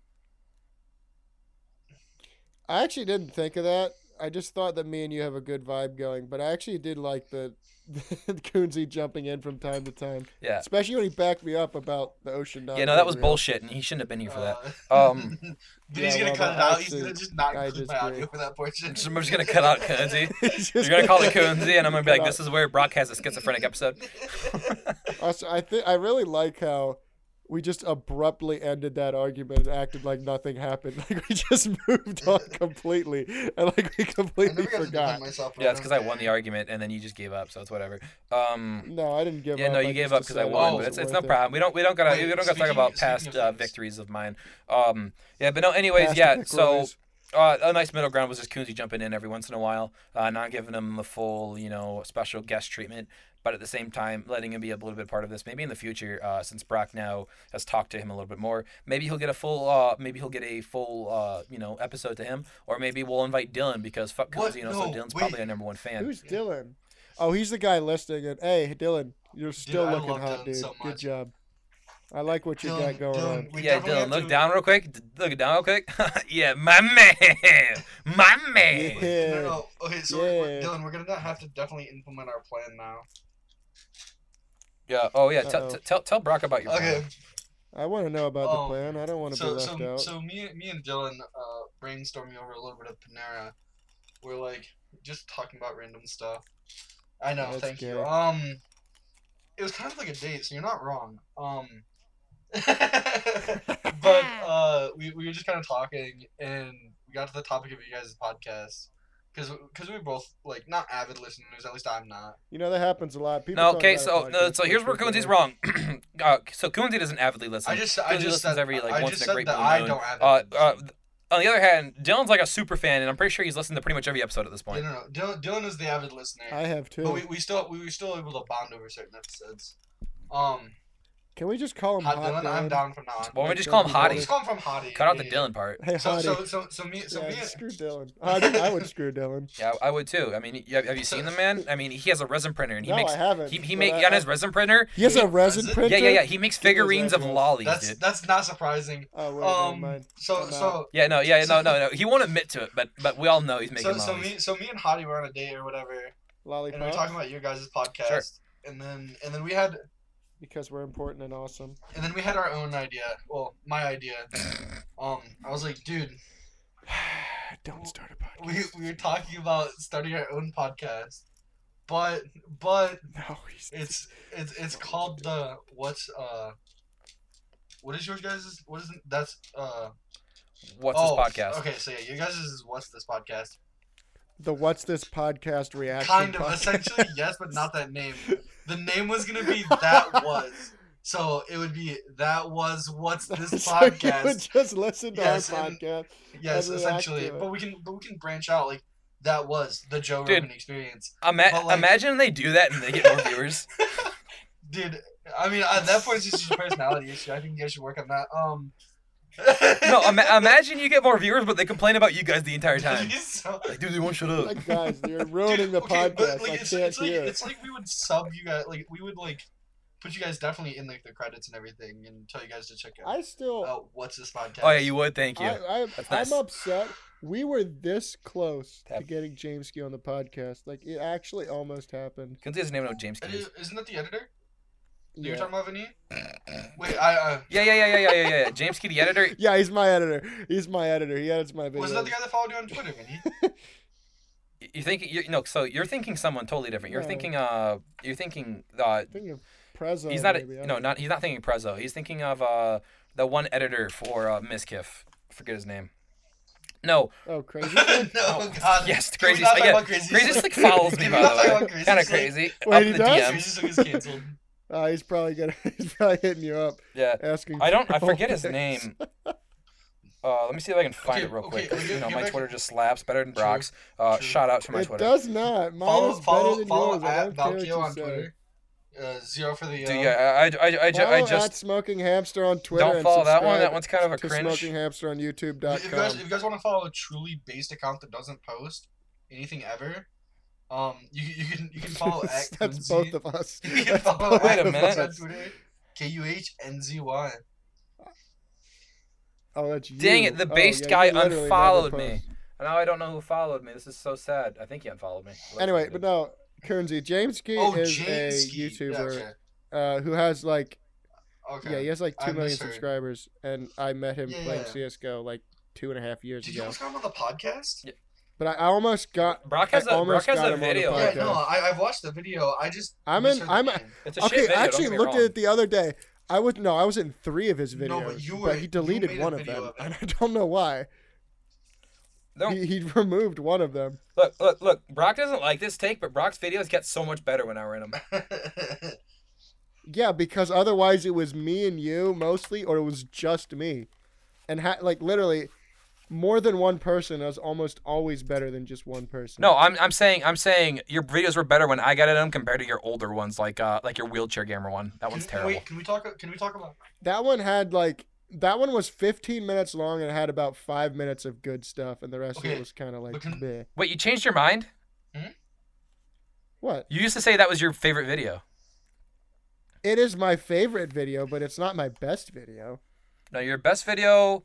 Speaker 2: I actually didn't think of that. I just thought that me and you have a good vibe going, but I actually did like the Coonsy jumping in from time to time,
Speaker 1: Yeah.
Speaker 2: especially when he backed me up about the ocean. not
Speaker 1: Yeah, no, that
Speaker 2: being
Speaker 1: was
Speaker 2: real.
Speaker 1: bullshit, and he shouldn't have been here for that.
Speaker 3: Uh,
Speaker 1: Um,
Speaker 3: Dude, he's
Speaker 2: yeah, well,
Speaker 3: gonna cut it
Speaker 2: that-
Speaker 3: out.
Speaker 2: I
Speaker 3: He's gonna
Speaker 2: see.
Speaker 3: just not
Speaker 2: I
Speaker 3: include my
Speaker 2: disagree.
Speaker 3: audio for that portion.
Speaker 1: I'm just going to cut out Coonsy.
Speaker 2: He's
Speaker 1: You're
Speaker 2: just
Speaker 1: going to call it E. Coonsy, and I'm going to be like, this is where Brock has a schizophrenic episode.
Speaker 2: Also, I think I really like how we just abruptly ended that argument and acted like nothing happened. Like we just moved on completely, and like we
Speaker 3: I
Speaker 2: completely
Speaker 3: never got to defend
Speaker 2: forgot.
Speaker 3: myself. but
Speaker 1: Yeah, it's because I
Speaker 3: don't
Speaker 1: won the
Speaker 3: care.
Speaker 1: argument, and then you just gave up, so it's whatever. Um,
Speaker 2: No, I didn't give
Speaker 1: yeah,
Speaker 2: up.
Speaker 1: no,
Speaker 2: I
Speaker 1: you gave
Speaker 2: just
Speaker 1: up because I
Speaker 2: decided
Speaker 1: won,
Speaker 2: it
Speaker 3: Oh,
Speaker 1: but it's,
Speaker 2: wasn't
Speaker 1: it's no
Speaker 2: worth it.
Speaker 1: problem. We don't we don't gotta
Speaker 3: Wait,
Speaker 1: we don't gotta talk
Speaker 3: speaking-
Speaker 1: about
Speaker 3: speaking
Speaker 1: past
Speaker 3: of
Speaker 1: uh,
Speaker 3: things.
Speaker 1: victories of mine. Um, yeah, but no, anyways,
Speaker 2: Past
Speaker 1: yeah.
Speaker 2: quick
Speaker 1: So
Speaker 2: release.
Speaker 1: Uh, a nice middle ground was just Coonsy jumping in every once in a while, uh, not giving him the full, you know, special guest treatment. but at the same time, letting him be a little bit part of this. Maybe in the future, uh, since Brock now has talked to him a little bit more, maybe he'll get a full, uh, maybe he'll get a full, uh, you know, episode to him, or maybe we'll invite Dylan because fuck
Speaker 3: What?
Speaker 1: Cousino, so
Speaker 3: No,
Speaker 1: Dylan's
Speaker 3: wait.
Speaker 1: probably our number one fan.
Speaker 2: Who's Dylan? Oh, he's the guy listing it. Hey, Dylan, you're still
Speaker 3: I
Speaker 2: looking
Speaker 3: love
Speaker 2: hot,
Speaker 3: Dylan
Speaker 2: dude.
Speaker 3: so
Speaker 2: Good
Speaker 3: much.
Speaker 2: job. I like what you got going on.
Speaker 3: we
Speaker 1: yeah,
Speaker 3: definitely
Speaker 1: Dylan,
Speaker 3: have
Speaker 1: look
Speaker 3: to-
Speaker 1: down real quick. D- look down real quick. yeah, my man, my man.
Speaker 3: No,
Speaker 2: Yeah.
Speaker 3: no, no. Okay, so we're- we're-
Speaker 2: Yeah.
Speaker 3: Dylan, we're gonna have to definitely implement our plan now.
Speaker 1: Yeah. Oh yeah. Tell
Speaker 2: Uh-oh.
Speaker 1: t- tell tell Brock about your.
Speaker 3: Okay,
Speaker 1: plan.
Speaker 2: I want to know about
Speaker 3: Oh,
Speaker 2: the plan. I don't want to
Speaker 3: so
Speaker 2: be left
Speaker 3: so
Speaker 2: out.
Speaker 3: so me me and Dylan uh, brainstorming over a little bit of Panera. We're like just talking about random stuff. I know.
Speaker 2: That's
Speaker 3: thank
Speaker 2: gay.
Speaker 3: you. Um, it was kind of like a date, so you're not wrong. Um, but uh, we we were just kind of talking, and we got to the topic of you guys' podcast. Because we were both like not avid listeners, at least I'm not.
Speaker 2: you know that happens a lot. People.
Speaker 1: No.
Speaker 2: talk
Speaker 1: Okay.
Speaker 2: about
Speaker 1: So
Speaker 2: it
Speaker 1: no,
Speaker 2: podcast
Speaker 1: so here's where
Speaker 2: frequently.
Speaker 1: Coonzie's wrong. uh, so Coonzie doesn't avidly listen.
Speaker 3: I just I
Speaker 1: Coonzie
Speaker 3: just
Speaker 1: listens
Speaker 3: said
Speaker 1: every like
Speaker 3: I
Speaker 1: once
Speaker 3: just
Speaker 1: in a
Speaker 3: said
Speaker 1: great
Speaker 3: that
Speaker 1: blue
Speaker 3: I
Speaker 1: moon.
Speaker 3: don't have
Speaker 1: Uh,
Speaker 3: it.
Speaker 1: uh, on the other hand, Dylan's like a super fan, and I'm pretty sure he's listened to pretty much every episode at this
Speaker 3: no,
Speaker 1: point. Uh,
Speaker 3: no, no. Dylan, Dylan is the avid listener.
Speaker 2: I have too.
Speaker 3: But we, we still we were still able to bond over certain episodes. Um,
Speaker 2: Can we just call him
Speaker 3: Hot
Speaker 2: Hot,
Speaker 3: Dylan, I'm down from now on.
Speaker 1: Why don't we
Speaker 2: Like,
Speaker 1: just
Speaker 2: don't
Speaker 1: call him
Speaker 2: be
Speaker 3: Well,
Speaker 2: Hottie.
Speaker 3: Let's
Speaker 1: Hottie?
Speaker 3: call him from Hottie.
Speaker 1: Cut out the
Speaker 3: yeah.
Speaker 1: Dylan part.
Speaker 2: Hey,
Speaker 3: So
Speaker 2: Hottie.
Speaker 3: so so so me so
Speaker 2: yeah,
Speaker 3: me
Speaker 2: screw Dylan. I, I would screw Dylan.
Speaker 1: Yeah, I would too. I mean, you- have you seen the man? I mean, he has a resin printer, and he
Speaker 2: no,
Speaker 1: makes
Speaker 2: I haven't.
Speaker 1: he he
Speaker 2: but
Speaker 1: make
Speaker 2: I,
Speaker 1: on
Speaker 2: I-
Speaker 1: his resin printer.
Speaker 2: He has a
Speaker 3: Is
Speaker 2: resin
Speaker 3: it?
Speaker 2: printer.
Speaker 1: Yeah, yeah, yeah. He makes
Speaker 2: Give me his
Speaker 1: figurines of
Speaker 2: address.
Speaker 1: lollies,
Speaker 3: that's
Speaker 1: dude.
Speaker 3: that's not surprising.
Speaker 2: Oh wait,
Speaker 3: Um,
Speaker 2: never mind.
Speaker 3: so
Speaker 2: I'm
Speaker 3: so
Speaker 1: Yeah, no, yeah, no,
Speaker 3: so-
Speaker 1: no, no. He won't admit to it, but but we all know he's making
Speaker 3: so,
Speaker 1: lollies.
Speaker 3: so me so me and Hottie were on a date or whatever, and we were
Speaker 2: Lollipop.
Speaker 3: talking about your guys' podcast,
Speaker 1: Sure.
Speaker 3: and then and then we had
Speaker 2: because we're important and awesome.
Speaker 3: and then we had our own idea. Well, my idea. um, I was like, dude,
Speaker 2: Don't start a podcast.
Speaker 3: we we were talking about starting our own podcast, but but
Speaker 2: No, he's
Speaker 3: It's it's it's called the what's uh what is your guys' what is it- that's uh
Speaker 1: What's
Speaker 3: oh,
Speaker 1: this podcast?
Speaker 3: Okay, so yeah, you guys is what's this podcast?
Speaker 2: the What's This Podcast reaction.
Speaker 3: Kind of
Speaker 2: podcast.
Speaker 3: essentially yes, but not that name. The name was gonna be that was. So it would be that was what's this
Speaker 2: So you would
Speaker 3: podcast?
Speaker 2: just listen to
Speaker 3: Yes,
Speaker 2: our
Speaker 3: and-
Speaker 2: podcast.
Speaker 3: Yes,
Speaker 2: react
Speaker 3: essentially.
Speaker 2: to it.
Speaker 3: But we can but we can branch out like that was the Joe
Speaker 1: Dude.
Speaker 3: Rogan experience.
Speaker 1: Ima-
Speaker 3: But, like-
Speaker 1: imagine they do that and they get more viewers.
Speaker 3: Dude, I mean at that point it's just a personality issue. I think you guys should work on that. Um
Speaker 1: No, ima- imagine you get more viewers, but they complain about you guys the entire time.
Speaker 3: So-
Speaker 1: Like, dude, they won't shut up.
Speaker 2: Like, guys, you're ruining the
Speaker 3: Dude, okay, but,
Speaker 2: podcast.
Speaker 3: like,
Speaker 2: I
Speaker 3: it's,
Speaker 2: can't
Speaker 3: it's like,
Speaker 2: hear.
Speaker 3: It's like we would sub you guys, like we would like put you guys definitely in like the credits and everything, and tell you guys to check out.
Speaker 2: I still,
Speaker 3: uh, what's this podcast?
Speaker 1: Oh yeah, you would. Thank you.
Speaker 2: I, I,
Speaker 1: That's
Speaker 2: I'm
Speaker 1: nice.
Speaker 2: upset. We were this close to
Speaker 1: Tap.
Speaker 2: getting Jameski on the podcast. Like, it actually almost happened.
Speaker 1: Because he doesn't even know who James
Speaker 3: That
Speaker 1: Key is.
Speaker 3: is- Isn't that the editor? that You're
Speaker 2: Yeah.
Speaker 3: talking about Vinny? Wait, I uh,
Speaker 1: Yeah, yeah, yeah, yeah, yeah, yeah, yeah. James Key, the editor.
Speaker 2: Yeah, he's my editor. He's my editor. He edits my videos.
Speaker 3: wasn't that the guy that followed you on Twitter, Vinny?
Speaker 1: y- You think you no? So you're thinking someone totally different. You're
Speaker 2: No.
Speaker 1: thinking uh, you're thinking uh,
Speaker 2: I think of Prezzo.
Speaker 1: he's not a,
Speaker 2: maybe. I
Speaker 1: no,
Speaker 2: don't-
Speaker 1: not he's not thinking Prezzo. He's thinking of uh, the one editor for uh, Miskiff. Forget his name. No,
Speaker 2: Oh, crazy.
Speaker 3: no,
Speaker 1: Oh,
Speaker 3: God.
Speaker 1: yes,
Speaker 3: Can we
Speaker 1: crazy.
Speaker 3: not talk
Speaker 1: Yeah,
Speaker 3: about Crazy
Speaker 1: crazy
Speaker 3: Slick?
Speaker 1: Slick follows me
Speaker 3: Can we
Speaker 1: by
Speaker 3: not
Speaker 1: the
Speaker 3: talk
Speaker 1: way.
Speaker 3: about Crazy
Speaker 1: Kind of
Speaker 3: Slick?
Speaker 1: crazy.
Speaker 2: Wait,
Speaker 1: Up
Speaker 2: he
Speaker 1: the
Speaker 2: does?
Speaker 3: Crazy
Speaker 1: DMs.
Speaker 3: Slick is canceled.
Speaker 2: Uh, he's probably gonna. He's probably hitting you up
Speaker 1: Yeah.
Speaker 2: asking.
Speaker 1: I don't. I
Speaker 2: for
Speaker 1: forget his
Speaker 2: things.
Speaker 1: name. Uh, let me see if I can find
Speaker 3: Okay,
Speaker 1: it real
Speaker 3: okay,
Speaker 1: quick.
Speaker 3: okay,
Speaker 1: you know,
Speaker 3: get
Speaker 1: my
Speaker 3: back-
Speaker 1: Twitter just slaps better than
Speaker 3: True,
Speaker 1: Brock's. Uh,
Speaker 3: true.
Speaker 1: shout out to my
Speaker 2: It
Speaker 1: Twitter.
Speaker 2: does not. Mine
Speaker 3: Follow,
Speaker 2: is better
Speaker 3: follow,
Speaker 2: than
Speaker 3: follow
Speaker 2: yours. I
Speaker 3: at
Speaker 2: don't care what you
Speaker 3: Valkyo on
Speaker 2: say.
Speaker 3: Twitter. Uh, zero for the. Uh,
Speaker 1: Dude, yeah, I, I, I, I, ju- I
Speaker 2: Follow at
Speaker 1: just
Speaker 2: smoking hamster on Twitter.
Speaker 1: don't
Speaker 2: and
Speaker 1: follow that one.
Speaker 2: subscribe
Speaker 1: That one's kind of a
Speaker 2: to
Speaker 1: cringe.
Speaker 2: smoking hamster on
Speaker 3: if you guys,
Speaker 2: YouTube.com.
Speaker 3: if you guys want to follow a truly based account that doesn't post anything ever, um, you, you can you can follow at
Speaker 2: That's
Speaker 3: Kunzi.
Speaker 2: both of us.
Speaker 3: You can
Speaker 2: That's
Speaker 3: follow
Speaker 2: both
Speaker 1: Wait a
Speaker 2: of
Speaker 1: minute.
Speaker 3: on
Speaker 2: us.
Speaker 3: Twitter, K U H N Z Y.
Speaker 2: Oh, that's you.
Speaker 1: Dang it, the
Speaker 2: Oh,
Speaker 1: based
Speaker 2: yeah,
Speaker 1: guy
Speaker 2: you literally never
Speaker 1: unfollowed me.
Speaker 2: post.
Speaker 1: And now I don't know who followed me. This is so sad. I think he unfollowed me. Well, that's
Speaker 2: Anyway,
Speaker 1: good.
Speaker 2: but no, Kernsey James Key
Speaker 3: Oh,
Speaker 2: is
Speaker 3: James
Speaker 2: a
Speaker 3: Key. Yeah,
Speaker 2: YouTuber
Speaker 3: okay.
Speaker 2: uh, who has like
Speaker 3: okay.
Speaker 2: yeah, he has like
Speaker 3: I
Speaker 2: two million
Speaker 3: misheard.
Speaker 2: subscribers, and I met him
Speaker 3: Yeah,
Speaker 2: playing
Speaker 3: yeah.
Speaker 2: CS:GO like two and a half years
Speaker 3: Did you
Speaker 2: ago.
Speaker 3: almost come on the podcast?
Speaker 1: Yeah.
Speaker 2: But I almost got
Speaker 1: Brock has
Speaker 2: I
Speaker 1: a Brock
Speaker 2: almost
Speaker 1: has
Speaker 2: got him
Speaker 1: a
Speaker 2: on the
Speaker 1: video.
Speaker 3: Yeah,
Speaker 2: podcast.
Speaker 3: no, I, I've watched the video. I just
Speaker 2: I'm in-
Speaker 3: misheard the
Speaker 2: I'm-
Speaker 3: name.
Speaker 1: It's a shit
Speaker 2: okay.
Speaker 1: video.
Speaker 2: I
Speaker 1: don't
Speaker 2: actually
Speaker 1: get me
Speaker 2: looked
Speaker 1: wrong.
Speaker 2: at it the other day. I was no, I was in three of his videos,
Speaker 3: No, but you were-
Speaker 2: he
Speaker 3: you
Speaker 2: deleted
Speaker 3: made a
Speaker 2: one of
Speaker 3: video
Speaker 2: them,
Speaker 3: of it.
Speaker 2: and I don't know why.
Speaker 1: No.
Speaker 2: He, he removed one of them.
Speaker 1: Look, look, look. Brock doesn't like this take, but Brock's videos get so much better when I were in them.
Speaker 2: Yeah, because otherwise it was me and you mostly, or it was just me, and ha- like literally, more than one person is almost always better than just one person.
Speaker 1: No, I'm, I'm saying I'm saying your videos were better when I got at them compared to your older ones, like uh like your wheelchair gamer one. That
Speaker 3: Can,
Speaker 1: one's
Speaker 3: can
Speaker 1: terrible.
Speaker 3: we can we talk can we talk about
Speaker 2: That one had like that one was 15 minutes long and it had about five minutes of good stuff, and the rest of
Speaker 3: Okay,
Speaker 2: it was kind of like
Speaker 3: but can-
Speaker 2: bleh.
Speaker 1: Wait, you changed your mind?
Speaker 2: what.
Speaker 1: You used to say that was your favorite video.
Speaker 2: It is my favorite video, but it's not my best video.
Speaker 1: No, your best video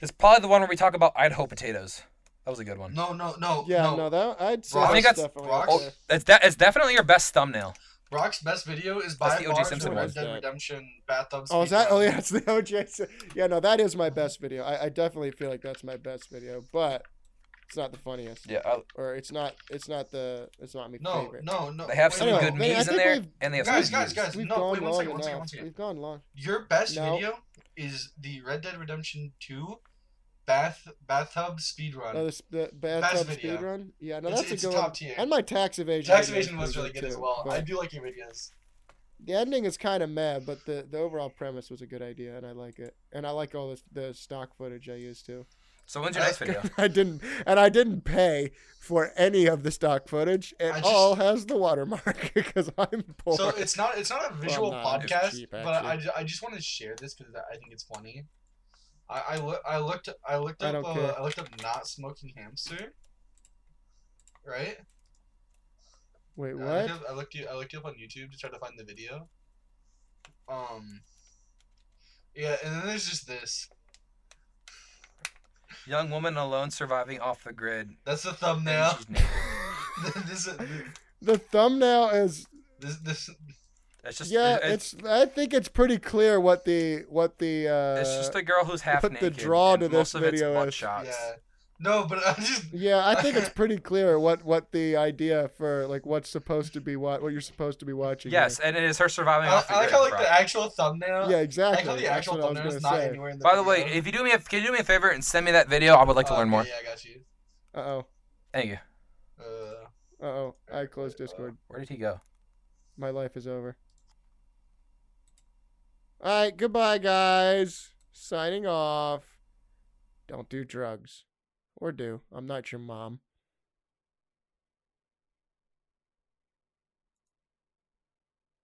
Speaker 1: is probably the one where we talk about Idaho potatoes. That was a good one.
Speaker 3: no no no
Speaker 2: Yeah,
Speaker 3: Oh, no.
Speaker 2: no, that I'd say
Speaker 3: Brock- I think
Speaker 2: that's
Speaker 1: that's-
Speaker 2: definitely
Speaker 3: Brock-
Speaker 2: up
Speaker 1: Oh,
Speaker 2: there.
Speaker 1: it's that it's definitely your best thumbnail.
Speaker 3: Brock's best video is by
Speaker 1: That's the O.J.
Speaker 3: far
Speaker 1: Simpson
Speaker 3: the
Speaker 2: one.
Speaker 3: Red Dead Redemption bathtub.
Speaker 2: Oh, is that?
Speaker 3: speedrun.
Speaker 2: Oh, yeah, it's the OJ. se- Yeah, no, that is my best video. I, I definitely feel like that's my best video, but it's not the funniest,
Speaker 1: Yeah, I,
Speaker 2: or it's not. It's not the. It's not my
Speaker 3: No
Speaker 2: favorite.
Speaker 3: no no.
Speaker 1: they have
Speaker 3: wait,
Speaker 1: some
Speaker 2: Anyway,
Speaker 1: good
Speaker 2: Oh, man, I
Speaker 1: memes in
Speaker 2: think
Speaker 1: there,
Speaker 2: we've-
Speaker 1: and they have
Speaker 3: Guys,
Speaker 1: some
Speaker 3: guys,
Speaker 1: memes.
Speaker 3: guys,
Speaker 2: We've
Speaker 3: no,
Speaker 2: gone
Speaker 3: wait, one
Speaker 2: long
Speaker 3: second, one second,
Speaker 2: enough.
Speaker 3: one second.
Speaker 2: We've gone long.
Speaker 3: Your best
Speaker 2: No.
Speaker 3: video is the Red Dead Redemption 2 bath bathtub speedrun.
Speaker 2: No, Oh, this, the bathtub
Speaker 3: video.
Speaker 2: speedrun. Yeah, no,
Speaker 3: It's-
Speaker 2: that's
Speaker 3: it's
Speaker 2: a good
Speaker 3: top
Speaker 2: one.
Speaker 3: tier.
Speaker 2: And my tax evasion.
Speaker 3: Tax
Speaker 2: video is
Speaker 3: evasion was
Speaker 2: pretty
Speaker 3: really good as
Speaker 2: too,
Speaker 3: well. I
Speaker 2: but
Speaker 3: do like your videos.
Speaker 2: The ending is kind of mad, but the, the overall premise was a good idea, and I like it. And I like all the the stock footage I used too.
Speaker 1: So when's your next
Speaker 3: That's
Speaker 1: video?
Speaker 2: I didn't, and I didn't pay for any of the stock footage. It
Speaker 3: I just-
Speaker 2: all has the watermark because I'm poor.
Speaker 3: So it's not it's not a visual
Speaker 2: not, it's
Speaker 3: podcast,
Speaker 2: cheap,
Speaker 3: but I,
Speaker 2: actually.
Speaker 3: ju- I just want to share this because I think it's funny. I I, loo- I looked I looked
Speaker 2: I
Speaker 3: up
Speaker 2: don't
Speaker 3: uh,
Speaker 2: care.
Speaker 3: I looked up not smoking hamster. Right?
Speaker 2: Wait,
Speaker 3: I
Speaker 2: what?
Speaker 3: looked, up, I looked you I looked you up on YouTube to try to find the video. Um. Yeah, and then there's just this.
Speaker 1: Young woman alone surviving off the grid.
Speaker 3: That's the
Speaker 1: and
Speaker 3: thumbnail.
Speaker 1: she's naked.
Speaker 3: this is
Speaker 2: The thumbnail is
Speaker 3: this this
Speaker 1: It's just
Speaker 2: yeah.
Speaker 1: it- it's,
Speaker 2: It's, I think it's pretty clear what the what the uh,
Speaker 1: it's just a girl who's half
Speaker 2: what the
Speaker 1: naked.
Speaker 2: draw
Speaker 1: and
Speaker 2: to
Speaker 1: most
Speaker 2: this
Speaker 1: of it's
Speaker 2: video
Speaker 1: butt
Speaker 2: is.
Speaker 1: shots.
Speaker 3: yeah. No, but I'm just
Speaker 2: yeah. I think it's pretty clear what what the idea for like what's supposed to be what what you're supposed to be watching.
Speaker 1: Yes, and it is her surviving
Speaker 3: I,
Speaker 1: off the
Speaker 3: I
Speaker 1: grid.
Speaker 3: like how like
Speaker 1: bro.
Speaker 3: the actual
Speaker 2: there.
Speaker 3: thumbnail.
Speaker 2: Yeah,
Speaker 3: I like
Speaker 2: exactly.
Speaker 3: how the
Speaker 2: That's
Speaker 3: actual
Speaker 2: what I was
Speaker 3: thumbnail
Speaker 2: gonna
Speaker 3: is not
Speaker 2: say.
Speaker 3: anywhere in the.
Speaker 1: By the way,
Speaker 3: video.
Speaker 1: if you do me a, can you do me a favor and send me that video? I would like to
Speaker 3: Oh,
Speaker 1: learn
Speaker 3: okay,
Speaker 1: more.
Speaker 3: Yeah, I got you.
Speaker 2: Uh oh.
Speaker 1: Thank you.
Speaker 3: Uh,
Speaker 2: Uh oh. I closed Discord.
Speaker 1: Where did he go?
Speaker 2: My life is over. All right, goodbye, guys. Signing off. Don't do drugs. Or do. I'm not your mom.